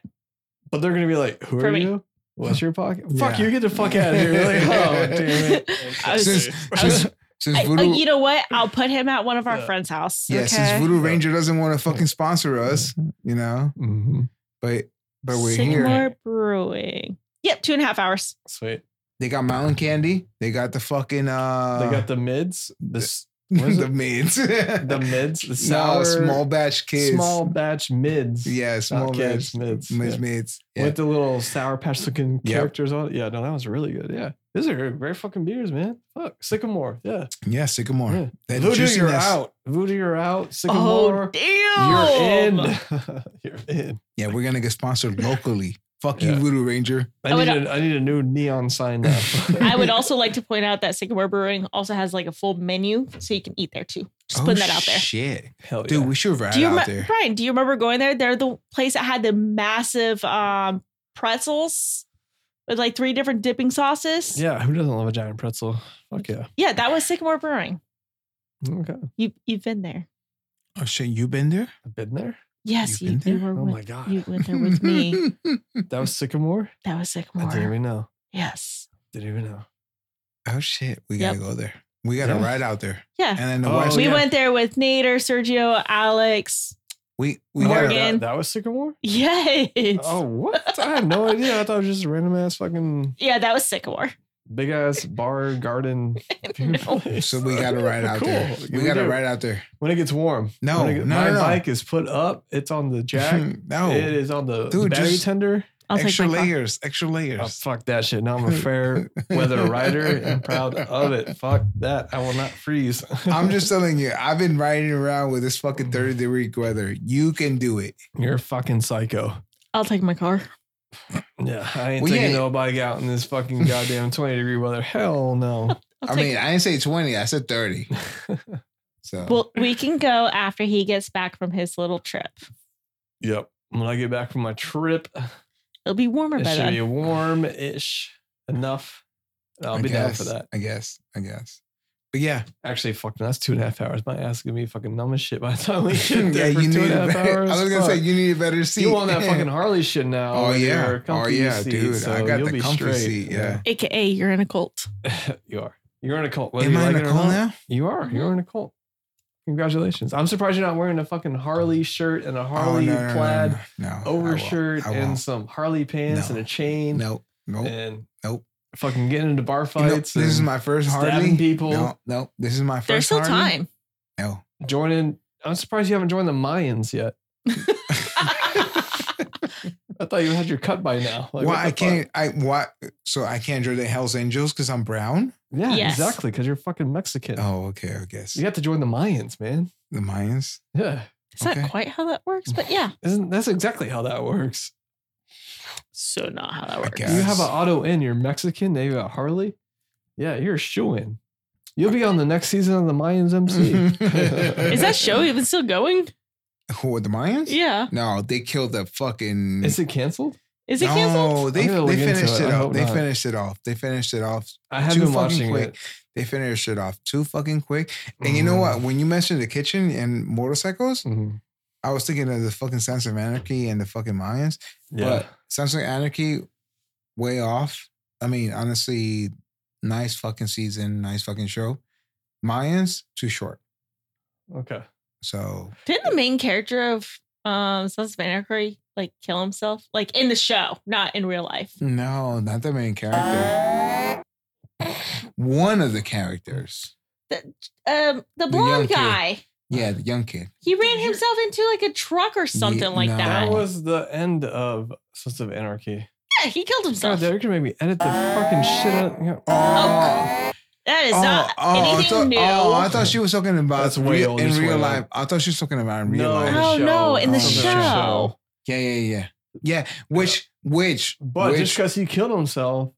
A: But they're gonna be like, "Who
C: For
A: are
C: me.
A: you? What's your pocket? Fuck
B: Yeah.
A: you! Get the fuck out of here!" Like, oh damn it.
C: I was-
B: Since,
C: I was-
B: since, since
C: I- uh,
B: Voodoo,
C: you know what? I'll put him at one of our
A: Yeah.
C: friends' house.
B: yeah,
C: okay?
B: since Voodoo Ranger doesn't want to fucking sponsor us, you know,
A: Mm-hmm.
B: but but we're
C: Sycamore
B: here.
C: Brewing. Yep, two and a half hours.
A: Sweet.
B: They got mountain candy. They got the fucking uh,
A: they got the mids. The s- what is
B: the
A: it?
B: mids.
A: the mids. The sour
B: No, small batch kids.
A: small batch mids.
B: Yeah, small
A: kids,
B: kids,
A: mids,
B: mids,
A: yeah.
B: mids. Yeah.
A: With the little sour patch looking
B: Yep.
A: characters on it. Yeah, no, that was really good. Yeah. These are great fucking beers, man. Fuck. Sycamore. Yeah.
B: yeah, Sycamore.
A: yeah.
B: That
A: Voodoo, you're
B: juiciness.
A: out. Voodoo, you're out. Sycamore.
C: oh damn!
A: You're in. you're in.
B: Yeah, we're gonna get sponsored locally. Fuck
A: Yeah.
B: you, Voodoo Ranger.
A: I
C: I would-
A: need, a, I need a new neon sign now.
C: I would also like to point out that Sycamore Brewing also has like a full menu, so you can eat there too. Just
A: Oh,
C: putting that out there.
B: Oh, Shit,
A: Hell yeah.
B: dude, we should ride
C: do you
B: out
C: remember,
B: there.
C: Brian? Do you remember going there? They're the place that had the massive um, pretzels with like three different dipping sauces.
A: yeah. Who doesn't love a giant pretzel? Fuck yeah.
C: Yeah, that was Sycamore Brewing.
A: Okay.
C: You you've been there.
B: Oh shit, you been there?
A: I've been there.
C: Yes,
B: You've
C: you,
B: been
C: you
B: there?
C: were.
A: Oh
C: with,
A: my God.
C: You went there with me.
A: That was Sycamore?
C: That was
A: I didn't
C: Sycamore.
A: even know.
C: Yes.
A: Didn't even know.
B: oh shit, we
C: Yep.
B: gotta go there. We gotta
A: Yeah.
B: ride out there.
C: Yeah.
B: And then the
A: Oh,
B: wife's
C: we
A: yeah.
C: went there with Nader, Sergio, Alex.
B: we we
A: Oh,
B: gotta
C: Morgan.
A: that, that was Sycamore?
C: Yes.
A: Oh, what? I had no idea. I thought it was just a random ass fucking
C: Yeah, that was Sycamore.
A: big ass bar garden.
C: No.
A: place.
B: so we gotta ride out there.
A: Cool.
B: We
A: We
B: gotta
A: do.
B: ride out there.
A: When it gets warm.
B: No,
A: When it get-
B: no,
A: my
B: no, no.
A: bike is put up. It's on the jack.
B: no,
A: It is on the
B: Dude,
A: battery
B: just-
A: tender.
C: I'll
B: extra
C: take my car.
B: layers, extra
A: Oh,
B: layers.
A: fuck that shit. Now I'm a fair weather rider and I'm proud of it. Fuck that. I will not freeze.
B: I'm just telling you, I've been riding around with this fucking 30 degree weather. You can do it.
A: You're a fucking psycho.
C: I'll take my car.
A: Yeah, I ain't
B: Well,
A: taking
B: yeah.
A: nobody out in this fucking goddamn 20 degree weather. Hell no.
C: I'll
B: I
C: take
B: mean, I didn't say 20, I said 30. So
C: Well, we can go after he gets back from his little trip.
A: Yep. When I get back from my trip,
C: It'll be warmer
A: it
C: by
A: should
C: then.
A: be warm ish enough. I'll
B: I
A: be down
B: guess,
A: for that.
B: I guess. I guess. But yeah,
A: Actually, fuck, that's two and a half hours. My ass is gonna be fucking numb as shit by the time we get
B: yeah,
A: there for
B: you
A: two and
B: need. A
A: a half
B: better,
A: hours.
B: I was gonna say
A: Fuck.
B: you need a better seat.
A: you want that fucking Harley shit now?
B: Oh
A: with
B: yeah.
A: your
B: oh
A: comfy
B: yeah,
A: seat,
B: dude. I
A: so
B: got
A: you'll
B: the
A: be
B: comfy
A: straight.
B: seat. Yeah.
C: AKA, you're in a cult.
A: you are. You're in a cult. Whether
B: Am
A: you
B: I in
A: like
B: a
A: it or
B: call
A: not,
B: now? Mm-hmm.
A: You are. You're in a cult. Congratulations. I'm surprised you're not wearing a fucking Harley shirt and a Harley plaid
B: Oh. no, no, no, no. I won't.
A: overshirt
B: I
A: and
B: won't.
A: some Harley pants
B: No.
A: and a chain
B: no, no. You know,
A: and
B: Nope.
A: fucking getting into bar fights
B: this is
A: and
B: my first
A: stabbing
B: Harley.
A: people.
B: No, no. This is my first.
C: There's still
B: Harley.
C: time.
B: No.
A: joining. I'm surprised you haven't joined the Mayans yet. I thought you had your cut by now. Like, what
B: why
A: the
B: I
A: fuck?
B: can't? I why? So I can't join the Hell's Angels because I'm brown.
A: Yeah,
C: Yes.
A: exactly. Because you're fucking Mexican.
B: Oh, okay. I guess
A: You have to join the Mayans, man.
B: the Mayans.
A: Yeah,
C: It's not
B: Okay.
C: quite how that works, but yeah.
A: isn't that's exactly how that works?
C: So not how that works.
B: guess.
A: You have
B: Yes.
A: an auto in. You're Mexican. They have a Harley. Yeah, you're a shoe in. You'll be on the next season of the Mayans
B: Mm-hmm.
A: MC.
C: Is that show even still going?
B: Who are the Mayans?
C: Yeah.
B: No, they killed the fucking.
A: Is it canceled?
C: Is it
B: no,
C: canceled?
B: they,
A: I'm gonna
B: they
A: look into
B: finished
A: it. I
B: it, off.
A: hope
B: They
A: not.
B: finished it off. They finished it off.
A: I have
B: Too
A: been
B: fucking
A: watching
B: quick.
A: it.
B: They finished it off too fucking quick. And you
A: Mm.
B: know what? When you mentioned the kitchen and motorcycles,
A: Mhm.
B: I was thinking of the fucking Sons of Anarchy and the fucking Mayans.
A: Yeah.
B: But Sons of Anarchy, way off. I mean, honestly, nice fucking season, nice fucking show. Mayans, too short.
A: Okay.
B: So
C: Didn't the main character of um Sons of Anarchy like kill himself? Like in the show, not in real life.
B: no, not the main character. One of the characters.
C: Um the
B: young
C: blonde
B: kid.
C: guy.
B: Yeah, the young kid.
C: He ran himself into like a truck or something like
B: no.
A: That
C: that.
A: was the end of Sons of Anarchy.
C: Yeah, he killed
A: God,
C: himself.
A: they're gonna make me edit the fucking shit out. you know.
B: Oh,
C: that is
B: oh,
C: not
B: oh, I
C: anything
B: thought-
C: new.
B: oh, I thought she was talking about
A: That's way
B: real-
A: old.
B: in
A: It's way
B: real
A: old.
B: life. I thought she was talking about in real
A: No,
B: life.
A: the
C: Oh, no,
A: show.
C: in the
A: Sons of
B: show.
A: Anarchy
B: Yeah, yeah, yeah. Yeah, which, which,
A: But
B: which,
A: just because he killed himself,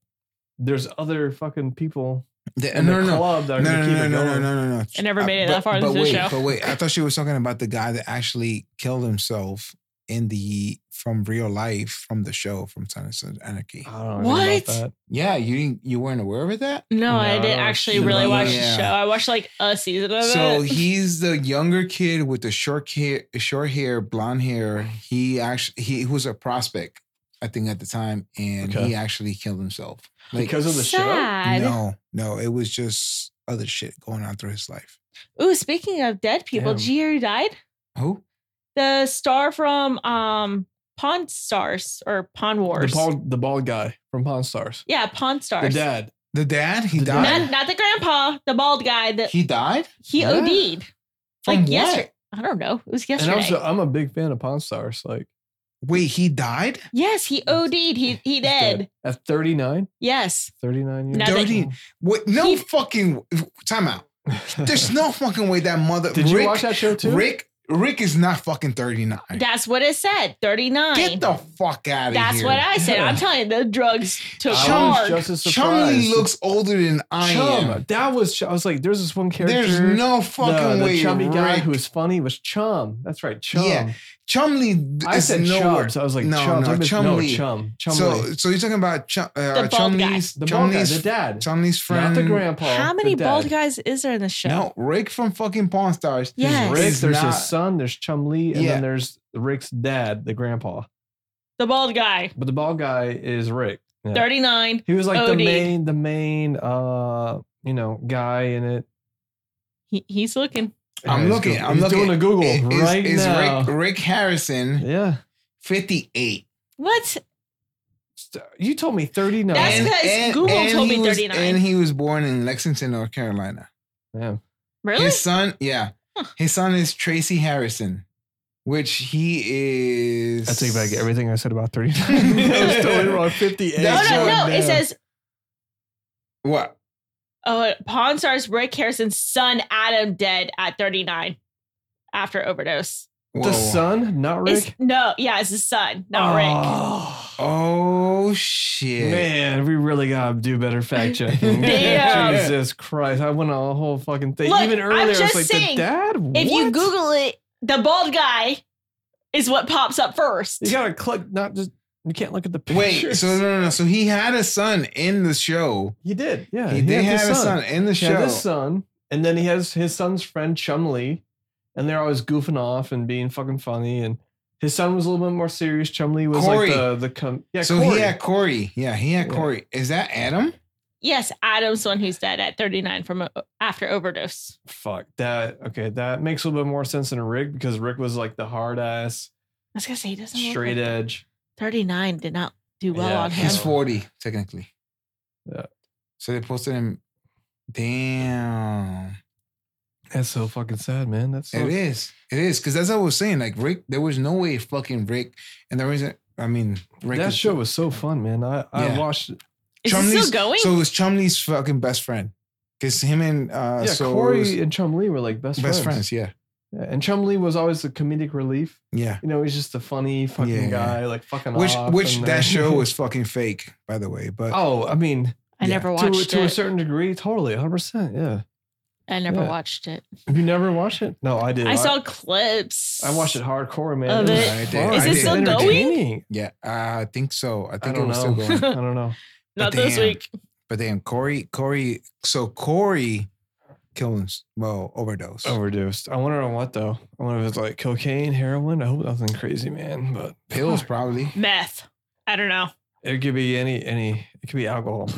A: there's other fucking people
B: the,
A: in
B: no,
A: the
B: no, no.
A: club that
B: No,
A: are
B: no,
A: gonna keep
B: no, no,
A: it
B: no, no,
A: going.
B: no, no.
C: I never made it
B: but-
C: that far
B: but
C: into the
B: wait,
C: show.
B: But wait, I thought she was talking about the guy that actually killed himself in the from real life from the show from Sons of Anarchy.
A: I don't know anything about
C: What?
A: that.
B: Yeah, you didn't, you weren't aware of it that.
C: No,
A: No, I
C: I
A: don't
C: didn't actually
A: see
C: really
A: that.
C: watch
B: Yeah.
C: the show. I watched like a season of
B: So
C: it.
B: he's the younger kid with the short hair, short hair, blonde hair. He actually he was a prospect, I think, at the time, and
A: Okay.
B: he actually killed himself.
A: Because of the show.
C: Sad.
B: no, no, it was just other shit going on through his life.
C: Ooh, speaking of dead people,
A: Damn.
C: did you hear who died?
B: Who?
C: The star from um Pawn Stars or Pawn
A: The
C: Wars.
A: bald, the bald guy from Pawn Stars.
C: yeah, Pawn
A: The
C: Stars.
A: dad.
B: The dad? He
A: The
B: died.
A: dad.
C: Not, not the grandpa, the bald guy that
B: He died
C: he
A: Yeah.
C: OD'd.
B: from
C: Like
B: what?
C: yesterday. I don't know. It was
A: And
C: yesterday.
A: I'm, so, I'm a big fan of Pawn Stars. Like
B: Wait, he died.
C: yes, he OD'd. He he
A: he's
C: did.
A: at 39,
C: Yes.
A: 39 years.
C: Now that-
A: old.
B: What? No
C: He-
B: fucking time out. There's no fucking way that mother.
A: Did
B: Rick,
A: you watch that show too?
B: Rick? Rick is not fucking thirty nine.
C: That's what it said. 39.
B: Get the fuck out of here.
C: That's what I said. I'm telling you, the drugs took
A: I was
C: hard.
A: just as
B: Chumley
A: surprised.
B: looks older than I
A: Chum.
B: am.
A: That was. Ch- I was like, there's this one character.
B: There's no fucking
A: the, the
B: way.
A: chummy
B: Rick,
A: guy who was funny was Chum. That's right, Chum.
B: Yeah, Chumley.
A: I
B: is
A: said
B: nowhere-
A: Chum, so I was like,
B: No,
A: Chum.
B: no,
A: No, Chum.
B: Chumley.
A: No, Chum. Chum.
B: So, so you're talking about Chum, uh,
C: The bald guy.
B: Chumley's,
A: the bald guy, the
B: Chumley's,
A: dad,
B: Chumley's
A: not
B: friend.
A: the grandpa.
C: How many
A: the
C: bald
A: dad.
C: guys is there in the show?
B: No, Rick from fucking Pawn Stars.
C: There's Yes.
A: Rick,
B: is
A: there's
B: not-
A: his son, there's Chum Lee, and
B: Yeah.
A: then there's Rick's dad, the grandpa.
C: The bald guy,
A: But the bald guy is Rick. Yeah.
C: 39.
A: He was like the
C: OD.
A: main, the main, uh, you know, guy in it.
C: He, he's looking.
B: I'm
A: he's
B: looking,
A: Goog-
B: I'm
A: he's
B: looking.
A: doing a Google
B: is,
A: right
B: is
A: now.
B: Rick, Rick Harrison,
A: Yeah,
B: fifty eight.
C: What?
A: you told me 39.
C: That's
B: And-
C: because
B: and-
C: Google
B: and
C: told
B: he
C: me
B: was-
C: 39.
B: And he was born in Lexington, North Carolina.
A: Damn.
C: Really?
B: His son, yeah. His son is Tracy Harrison. which he is.
A: I take back everything I said about 39. that was totally wrong. 58.
C: No,
B: That's
C: no,
B: right
C: no. It
A: now.
C: says,
B: What?
C: oh, Pawn Stars Rick Harrison's son, Adam, dead at 39 after overdose.
A: The
B: Whoa.
A: son, not Rick.
C: It's, no, yeah, it's his son, not Rick.
A: Oh,
B: Oh shit!
A: Man, we really gotta do better fact checking.
C: Damn.
A: Jesus Christ. I went on a whole fucking thing.
C: Look,
A: Even
C: I'm
A: earlier, it's
C: just
A: like the
C: saying,
A: dad.
C: If you
A: What?
C: Google it, the bald guy is what pops up first.
A: you gotta click, not just you can't look at the pictures.
B: Wait, so no, no, no. So he had a son in the show.
A: he did. Yeah,
B: he did
A: had
B: have a son. in the
A: He
B: show.
A: had his son, and then he has his son's friend Chumley, and they're always goofing off and being fucking funny. And his son was a little bit more serious. Chumley was
B: Corey.
A: like the the com- yeah.
B: so
A: Corey.
B: he had Corey. Yeah, he had
A: Yeah.
B: Corey. Is that Adam?
C: Yes, Adam's the one who's dead at 39 from a, after overdose.
A: fuck that. Okay, that makes a little bit more sense than Rick because Rick was like the hard ass,
C: I was gonna say he doesn't look
A: straight
C: like-
A: edge.
C: 39 did not do well
A: Yeah,
C: on him.
B: He's forty technically.
A: Yeah.
B: So they posted him. Damn.
A: That's so fucking sad, man. That's so,
B: It is. It is because that's what I was saying. Like Rick, there was no way fucking Rick. And the reason, I mean, Rick.
A: that
B: is-
A: show was so fun, man. I I
B: Yeah. Uh,
A: watched.
C: Is he
B: Chumley's-
C: still going?
B: So it was Chumley's fucking best friend because him and uh,
A: yeah,
B: so it was
A: Corey and Chumley were like best,
B: best
A: friends.
B: friends. Yeah,
A: Yeah, and Chumley was always the comedic relief.
B: yeah.
A: You know, he's just a funny fucking
B: Yeah.
A: guy, like fucking
B: Which
A: off
B: which
A: and
B: that
A: then-
B: show was fucking fake, by the way. But
A: Oh, I mean,
C: I
B: yeah,
C: never
A: to,
C: watched
A: to a
C: it.
A: certain degree, totally, hundred percent. Yeah,
C: I never
A: yeah.
C: watched it.
A: you never watched it? No, I did.
C: I saw clips.
A: I watched it hardcore, man.
C: Of
A: was
C: it.
B: I did,
A: fun.
B: Is it
A: was
B: still going?
A: entertaining.
B: yeah, uh, I think so. I
A: I
B: think it
A: don't
B: was still going.
A: know. I don't know.
C: Not
B: Not
C: this
B: this damn.
C: week.
B: week. But then Corey, Corey, so Corey killed him. Well, overdose.
A: Overdosed. I wonder on what though. I wonder if it's like cocaine, heroin. I hope nothing crazy, man. But
B: Pills,
A: fuck,
B: probably.
C: Meth. I don't know.
A: It could be any any. It could be alcohol.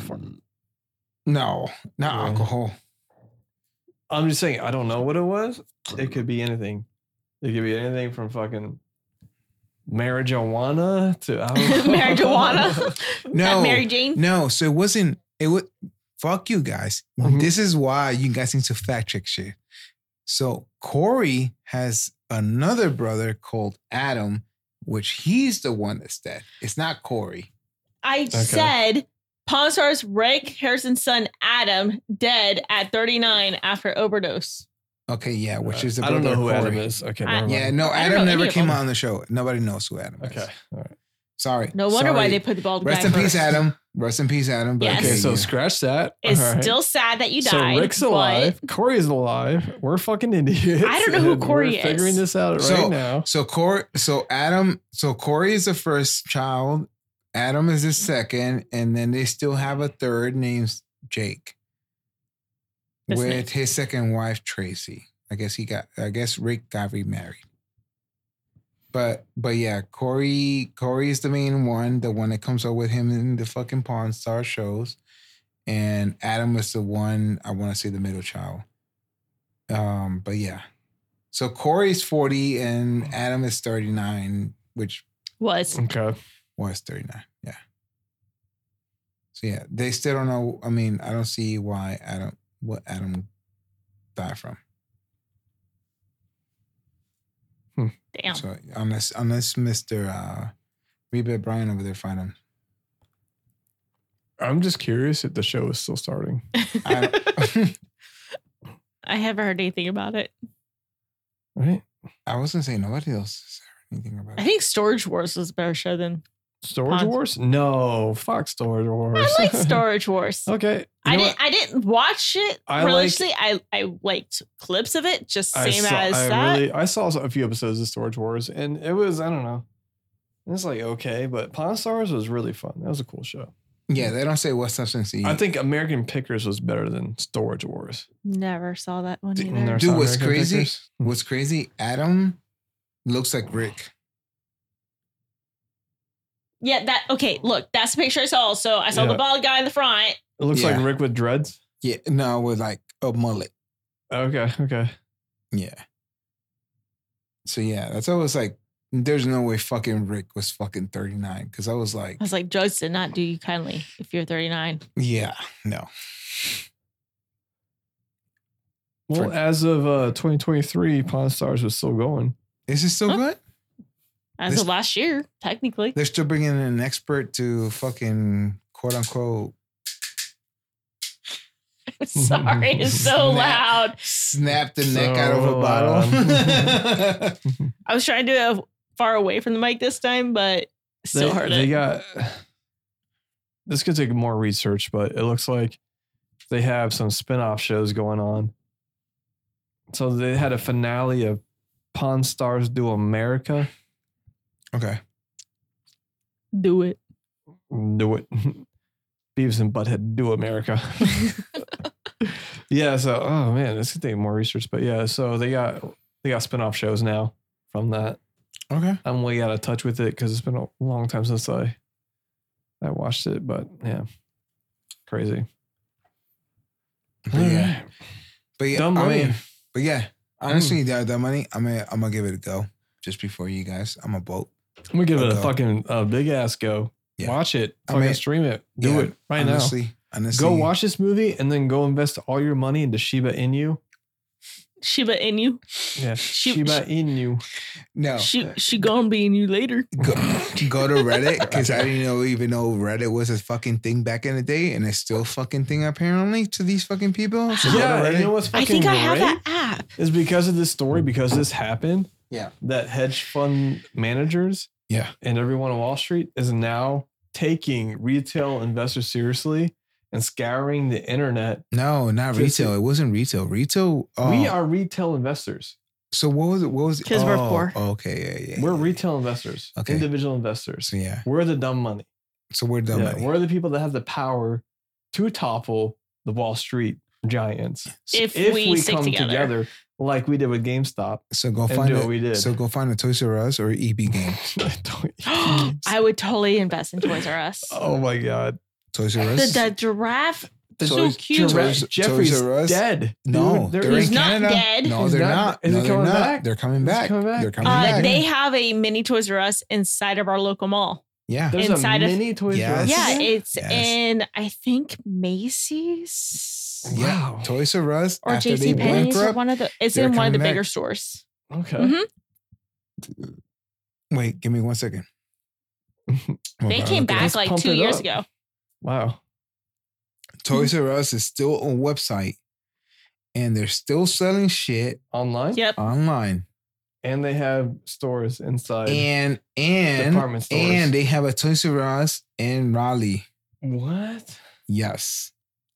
B: No, not
A: Yeah.
B: alcohol.
A: I'm just saying. I don't know what it was. It could be anything. It could be anything from fucking marijuana to alcohol.
C: Marijuana.
B: No,
C: Mary Jane.
B: no. So it wasn't. It was. Fuck you guys.
A: Mhm.
B: This is why you guys need to fact check shit. So Corey has another brother called Adam, which he's the one that's dead. It's not Corey.
C: I said Pawn Stars Rick Harrison's son Adam dead at 39 after overdose.
B: Okay, yeah, which is the
A: Uh, I
B: brother
A: don't know who
B: of Corey.
A: Adam is. Okay,
C: I-
A: never mind.
B: Yeah, no,
C: I don't know
B: Adam never
C: any of
B: came
C: them.
B: out on the show. Nobody knows who Adam is.
A: Okay. All right.
B: Sorry.
C: No wonder why
B: Sorry.
C: they put the bald
B: Rest
C: guy
B: in peace,
C: first.
B: Adam. Rest in peace, Adam. But
C: Yes.
A: Okay,
B: okay,
A: so
B: yeah.
A: scratch that.
C: It's
A: All right.
C: still sad that you
A: so
C: died.
A: Rick's
C: but
A: alive. Corey's alive. We're fucking idiots.
C: I don't know who
A: and
C: Corey
A: we're
C: is.
A: Figuring this out right
B: So-
A: now.
B: So Corey, so Adam, so Corey is the first child. Adam is the second, and then they still have a third named Jake,
C: That's
B: with
C: nice.
B: his second wife Tracy. I guess he got. I guess Rick got remarried. But but yeah, Corey Corey is the main one, the one that comes up with him in the fucking Pawn Star shows, and Adam was the one I want to say the middle child. Um, but yeah, so Corey's 40 and Adam is 39, which
C: Was
A: Okay.
B: was 39. Yeah. So yeah, they still don't know. I mean, I don't see why Adam what Adam died from.
C: damn.
B: So unless unless Mr. uh Reba Bryan over there find him.
A: I'm just curious if the show is still starting.
B: I don't-
C: I haven't heard anything about it.
A: Right?
B: I wasn't saying nobody else said anything about
C: I
B: it.
C: think Storage Wars was a better show than
A: Storage
C: Pons-
A: Wars? No. Fuck Storage Wars.
C: I like Storage Wars.
A: okay. You
C: I
A: know
C: didn't. I didn't watch it
A: I like-
C: religiously. I I liked clips of it, just
A: what? I
C: same
A: saw-
C: as
A: I
C: that.
A: Really, I saw a few episodes of Storage Wars and it was, I don't know. It's like okay, but Pawn Stars was really fun. That was a cool show.
B: Yeah, they don't say what substance he
A: I think American Pickers was better than Storage Wars.
C: Never saw that one
B: Didn't
C: either.
B: Dude,
A: some
B: what's
A: American
B: crazy-
A: Pickers? Hmm.
B: what's crazy, Adam looks like Rick.
C: Yeah, that okay. Look, that's the picture I saw. So I saw
A: Yeah.
C: the bald guy in the front.
A: It looks
B: Yeah.
A: like Rick with dreads.
B: Yeah, no, with like a mullet.
A: Okay, okay.
B: Yeah. So yeah, that's why I was like, there's no way fucking Rick was fucking 39. Cause I was like,
C: I was like, drugs did not do you kindly if you're 39.
B: yeah, no.
A: Well,
B: For-
A: as of uh, 2023, Pawn Stars was still going.
B: Is it still
C: Huh?
B: good?
C: As
B: This-
C: of last year, technically.
B: They're still bringing in an expert to fucking quote unquote
C: Sorry, it's so
B: Snap.
C: loud.
B: snap the neck
A: So, um,
B: out of a bottle.
C: I was trying to do it far away from the mic this time, but still
A: they,
C: heard
A: they
C: it.
A: got this could take more research, but it looks like they have some spin-off shows going on. So they had a finale of Pawn Stars Do America.
B: okay.
C: do it.
A: Do it. Beavis and Butthead Do America. yeah, so oh man, this could take more research. But yeah, so they got they got spin-off shows now from that.
B: Okay.
A: I'm way out of touch with it because it's been a long time since I I watched it, but yeah. Crazy.
B: But yeah. But yeah.
A: Dumb
B: I
A: money. Mm.
B: mean, but yeah. Honestly, that that money, I'm gonna I'm gonna give it a go. Just before you guys, I'm a vote.
A: I'm gonna give it a
B: Okay.
A: fucking uh, big ass go.
B: Yeah.
A: Watch it.
B: I
A: Fucking
B: mean,
A: stream it. Do
B: yeah,
A: it right
B: honestly,
A: now.
B: honestly,
A: Go watch this movie and then go invest all your money into Shiba Inu.
C: Shiba in you.
A: Yeah,
C: Shib-
A: Shiba Inu. Oh,
B: No,
C: She she gonna be in you later.
B: go, go to Reddit because I didn't know even know Reddit was a fucking thing back in the day, and it's still a fucking thing apparently to these fucking people. So go to
A: Yeah, and
B: Reddit.
A: you know what's
C: I
A: fucking
C: think I have
A: great?
C: that app.
A: is because of this story, because this happened.
B: Yeah.
A: That hedge fund managers
B: Yeah.
A: and everyone on Wall Street is now taking retail investors seriously and scouring the internet.
B: No, not
A: Just-
B: retail. It wasn't retail. Retail. Oh.
A: We are retail investors.
B: So what was it? What was it?
C: 'Cause we're
B: Oh,
C: poor.
B: Okay. Yeah. Yeah.
A: We're
B: yeah.
A: retail investors,
B: Okay.
A: individual investors.
B: So yeah.
A: We're the dumb money.
B: So we're dumb.
A: yeah,
B: money.
A: We're the people that have the power to topple the Wall Street giants
C: If, we, stick together.
A: like we did with GameStop
B: so go
A: and
B: find
A: do
B: it.
A: what we did.
B: So go find a Toys R Us or EB game.
A: Don't-
C: I would totally invest in Toys R Us.
A: oh my God.
B: Toys R
C: The,
B: Us.
C: the giraffe
A: The
C: so
B: Toys-
A: Jeff-
C: cute.
B: Toys-
A: Jeffrey's
B: Toys R Us?
A: dead.
B: no,
A: Dude,
B: they're
A: there
B: in
A: is
C: He's not
B: Canada.
C: dead.
B: No,
A: He's
B: they're
A: not- is
B: not.
A: he
B: No, they're
A: coming
B: not.
A: back?
B: They're coming
A: Is he
B: back.
A: coming back?
B: They're coming
C: Uh,
B: back.
C: they have a mini Toys R Us inside of our local mall.
B: yeah.
A: There's
C: Inside
A: a
C: of-
A: mini Toys R Us.
B: Yes.
C: Yeah, it's
B: Yes.
C: in I think Macy's
A: Wow.
B: Yeah. Toys R Us
C: or
B: after
C: JC
B: they
C: Penney's or
B: bankrupt.
C: one of the. It's
B: they're
C: in one of the
B: coming back.
C: bigger stores.
A: Okay.
C: Mhm.
B: Wait, give me one second. I'm
C: They
B: about to
C: came
B: look it up.
A: Let's
C: back like
A: pump
C: two
A: it
C: years
A: up.
C: ago.
A: Wow.
B: Toys R Us is still on website, and they're still selling shit
A: Online.
C: Yep.
B: online.
A: And they have stores inside
B: And and
A: department stores.
B: and they have a Toys R Us in Raleigh.
A: what?
B: Yes,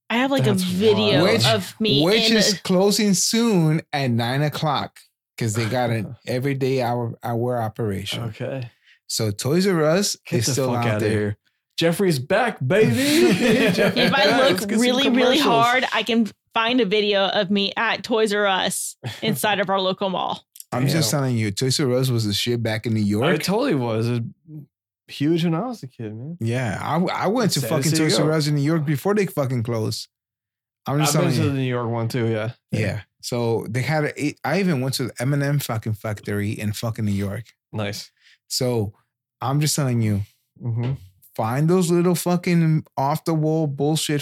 C: I have like
A: That's
C: a video
B: wild. Which-
C: of me
B: which
C: in
B: is
C: a-
B: closing soon at nine o'clock because they got an everyday hour hour operation.
A: Okay.
B: So Toys R Us
A: Get
B: is
A: the
B: still
A: fuck
B: out
A: outta
B: there.
A: here. Jeffrey's back, baby. Jeffrey's
C: if
A: back.
C: I
A: Let's
C: look
A: get some
C: really, really
A: commercials.
C: hard, I can find a video of me at Toys R Us inside of our local mall.
B: I'm just
A: Damn.
B: telling you, Toys R Us was the shit back in New
A: I
B: York.
A: totally was. It was huge when I was a kid, man.
B: yeah, I, I went to
A: Sad to
B: fucking
A: see you
B: Toys
A: go.
B: R Us in New York before they fucking closed. I'm
A: I've
B: just
A: been
B: telling
A: to
B: you.
A: the New York one too. Yeah.
B: Yeah. So they had a, it- I even went to the Eminem fucking factory in fucking New York.
A: Nice.
B: So I'm just telling you,
A: hmm
B: find those little fucking off the wall bullshit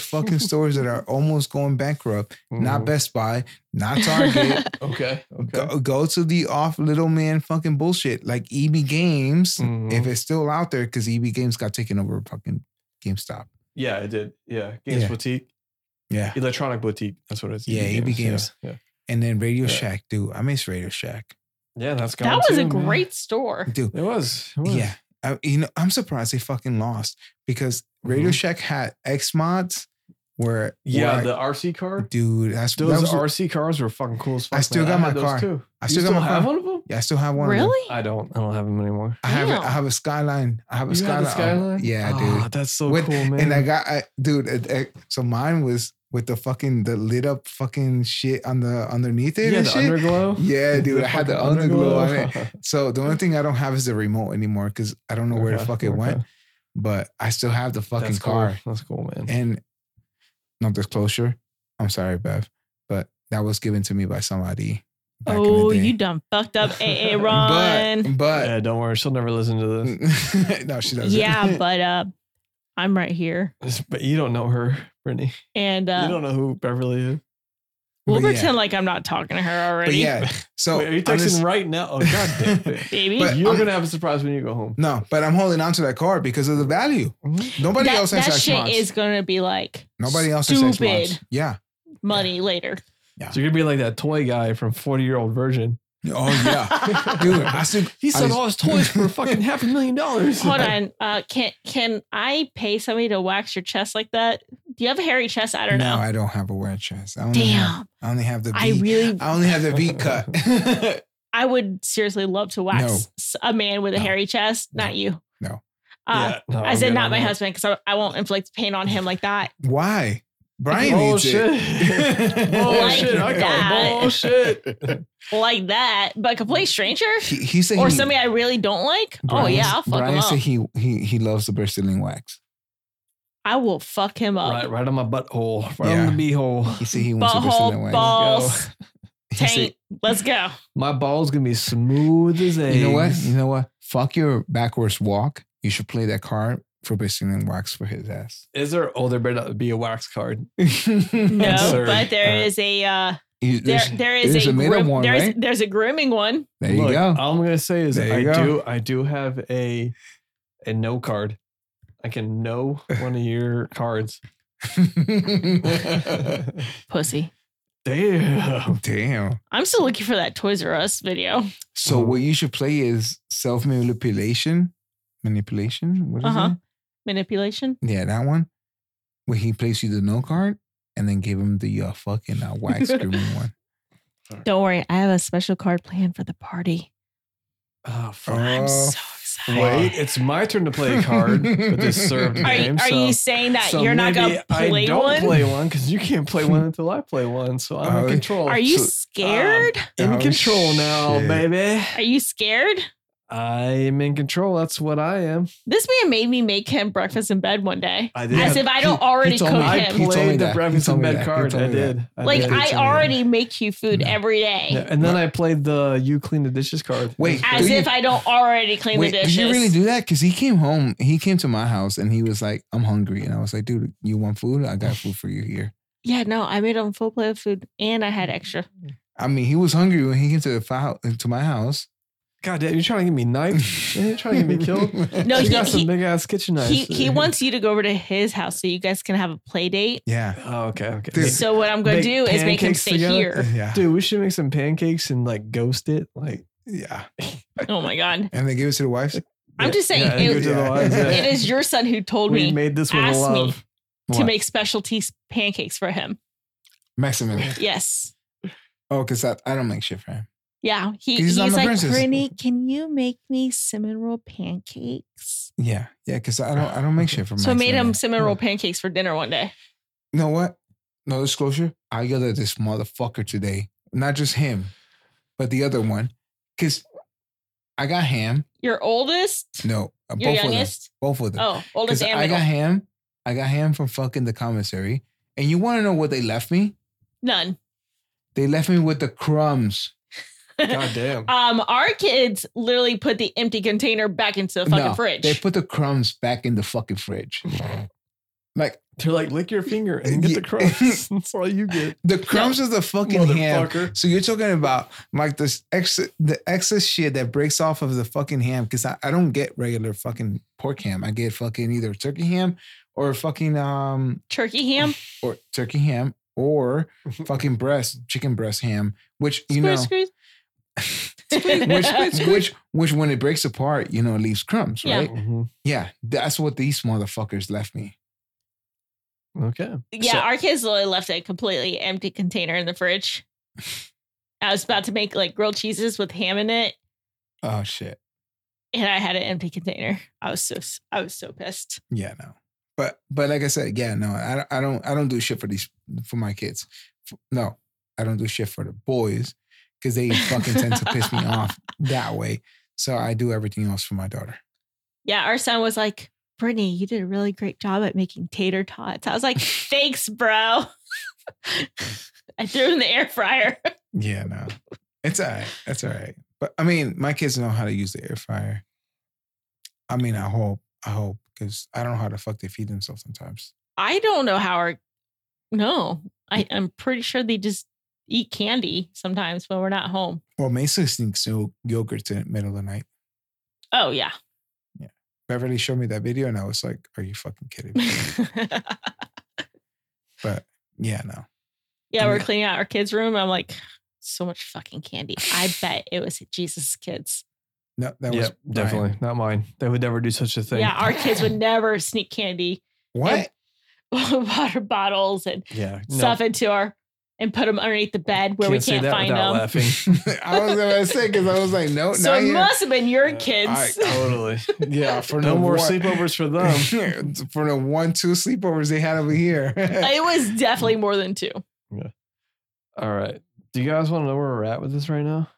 B: fucking stores that are almost going bankrupt. Not Best Buy, not Target.
A: Mm-hmm. Okay. Okay.
B: go, go to the off little man fucking bullshit like EB Games
A: Mhm.
B: if it's still out there because EB Games got taken over by fucking GameStop.
A: Yeah, I did. Yeah. Games
B: Yeah.
A: Boutique.
B: Yeah.
A: Electronic Boutique. That's what it is.
B: Yeah, EB Games.
A: Yeah. yeah.
B: And then Radio
A: Yeah.
B: Shack, dude. I miss Radio Shack,
A: Yeah, that's
C: That
A: gone
C: was a
A: too, man.
C: great store.
B: dude.
A: It was. It was.
B: Yeah. I, you know, I'm surprised they fucking lost because Radio
A: Mhm.
B: Shack had X mods where
A: Yeah,
B: where-
A: the RC car.
B: dude, that's that
A: Those
B: was-
A: RC cars were fucking cool as fuck.
B: I still
A: man.
B: got my
A: had those
B: car.
A: Too.
B: I
A: You
B: still got my
A: have
B: car.
A: one of them?
B: yeah, I still have one. of them.
C: Really?
A: I don't. I don't have them anymore.
B: I have a,
C: Damn.
B: I have a skyline. I have a
A: You got
B: skyline.
A: the Skyline?
B: Yeah,
A: Oh,
B: dude.
A: That's so
B: With-
A: cool, man.
B: And I got I, dude. it- it- so mine was with the fucking the lit up fucking shit on the underneath it
A: yeah,
B: and
A: the
B: shit.
A: underglow.
B: yeah, dude. I had the
A: fucking
B: underglow on it. So the only thing I don't have is the remote anymore because I don't know where the
A: Okay,
B: fuck it
A: okay.
B: went. But I still have the fucking
A: That's
B: car.
A: Cool. That's cool, man.
B: and no disclosure. I'm sorry, Bev, but that was given to me by somebody. Back
C: Oh,
B: in the day.
C: you done fucked up AA
B: But,
C: Ron.
B: but Mm.
A: yeah, don't worry. She'll never listen to this.
B: no, she doesn't.
C: yeah, but uh, I'm right here.
A: But you don't know her, Brittany.
C: And uh,
A: you don't know who Beverly is.
C: We'll
B: But yeah.
C: pretend like I'm not talking to her
B: But
C: already.
B: yeah, so
A: Wait, are you
B: I'm
A: texting
B: just-
A: right now? Oh god damn it.
C: Baby.
B: But
A: You're
B: I'm-
A: gonna have a surprise when you go home. Mm-hmm.
B: no, but I'm holding on to that card because of the value. Nobody
C: that
B: else has
C: that
B: sex
C: shit
B: mods.
C: is going to be like
B: Nobody else has sex mods.
C: stupid
B: Yeah.
C: money later.
A: So you're gonna be like that toy guy from 40 Year Old Virgin.
B: Oh yeah, dude. I still
A: He
B: I
A: sold
B: was-
A: all his toys for fucking half a million dollars.
C: Hold on. Uh, can can I pay somebody to wax your chest like that? Do you have a hairy chest? I don't
B: no,
C: know.
B: I don't have a wear chest. I only Have,
C: Damn.
B: I only have the. Uh, V.
C: I really
B: I only have the V cut.
C: I would seriously love to wax
B: No.
C: s- a man with a
B: No.
C: hairy chest.
B: No.
C: Not you.
B: No.
C: Uh,
A: Yeah, Oh, no,
C: I
A: I'm
C: said
A: good
C: not
A: on
C: my
A: that.
C: husband because I, I won't inflict pain on him like that.
B: Why? Brian
A: oh,
B: needs
A: shit.
B: it.
A: Bullshit. I
C: that.
A: call bullshit.
C: Like that. But a complete stranger
B: He, he said
C: or
B: he,
C: somebody I really don't like. oh
B: Brian-
C: yeah, I'll fuck
B: Brian
C: him
B: said
C: up.
B: he he he loves the Brazilian wax.
C: I will fuck him up.
A: Right, right on my butthole. Right
B: Yeah.
A: on the beehole.
B: He said he wants a Brazilian
C: Butthole,
B: wax.
C: balls,
B: He said-
C: tank. Let's go.
A: My ball's gonna be smooth as eggs.
B: you know what? You know what? Fuck your backwards walk. You should play that card for Brazilian wax for his ass.
A: Is there? Oh, there better not be a wax card.
C: No,
A: Sir,
C: but there
A: uh,
C: is a uh,
B: You-
C: there
B: there's-
C: there is
B: there's
C: a,
B: a middle
C: groom,
B: one,
C: there's
B: right?
C: there's a grooming one.
B: there you
A: Look,
B: go.
A: All I'm gonna say is
B: There
A: I
B: you go.
A: do I do have a a no card. I can no one of your cards.
C: Pussy.
A: Damn.
B: Oh, Damn.
C: I'm still looking for that Toys R Us video.
B: So what you should play is self manipulation. Manipulation. What is
C: Uh-huh.
B: it?
C: Manipulation.
B: Yeah, that one. Where he plays you the no card and then give him the uh, fucking uh, wax grooming one.
C: Don't worry, I have a special card planned for the party.
A: Oh, fuck.
C: I'm
B: Oh,
C: so excited.
A: Wait, it's my turn to play a card with this served
C: Are,
A: name.
C: are
A: so,
C: you saying that
A: so
C: you're not
A: maybe
C: gonna play
A: I don't
C: one?
A: play one because you can't play one until I play one. So I'm
B: Oh,
A: in control.
C: Are you
B: So-
C: scared?
A: in
B: Oh,
A: control now,
B: shit.
A: baby?
C: Are you scared?
A: I am in control. That's what I am.
C: This man made me make him breakfast in bed one day.
A: I did.
C: As if I don't
B: He- he
C: already
B: told
C: cook
B: me-
A: I
B: He told
C: him.
B: me
A: played
B: that.
A: the
B: He
A: breakfast
B: told
A: in
B: me
A: bed
B: that. He
A: card.
B: told
A: I
B: me that.
A: did.
C: Like
A: did.
C: I
B: Yeah.
C: already make you food
B: Yeah.
C: every day.
A: Yeah, and then I played the you clean the dishes card.
B: Wait,
C: As
B: Do you-
C: if I don't already clean
B: Wait,
C: the dishes.
B: did you really do that? Because he came home, he came to my house and he was like, I'm hungry. And I was like, dude, you want food? I got food for you here.
C: Yeah, no, I made him full plate of food and I had extra.
B: I mean, he was hungry when he came to the file to my house.
A: God damn, you're trying to get me knifed? you're trying to get me killed?
C: No,
A: you
C: he-
A: got
C: he-
A: some big ass kitchen knives.
C: He he wants you to go over to his house so you guys can have a play date.
B: Yeah.
A: Oh, okay, okay.
B: Dude.
A: So-
C: So what I'm going to
A: Make
C: do is make him
A: pancakes
C: stay
A: together?
C: here.
B: Yeah.
A: Dude, we should make some pancakes and like ghost it. Like,
B: Yeah.
C: Oh my god!
B: And they gave it to the wife.
C: I'm just saying
A: yeah,
C: it-
A: go to the wives, yeah.
C: It is your son who told
A: we
C: me
A: made this with
C: ask me
A: love.
C: to make specialty s- pancakes for him.
B: Maximin.
C: Yes.
B: Oh, because I, I don't make shit for him.
C: Yeah, he,
B: He's
C: he's,
B: not my
C: like,
B: princess.
C: Brittany, can you make me cinnamon roll pancakes?
B: Yeah. Yeah. Because I don't I don't make shit for
C: So I made him
B: Maximin.
C: cinnamon roll pancakes for dinner one day.
B: You know what? No disclosure. I yelled at this motherfucker today. Not just him, but the other one. Because I got ham.
C: Your oldest,
B: No, uh,
C: your
B: both
C: youngest.
B: of them. Both of them.
C: Oh, oldest
B: Because
C: and
B: I
C: middle.
B: got ham. I got ham from fucking the commissary. And you want to know what they left me?
C: None.
B: They left me with the crumbs.
A: God damn.
C: Um, our kids literally put the empty container back into the fucking
B: No,
C: fridge.
B: They put the crumbs back in the fucking fridge. Like
A: They're like, lick your finger and get the
B: Yeah.
A: crumbs. That's all you get.
B: the crumbs of the fucking ham.
A: Motherfucker.
B: So you're talking about like this extra the excess shit that breaks off of the fucking ham because I, I don't get regular fucking pork ham. I get fucking either turkey ham or fucking um
C: Turkey ham,
B: or turkey ham or fucking breast chicken breast ham, which you know.
C: squeeze, squeeze.
B: which, which which when it breaks apart, you know, it leaves crumbs,
C: Yeah.
B: right?
A: Mhm.
B: Yeah, that's what these motherfuckers left me.
A: Okay.
C: yeah,
B: so-
C: our kids literally left a completely empty container in the fridge. I was about to make like grilled cheeses with ham in it,
B: Oh shit.
C: and I had an empty container. I was so I was so pissed.
B: Yeah, no. But but like I said, yeah, no, I don't- I don't I don't do shit for these for my kids. F- No, I don't do shit for the boys because they fucking tend to piss me off that way. So I do everything else for my daughter.
C: Yeah, our son was like, "Brittany, you did a really great job at making tater tots." I was like, "Thanks, bro." I threw in the air fryer.
B: Yeah, no, it's all right. That's all right. But I mean, my kids know how to use the air fryer. I mean, I hope, I hope, because I don't know how the fuck they feed themselves sometimes.
C: I don't know how our no. I, I'm pretty sure they just eat candy sometimes when we're not home.
B: Well, Mesa sneaks yo- yogurt in the middle of the night.
C: Oh yeah.
B: Beverly showed me that video and I was like, are you fucking kidding me?
C: yeah,
B: but yeah, no.
C: we're cleaning out our kids' room. I'm like, so much fucking candy. I bet it was Jesus' kids.
B: No, that was
A: Yep,
B: Brian.
A: definitely not mine. They would never do such a thing.
C: Yeah, our kids would never sneak candy,
B: What?
C: water bottles, and
A: yeah. no.
C: stuff into our and put them underneath the bed where
A: Can't
C: we
A: say
C: can't
A: that
C: find
A: without
C: them.
A: laughing.
B: I was gonna say because I was like, no, Oh,
C: So
B: not
C: it
B: here.
C: must have been your
A: Uh,
C: kids.
B: I-
A: totally.
B: Yeah, for
A: No
B: the
A: more
B: one-
A: sleepovers for them. Um,
B: for the one two sleepovers they had over here.
C: it was definitely more than two.
A: All right. Do you guys want to know where we're at with this right now?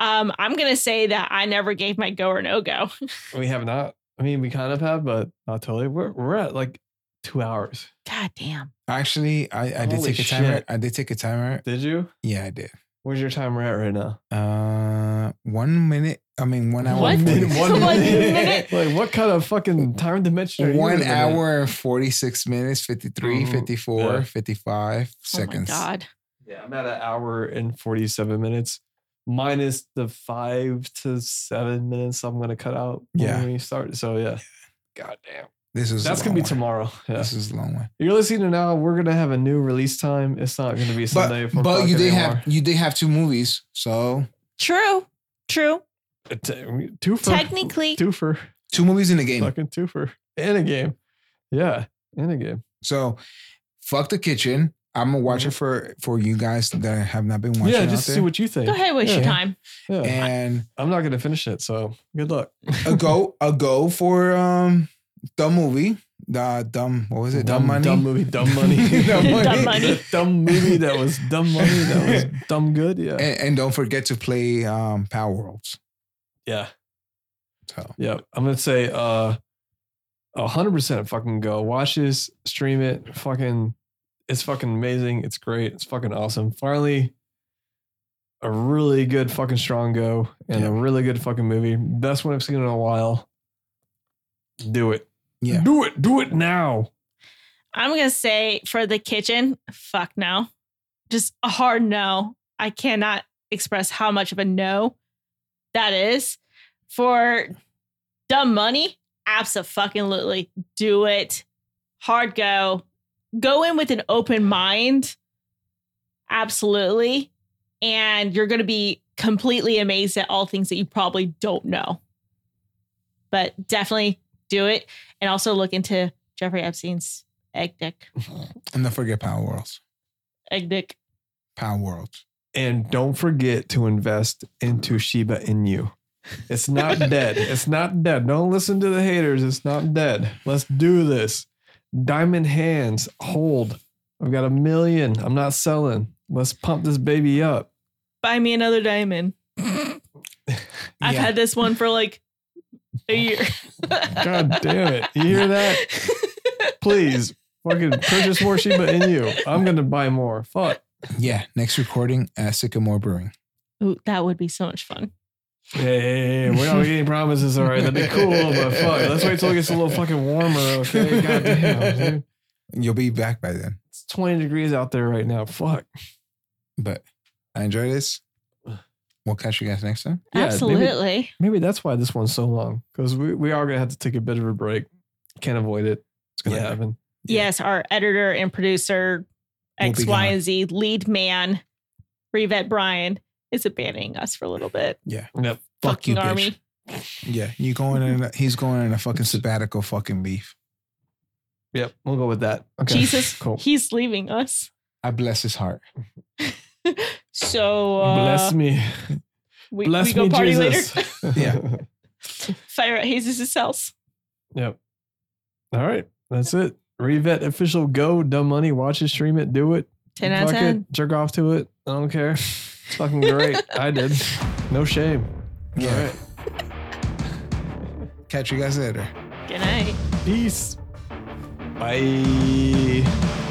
C: Um, I'm gonna say that I never gave my go or no go.
A: We have not. I mean, we kind of have, but not totally. We're we're at like two hours.
C: God damn. Oh
B: Actually, I, I did
A: Holy
B: take a timer.
A: shit.
B: I did take a timer.
A: Did you?
B: Yeah, I did.
A: Where's your timer at right now?
B: Uh, one minute. I mean, one hour.
C: What?
B: and
A: Minute-
B: forty-
A: One
C: One
A: minute.
C: minute?
A: Like what kind of fucking time dimension? Are you
B: One
A: living in?
B: hour and 46 minutes, 53,
A: Mhm.
B: 54,
A: Yeah.
B: 55 seconds.
C: Oh my god.
A: Yeah, I'm at an hour and 47 minutes, minus the five to seven minutes I'm going to cut out
B: Yeah.
A: when we start. So, yeah. God damn.
B: This is
A: That's going
B: a
A: to
B: long
A: be
B: one.
A: tomorrow. Yeah.
B: This is a long one.
A: You're listening to now. We're going to have a new release time. It's not going to be Sunday.
B: But, but you did have you did have two movies, so
C: True. True.
A: have twofer.
C: Technically,
A: Twofer.
B: two movies in a game.
A: Fucking twofer. In a game. Yeah. In a game.
B: So fuck the kitchen. I'm gonna watch it for for you guys that have not been watching.
A: Mm-hmm. yeah,
B: out
A: just
B: there.
A: see what you think.
C: go ahead, waste
A: Yeah.
C: your time.
A: Yeah.
B: and
A: I'm not going to finish it. So, good luck.
B: a go a go for um dumb movie. The dumb what was it? Dumb, money.
A: Dumb movie. Dumb money.
B: Dumb
C: money. Dumb money.
A: The dumb movie that was dumb money. That was dumb good. Yeah.
B: And, and don't forget to play um Power Worlds.
A: Yeah.
B: So
A: Yeah. I'm gonna say uh hundred percent fucking go. Watch this, stream it, fucking it's fucking amazing. It's great. It's fucking awesome. Finally, a really good fucking strong go and a
B: Yeah.
A: really good fucking movie. Best one I've seen in a while. Do it.
B: yeah.
A: Do it. Do it now.
C: I'm gonna say for the kitchen, fuck no. Just a hard no. I cannot express how much of a no that is. For dumb money, absolutely do it. Hard go. Go in with an open mind. Absolutely. And you're gonna be completely amazed at all things that you probably don't know. But definitely do it. And also look into Jeffrey Epstein's egg dick.
B: And don't forget Power Worlds.
C: Egg dick.
B: Power Worlds.
A: And don't forget to invest into Shiba Inu. It's not dead. It's not dead. Don't listen to the haters. It's not dead. Let's do this. Diamond hands, hold. I've got a million. I'm not selling. Let's pump this baby up.
C: Buy me another diamond. I've
B: Yeah.
C: had this one for like a year.
A: God damn it. You hear that? Please fucking purchase more Shiba Inu. I'm going to buy more. Fuck.
B: Yeah. Next recording at Sycamore Brewing.
C: Ooh, that would be so much fun.
A: Hey, hey, hey, we're not making any promises. All right. That'd be cool, but fuck. Let's wait till it gets a little fucking warmer. Okay. God damn. Dude.
B: You'll be back by then.
A: It's 20 degrees out there right now. Fuck.
B: But I enjoy this. We'll catch you guys next time.
A: Yeah, maybe-
C: Absolutely.
A: Maybe that's why this one's so long because we, we are going to have to take a bit of a break. Can't avoid it. It's going to
B: Yeah.
A: happen.
B: yeah.
C: Yes, our editor and producer,
B: We'll
C: X,
B: be
C: Y,
B: gone.
C: and Z lead man, Revet Brian, is abandoning us for a little bit.
B: Yeah.
A: Yep.
B: Fuck you,
C: Fucking
B: bitch. Yeah. You going in a, he's going in a fucking sabbatical fucking leaf.
A: Yep. We'll go with that. Okay.
C: Jesus,
A: Cool.
C: he's leaving us.
B: I bless his heart.
C: So uh,
A: Bless me.
C: we,
A: Bless
C: we go
A: me,
C: party
A: Jesus.
C: later.
B: Yeah.
C: Fire at Jesus' house.
A: yep. All right. That's it. Revet official go. Dumb money. Watch it, stream it, do it.
C: 10 out of
A: Fuck it,
C: 10.
A: jerk off to it. I don't care. It's fucking great. I did. No shame. All
B: Yeah.
A: right.
B: Catch you guys later.
C: Good night.
A: Peace. Bye.